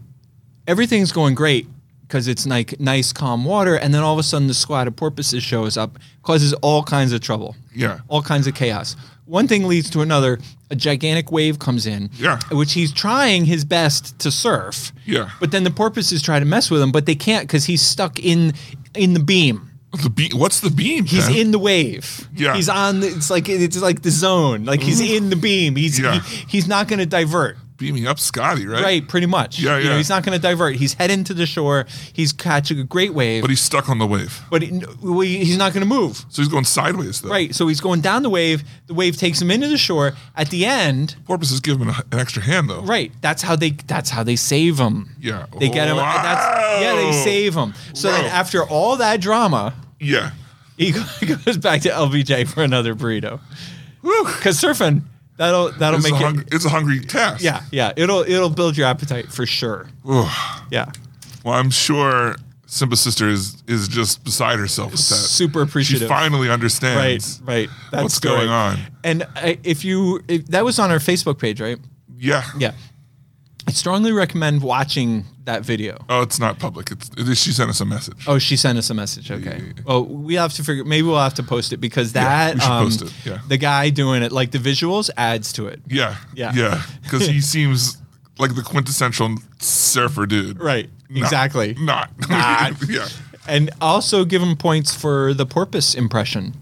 Speaker 3: everything's going great because it's like nice calm water and then all of a sudden the squad of porpoises shows up causes all kinds of trouble
Speaker 2: Yeah.
Speaker 3: all kinds of chaos one thing leads to another a gigantic wave comes in
Speaker 2: Yeah.
Speaker 3: which he's trying his best to surf
Speaker 2: Yeah.
Speaker 3: but then the porpoises try to mess with him but they can't because he's stuck in in the beam
Speaker 2: The be- what's the beam?
Speaker 3: He's
Speaker 2: man?
Speaker 3: in the wave.
Speaker 2: Yeah. Mm-hmm.
Speaker 3: He's on. The, it's like it's like the zone. Like he's in the beam. He's
Speaker 2: Yeah.
Speaker 3: he- he's not going to divert.
Speaker 2: beaming up Scotty, right?
Speaker 3: Right, pretty much.
Speaker 2: Yeah,
Speaker 3: You know,
Speaker 2: yeah.
Speaker 3: he's not going to divert. He's heading to the shore. He's catching a great wave,
Speaker 2: But he's stuck on the wave.
Speaker 3: but he- well, he- he's not going to move.
Speaker 2: So he's going sideways though.
Speaker 3: Right, so he's going down the wave. The wave takes him into the shore. At the end,
Speaker 2: Porpoises give him an, an extra hand though.
Speaker 3: right? That's how they. That's how they save him.
Speaker 2: Yeah.
Speaker 3: they get him. That's, yeah, they
Speaker 2: Wow.
Speaker 3: save him. So then,
Speaker 2: Wow.
Speaker 3: after all that drama,
Speaker 2: Yeah.
Speaker 3: he [LAUGHS] goes back to LBJ for another burrito. Because surfing, that'll that'll
Speaker 2: It's a,
Speaker 3: make it.
Speaker 2: hungry, it's a hungry task.
Speaker 3: Yeah, yeah. It'll it'll build your appetite for sure.
Speaker 2: Ugh.
Speaker 3: Yeah.
Speaker 2: Well, I'm sure Simba's sister is is just beside herself with that.
Speaker 3: Super appreciative.
Speaker 2: She finally
Speaker 3: right
Speaker 2: understands.
Speaker 3: right that's
Speaker 2: what's going
Speaker 3: great.
Speaker 2: on.
Speaker 3: and I, if you if, that was on our facebook page right
Speaker 2: Yeah.
Speaker 3: yeah i strongly recommend watching that video?
Speaker 2: Oh, it's not public. It's, it, she sent us a message.
Speaker 3: Oh, she sent us a message. Okay.
Speaker 2: yeah, yeah.
Speaker 3: Well, we have to figure. Maybe we'll have to post it because
Speaker 2: Yeah,
Speaker 3: that
Speaker 2: we should
Speaker 3: um,
Speaker 2: post it, yeah.
Speaker 3: the guy doing it, like the visuals, adds to it.
Speaker 2: Yeah.
Speaker 3: Yeah.
Speaker 2: Yeah. Because
Speaker 3: [LAUGHS]
Speaker 2: he seems like the quintessential surfer dude.
Speaker 3: Right.
Speaker 2: Not-
Speaker 3: Exactly.
Speaker 2: Not. [LAUGHS]
Speaker 3: Not. [LAUGHS]
Speaker 2: yeah.
Speaker 3: And also give him points for the porpoise impression.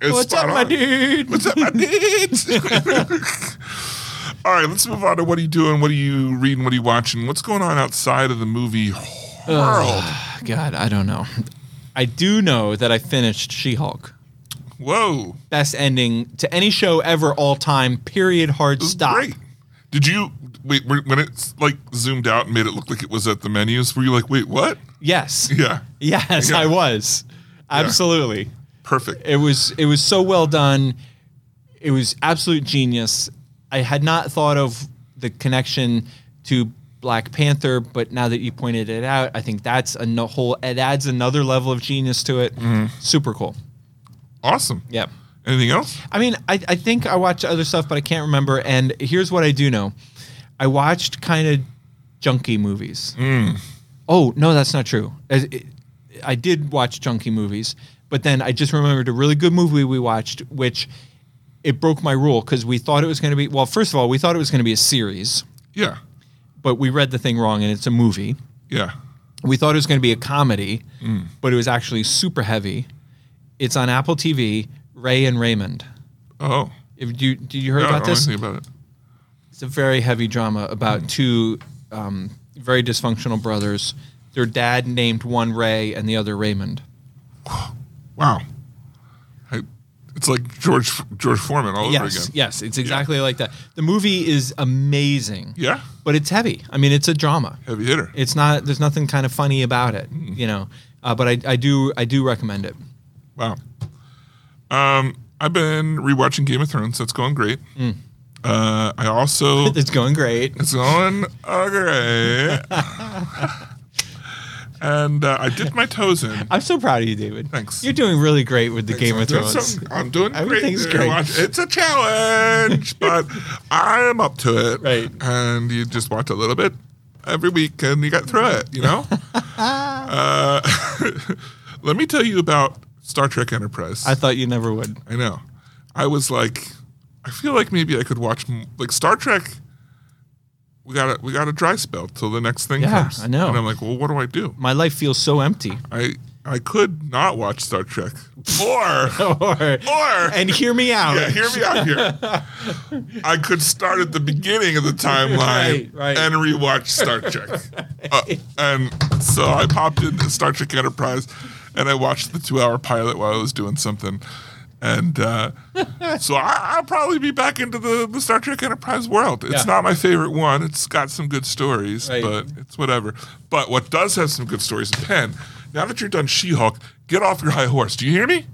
Speaker 2: It's
Speaker 3: What's up,
Speaker 2: spot
Speaker 3: my
Speaker 2: on.
Speaker 3: dude?
Speaker 2: What's up, my
Speaker 3: [LAUGHS]
Speaker 2: dude? All right, let's move on to what are you doing? What are you reading? What are you watching? What's going on outside of the movie
Speaker 3: [SIGHS]
Speaker 2: world?
Speaker 3: God, I don't know. I do know that I finished She-Hulk.
Speaker 2: Whoa.
Speaker 3: Best ending to any show ever, all time. Period. Hard
Speaker 2: This is
Speaker 3: stop.
Speaker 2: Great. Did you wait were- when it's like zoomed out and made it look like it was at the menus? Were you like, wait, what?
Speaker 3: Yes.
Speaker 2: [LAUGHS] Yeah.
Speaker 3: Yes,
Speaker 2: Yeah.
Speaker 3: I was. Absolutely.
Speaker 2: Perfect.
Speaker 3: It was it was so well done. It was absolute genius. I had not thought of the connection to Black Panther, but now that you pointed it out, I think that's a no- whole. It adds another level of genius to it.
Speaker 2: Mm-hmm.
Speaker 3: Super cool.
Speaker 2: awesome.
Speaker 3: Yep.
Speaker 2: Anything else?
Speaker 3: I mean, I, I think I watched other stuff, but I can't remember. And here's what I do know I watched kind of junky movies. Oh, no, that's not true. As- it- I did watch junky movies, but then I just remembered a really good movie we watched, which it broke my rule because we thought it was going to be, well, first of all, we thought it was going to be a series,
Speaker 2: Yeah.
Speaker 3: but we read the thing wrong and it's a movie.
Speaker 2: Yeah.
Speaker 3: We thought it was going to be a comedy, but it was actually super heavy. It's on Apple TV, Ray and Raymond.
Speaker 2: Oh.
Speaker 3: If you, did you hear
Speaker 2: Yeah, I
Speaker 3: about
Speaker 2: don't know
Speaker 3: this?
Speaker 2: anything about it.
Speaker 3: It's a very heavy drama about
Speaker 2: Mm.
Speaker 3: two um, very dysfunctional brothers. Their dad named one Ray and the other Raymond.
Speaker 2: Wow. I, it's like George George Foreman all over
Speaker 3: Yes,
Speaker 2: again.
Speaker 3: yes, it's exactly like that. The movie is amazing.
Speaker 2: Yeah.
Speaker 3: but it's heavy. I mean, it's a drama.
Speaker 2: Heavy hitter.
Speaker 3: It's not. There's nothing kind of funny about it,
Speaker 2: Mm.
Speaker 3: you know. Uh, but I, I do I do recommend it.
Speaker 2: Wow. Um, I've been rewatching Game of Thrones. That's going great.
Speaker 3: Mm.
Speaker 2: Uh, I
Speaker 3: [LAUGHS]
Speaker 2: also
Speaker 3: It's going great.
Speaker 2: it's going uh,
Speaker 3: [LAUGHS]
Speaker 2: great. and uh, I dipped my toes in.
Speaker 3: I'm so proud of you, David.
Speaker 2: Thanks.
Speaker 3: You're doing really great with the Game of
Speaker 2: That's
Speaker 3: Thrones.
Speaker 2: something- I'm doing
Speaker 3: Everything's
Speaker 2: great.
Speaker 3: great.
Speaker 2: Watch- It's a
Speaker 3: [LAUGHS]
Speaker 2: challenge, but I'm up to it.
Speaker 3: Right.
Speaker 2: And you just watch a little bit every week and you got through it, you
Speaker 3: [LAUGHS]
Speaker 2: know? uh, [LAUGHS] let me tell you about Star Trek Enterprise.
Speaker 3: I thought you never would.
Speaker 2: I know. I was like, I feel like maybe I could watch m- like Star Trek. We got a we got a dry spell till the next thing
Speaker 3: Yeah,
Speaker 2: comes.
Speaker 3: I know.
Speaker 2: And I'm like, well, what do I do?
Speaker 3: My life feels so empty. [LAUGHS]
Speaker 2: I I could not watch Star Trek,
Speaker 3: [LAUGHS]
Speaker 2: or
Speaker 3: or,
Speaker 2: or
Speaker 3: [LAUGHS] and hear me out.
Speaker 2: yeah, hear me out
Speaker 3: [LAUGHS]
Speaker 2: here. I could start at the beginning of the timeline
Speaker 3: Right, right.
Speaker 2: and rewatch Star Trek.
Speaker 3: [LAUGHS]
Speaker 2: Uh, and so I popped in Star Trek Enterprise and I watched the two hour pilot while I was doing something. And uh, so I, I'll probably be back into the, the Star Trek Enterprise world. It's
Speaker 3: Yeah.
Speaker 2: not my favorite one. It's got some good stories,
Speaker 3: Right.
Speaker 2: but it's whatever. But what does have some good stories, Penn, now that you're done She Hulk, get off your high horse. Do you hear me?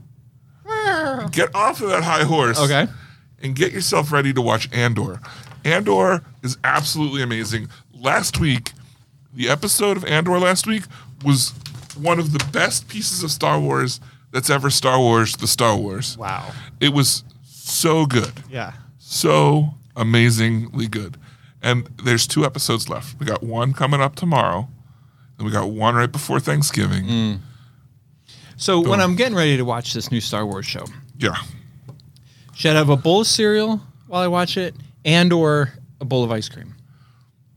Speaker 2: Get off of that high horse
Speaker 3: Okay.
Speaker 2: and get yourself ready to watch Andor. Andor is absolutely amazing. Last week, the episode of Andor last week was one of the best pieces of Star Wars that's ever Star Wars, the Star Wars.
Speaker 3: Wow.
Speaker 2: It was so good.
Speaker 3: Yeah.
Speaker 2: So amazingly good. And there's two episodes left. We got one coming up tomorrow, and we got one right before Thanksgiving.
Speaker 3: Mm. So when I'm getting ready to watch this new Star Wars show,
Speaker 2: Yeah.
Speaker 3: should I have a bowl of cereal while I watch it, and or a bowl of ice cream?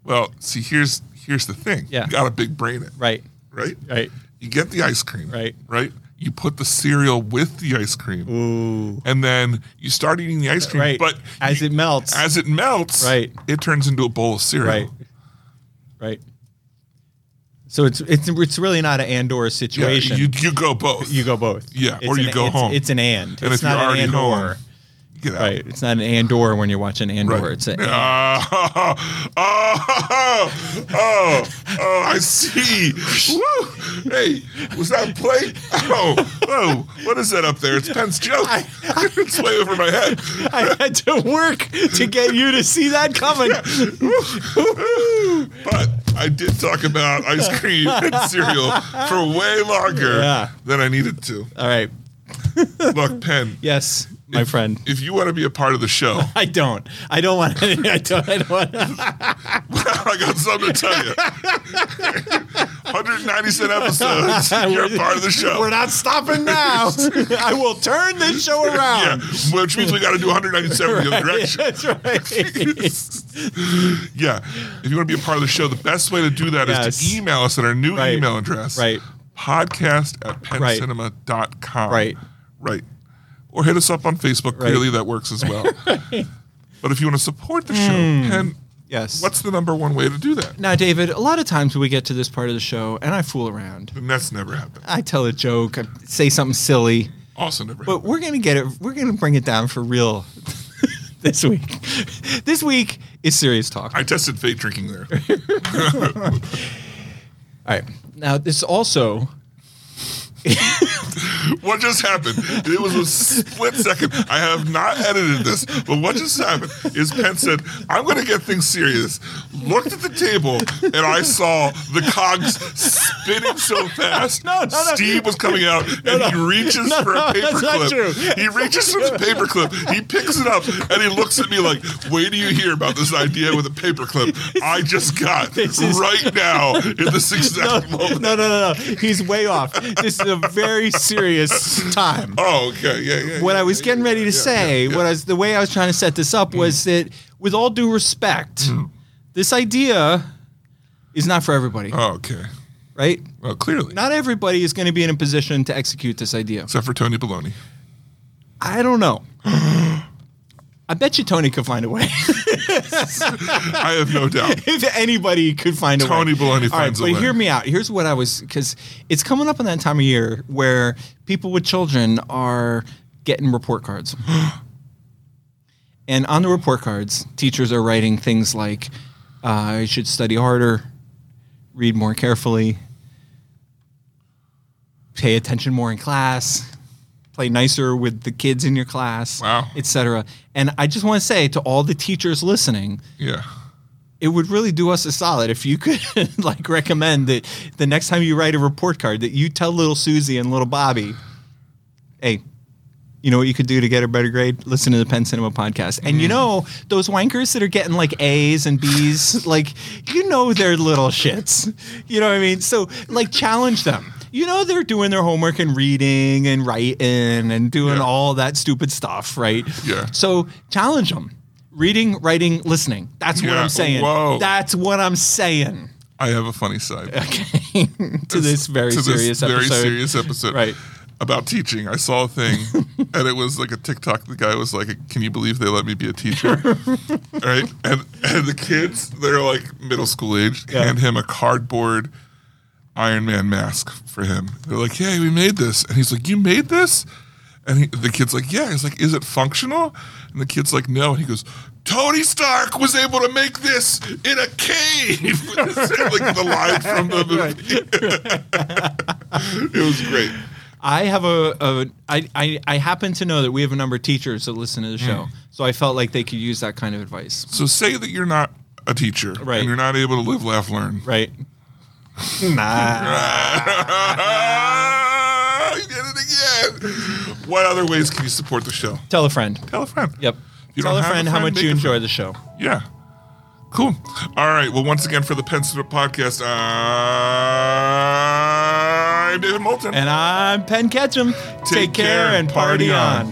Speaker 2: Well, see, here's here's the thing.
Speaker 3: Yeah.
Speaker 2: You got a big brain it.
Speaker 3: Right.
Speaker 2: right?
Speaker 3: Right.
Speaker 2: You get the ice cream,
Speaker 3: Right.
Speaker 2: Right. You put the cereal with the ice cream, and then you start eating the ice cream.
Speaker 3: Right.
Speaker 2: But
Speaker 3: As
Speaker 2: you-
Speaker 3: it melts.
Speaker 2: as it melts,
Speaker 3: Right.
Speaker 2: it turns into a bowl of cereal.
Speaker 3: Right. Right. So it's it's it's really not an and or
Speaker 2: Yeah,
Speaker 3: situation.
Speaker 2: you you go both.
Speaker 3: You go both.
Speaker 2: Yeah,
Speaker 3: It's
Speaker 2: or you
Speaker 3: an-
Speaker 2: go
Speaker 3: it's-
Speaker 2: home.
Speaker 3: It's an and.
Speaker 2: And
Speaker 3: it's
Speaker 2: if you're
Speaker 3: not
Speaker 2: already
Speaker 3: an and
Speaker 2: home,
Speaker 3: or.
Speaker 2: get out.
Speaker 3: Right. It's not an and or when you're watching and or. It's an and.
Speaker 2: Oh, [LAUGHS] oh, oh, oh, I see. Woo. Hey, was that play? Oh, oh, what is that up there? It's Penn's joke. [LAUGHS] it's way over my head.
Speaker 3: [LAUGHS] I had to work to get you to see
Speaker 2: [LAUGHS]
Speaker 3: that coming.
Speaker 2: but I did talk about ice cream and cereal for way longer
Speaker 3: Yeah.
Speaker 2: than I needed to.
Speaker 3: All right.
Speaker 2: Look, Penn,
Speaker 3: Yes, my friend.
Speaker 2: if you want to be a part of the show, [LAUGHS]
Speaker 3: [LAUGHS] I don't. [LAUGHS] I don't want. I don't. I don't want.
Speaker 2: I got something to tell you. [LAUGHS] 197
Speaker 3: [LAUGHS]
Speaker 2: episodes. You're part of the show.
Speaker 3: We're not
Speaker 2: [LAUGHS]
Speaker 3: stopping now. I will turn this show
Speaker 2: yeah,
Speaker 3: around.
Speaker 2: which means we got to do 197 in the
Speaker 3: [LAUGHS]
Speaker 2: other direction.
Speaker 3: That's right.
Speaker 2: Yeah. If you want to be a part of the show, the best way to do that is
Speaker 3: Yes.
Speaker 2: to email us at our new
Speaker 3: Right.
Speaker 2: email address.
Speaker 3: Right.
Speaker 2: Podcast at
Speaker 3: Right.
Speaker 2: pencinema.com.
Speaker 3: Right.
Speaker 2: Right. Or hit us up on Facebook.
Speaker 3: Right.
Speaker 2: Clearly that works as
Speaker 3: [LAUGHS]
Speaker 2: well. but if you want to support the show, Penn,
Speaker 3: [LAUGHS] Hmm. yes.
Speaker 2: what's the number one way to do that?
Speaker 3: now, David? A lot of times we get to this part of the show, and I fool around.
Speaker 2: And that's never happened.
Speaker 3: I tell a joke, I say something silly,
Speaker 2: Also never
Speaker 3: but we're gonna get it. We're gonna bring it down for real [LAUGHS] this week. This week is serious talk.
Speaker 2: I tested fake drinking there.
Speaker 3: [LAUGHS] All right. Now, this also
Speaker 2: what just happened? It was a split second. I have not edited this, but what just happened is Penn said, I'm going to get things serious. Looked at the table, and I saw the cogs spinning so fast.
Speaker 3: No, no, no.
Speaker 2: Steve was coming out, and he reaches for a
Speaker 3: no,
Speaker 2: paperclip.
Speaker 3: that's not true.
Speaker 2: He reaches for the paperclip. He picks it up, and he looks at me like, wait do you hear about this idea with a paperclip I just got
Speaker 3: [LAUGHS] This is-
Speaker 2: right now in this
Speaker 3: [LAUGHS] no,
Speaker 2: exact
Speaker 3: [LAUGHS] no,
Speaker 2: moment.
Speaker 3: no, no, no. He's way off. [LAUGHS] This is a very serious time.
Speaker 2: Oh, okay. Yeah, yeah.
Speaker 3: What
Speaker 2: yeah,
Speaker 3: I was
Speaker 2: yeah,
Speaker 3: getting
Speaker 2: yeah,
Speaker 3: ready to
Speaker 2: yeah,
Speaker 3: say,
Speaker 2: yeah, Mm. yeah.
Speaker 3: what I was, the way I was trying to set this up was that, with all due respect,
Speaker 2: Mm.
Speaker 3: this idea is not for everybody,
Speaker 2: Oh, okay.
Speaker 3: right?
Speaker 2: Well, clearly.
Speaker 3: Not everybody is going to be in a position to execute this idea.
Speaker 2: Except for Tony Baloney.
Speaker 3: I
Speaker 2: [GASPS]
Speaker 3: don't know. I bet you Tony could find a way. [LAUGHS]
Speaker 2: I have no doubt.
Speaker 3: if anybody could find a
Speaker 2: Tony
Speaker 3: way.
Speaker 2: Baloney
Speaker 3: All right,
Speaker 2: finds a
Speaker 3: but
Speaker 2: way.
Speaker 3: hear me out. Here's what I was because it's coming up in that time of year where people with children are getting report cards, [GASPS] and on the report cards, teachers are writing things like, uh, "I should study harder, read more carefully, pay attention more in class." Play nicer with the kids in your class,
Speaker 2: Wow.
Speaker 3: etc. And I just want to say to all the teachers listening,
Speaker 2: Yeah.
Speaker 3: it would really do us a solid if you could [LAUGHS] like recommend that the next time you write a report card that you tell little Susie and little Bobby, hey, you know what you could do to get a better grade? Listen to the Penn Cinema podcast. And you know those wankers that are getting like A's
Speaker 2: [LAUGHS]
Speaker 3: and B's, like you know they're little shits. You know what I mean? So like challenge them. You know they're doing their homework and reading and writing and doing
Speaker 2: Yeah.
Speaker 3: all that stupid stuff, right?
Speaker 2: Yeah.
Speaker 3: So challenge them. Reading, writing, listening. That's what
Speaker 2: Yeah.
Speaker 3: I'm saying.
Speaker 2: Whoa.
Speaker 3: That's what
Speaker 2: [LAUGHS]
Speaker 3: I'm saying
Speaker 2: I have a funny side.
Speaker 3: to this very
Speaker 2: to
Speaker 3: serious
Speaker 2: this very
Speaker 3: episode.
Speaker 2: serious episode.
Speaker 3: Right.
Speaker 2: About teaching. I saw a
Speaker 3: [LAUGHS]
Speaker 2: thing and it was like a TikTok. The guy was like, Can you believe they let me be a teacher?
Speaker 3: [LAUGHS]
Speaker 2: right. And and the kids, they're like middle school age, hand him a cardboard Iron Man mask for him. They're like, Hey, we made this. And he's like, You made this? And he, the kid's like, Yeah. He's like, Is it functional? And the kid's like, No. And he goes, Tony Stark was able to make this in a cave. [LAUGHS] like the line from the
Speaker 3: [LAUGHS]
Speaker 2: movie. It was great.
Speaker 3: I have a, a I, I, I happen to know that we have a number of teachers that listen to the show,
Speaker 2: Mm.
Speaker 3: so I felt like they could use that kind of advice.
Speaker 2: So say that you're not a teacher
Speaker 3: Right.
Speaker 2: and you're not able to live, laugh, learn.
Speaker 3: Right? nah.
Speaker 2: Ah, [LAUGHS] you did it again. What other ways can you support the show?
Speaker 3: Tell a friend.
Speaker 2: Tell a friend.
Speaker 3: Yep.
Speaker 2: If you
Speaker 3: Tell
Speaker 2: don't
Speaker 3: a
Speaker 2: have a
Speaker 3: friend how
Speaker 2: friend,
Speaker 3: much you
Speaker 2: make a
Speaker 3: enjoy
Speaker 2: friend.
Speaker 3: the show.
Speaker 2: Yeah. Cool. All right. Well, once again for the Penn State Podcast, I'm David Moulton.
Speaker 3: And I'm Penn Ketchum. Take, care, and party on.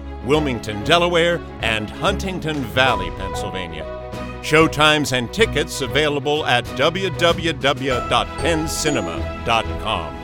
Speaker 1: Wilmington, Delaware, and Huntington Valley, Pennsylvania. Showtimes and tickets available at www.penncinema.com.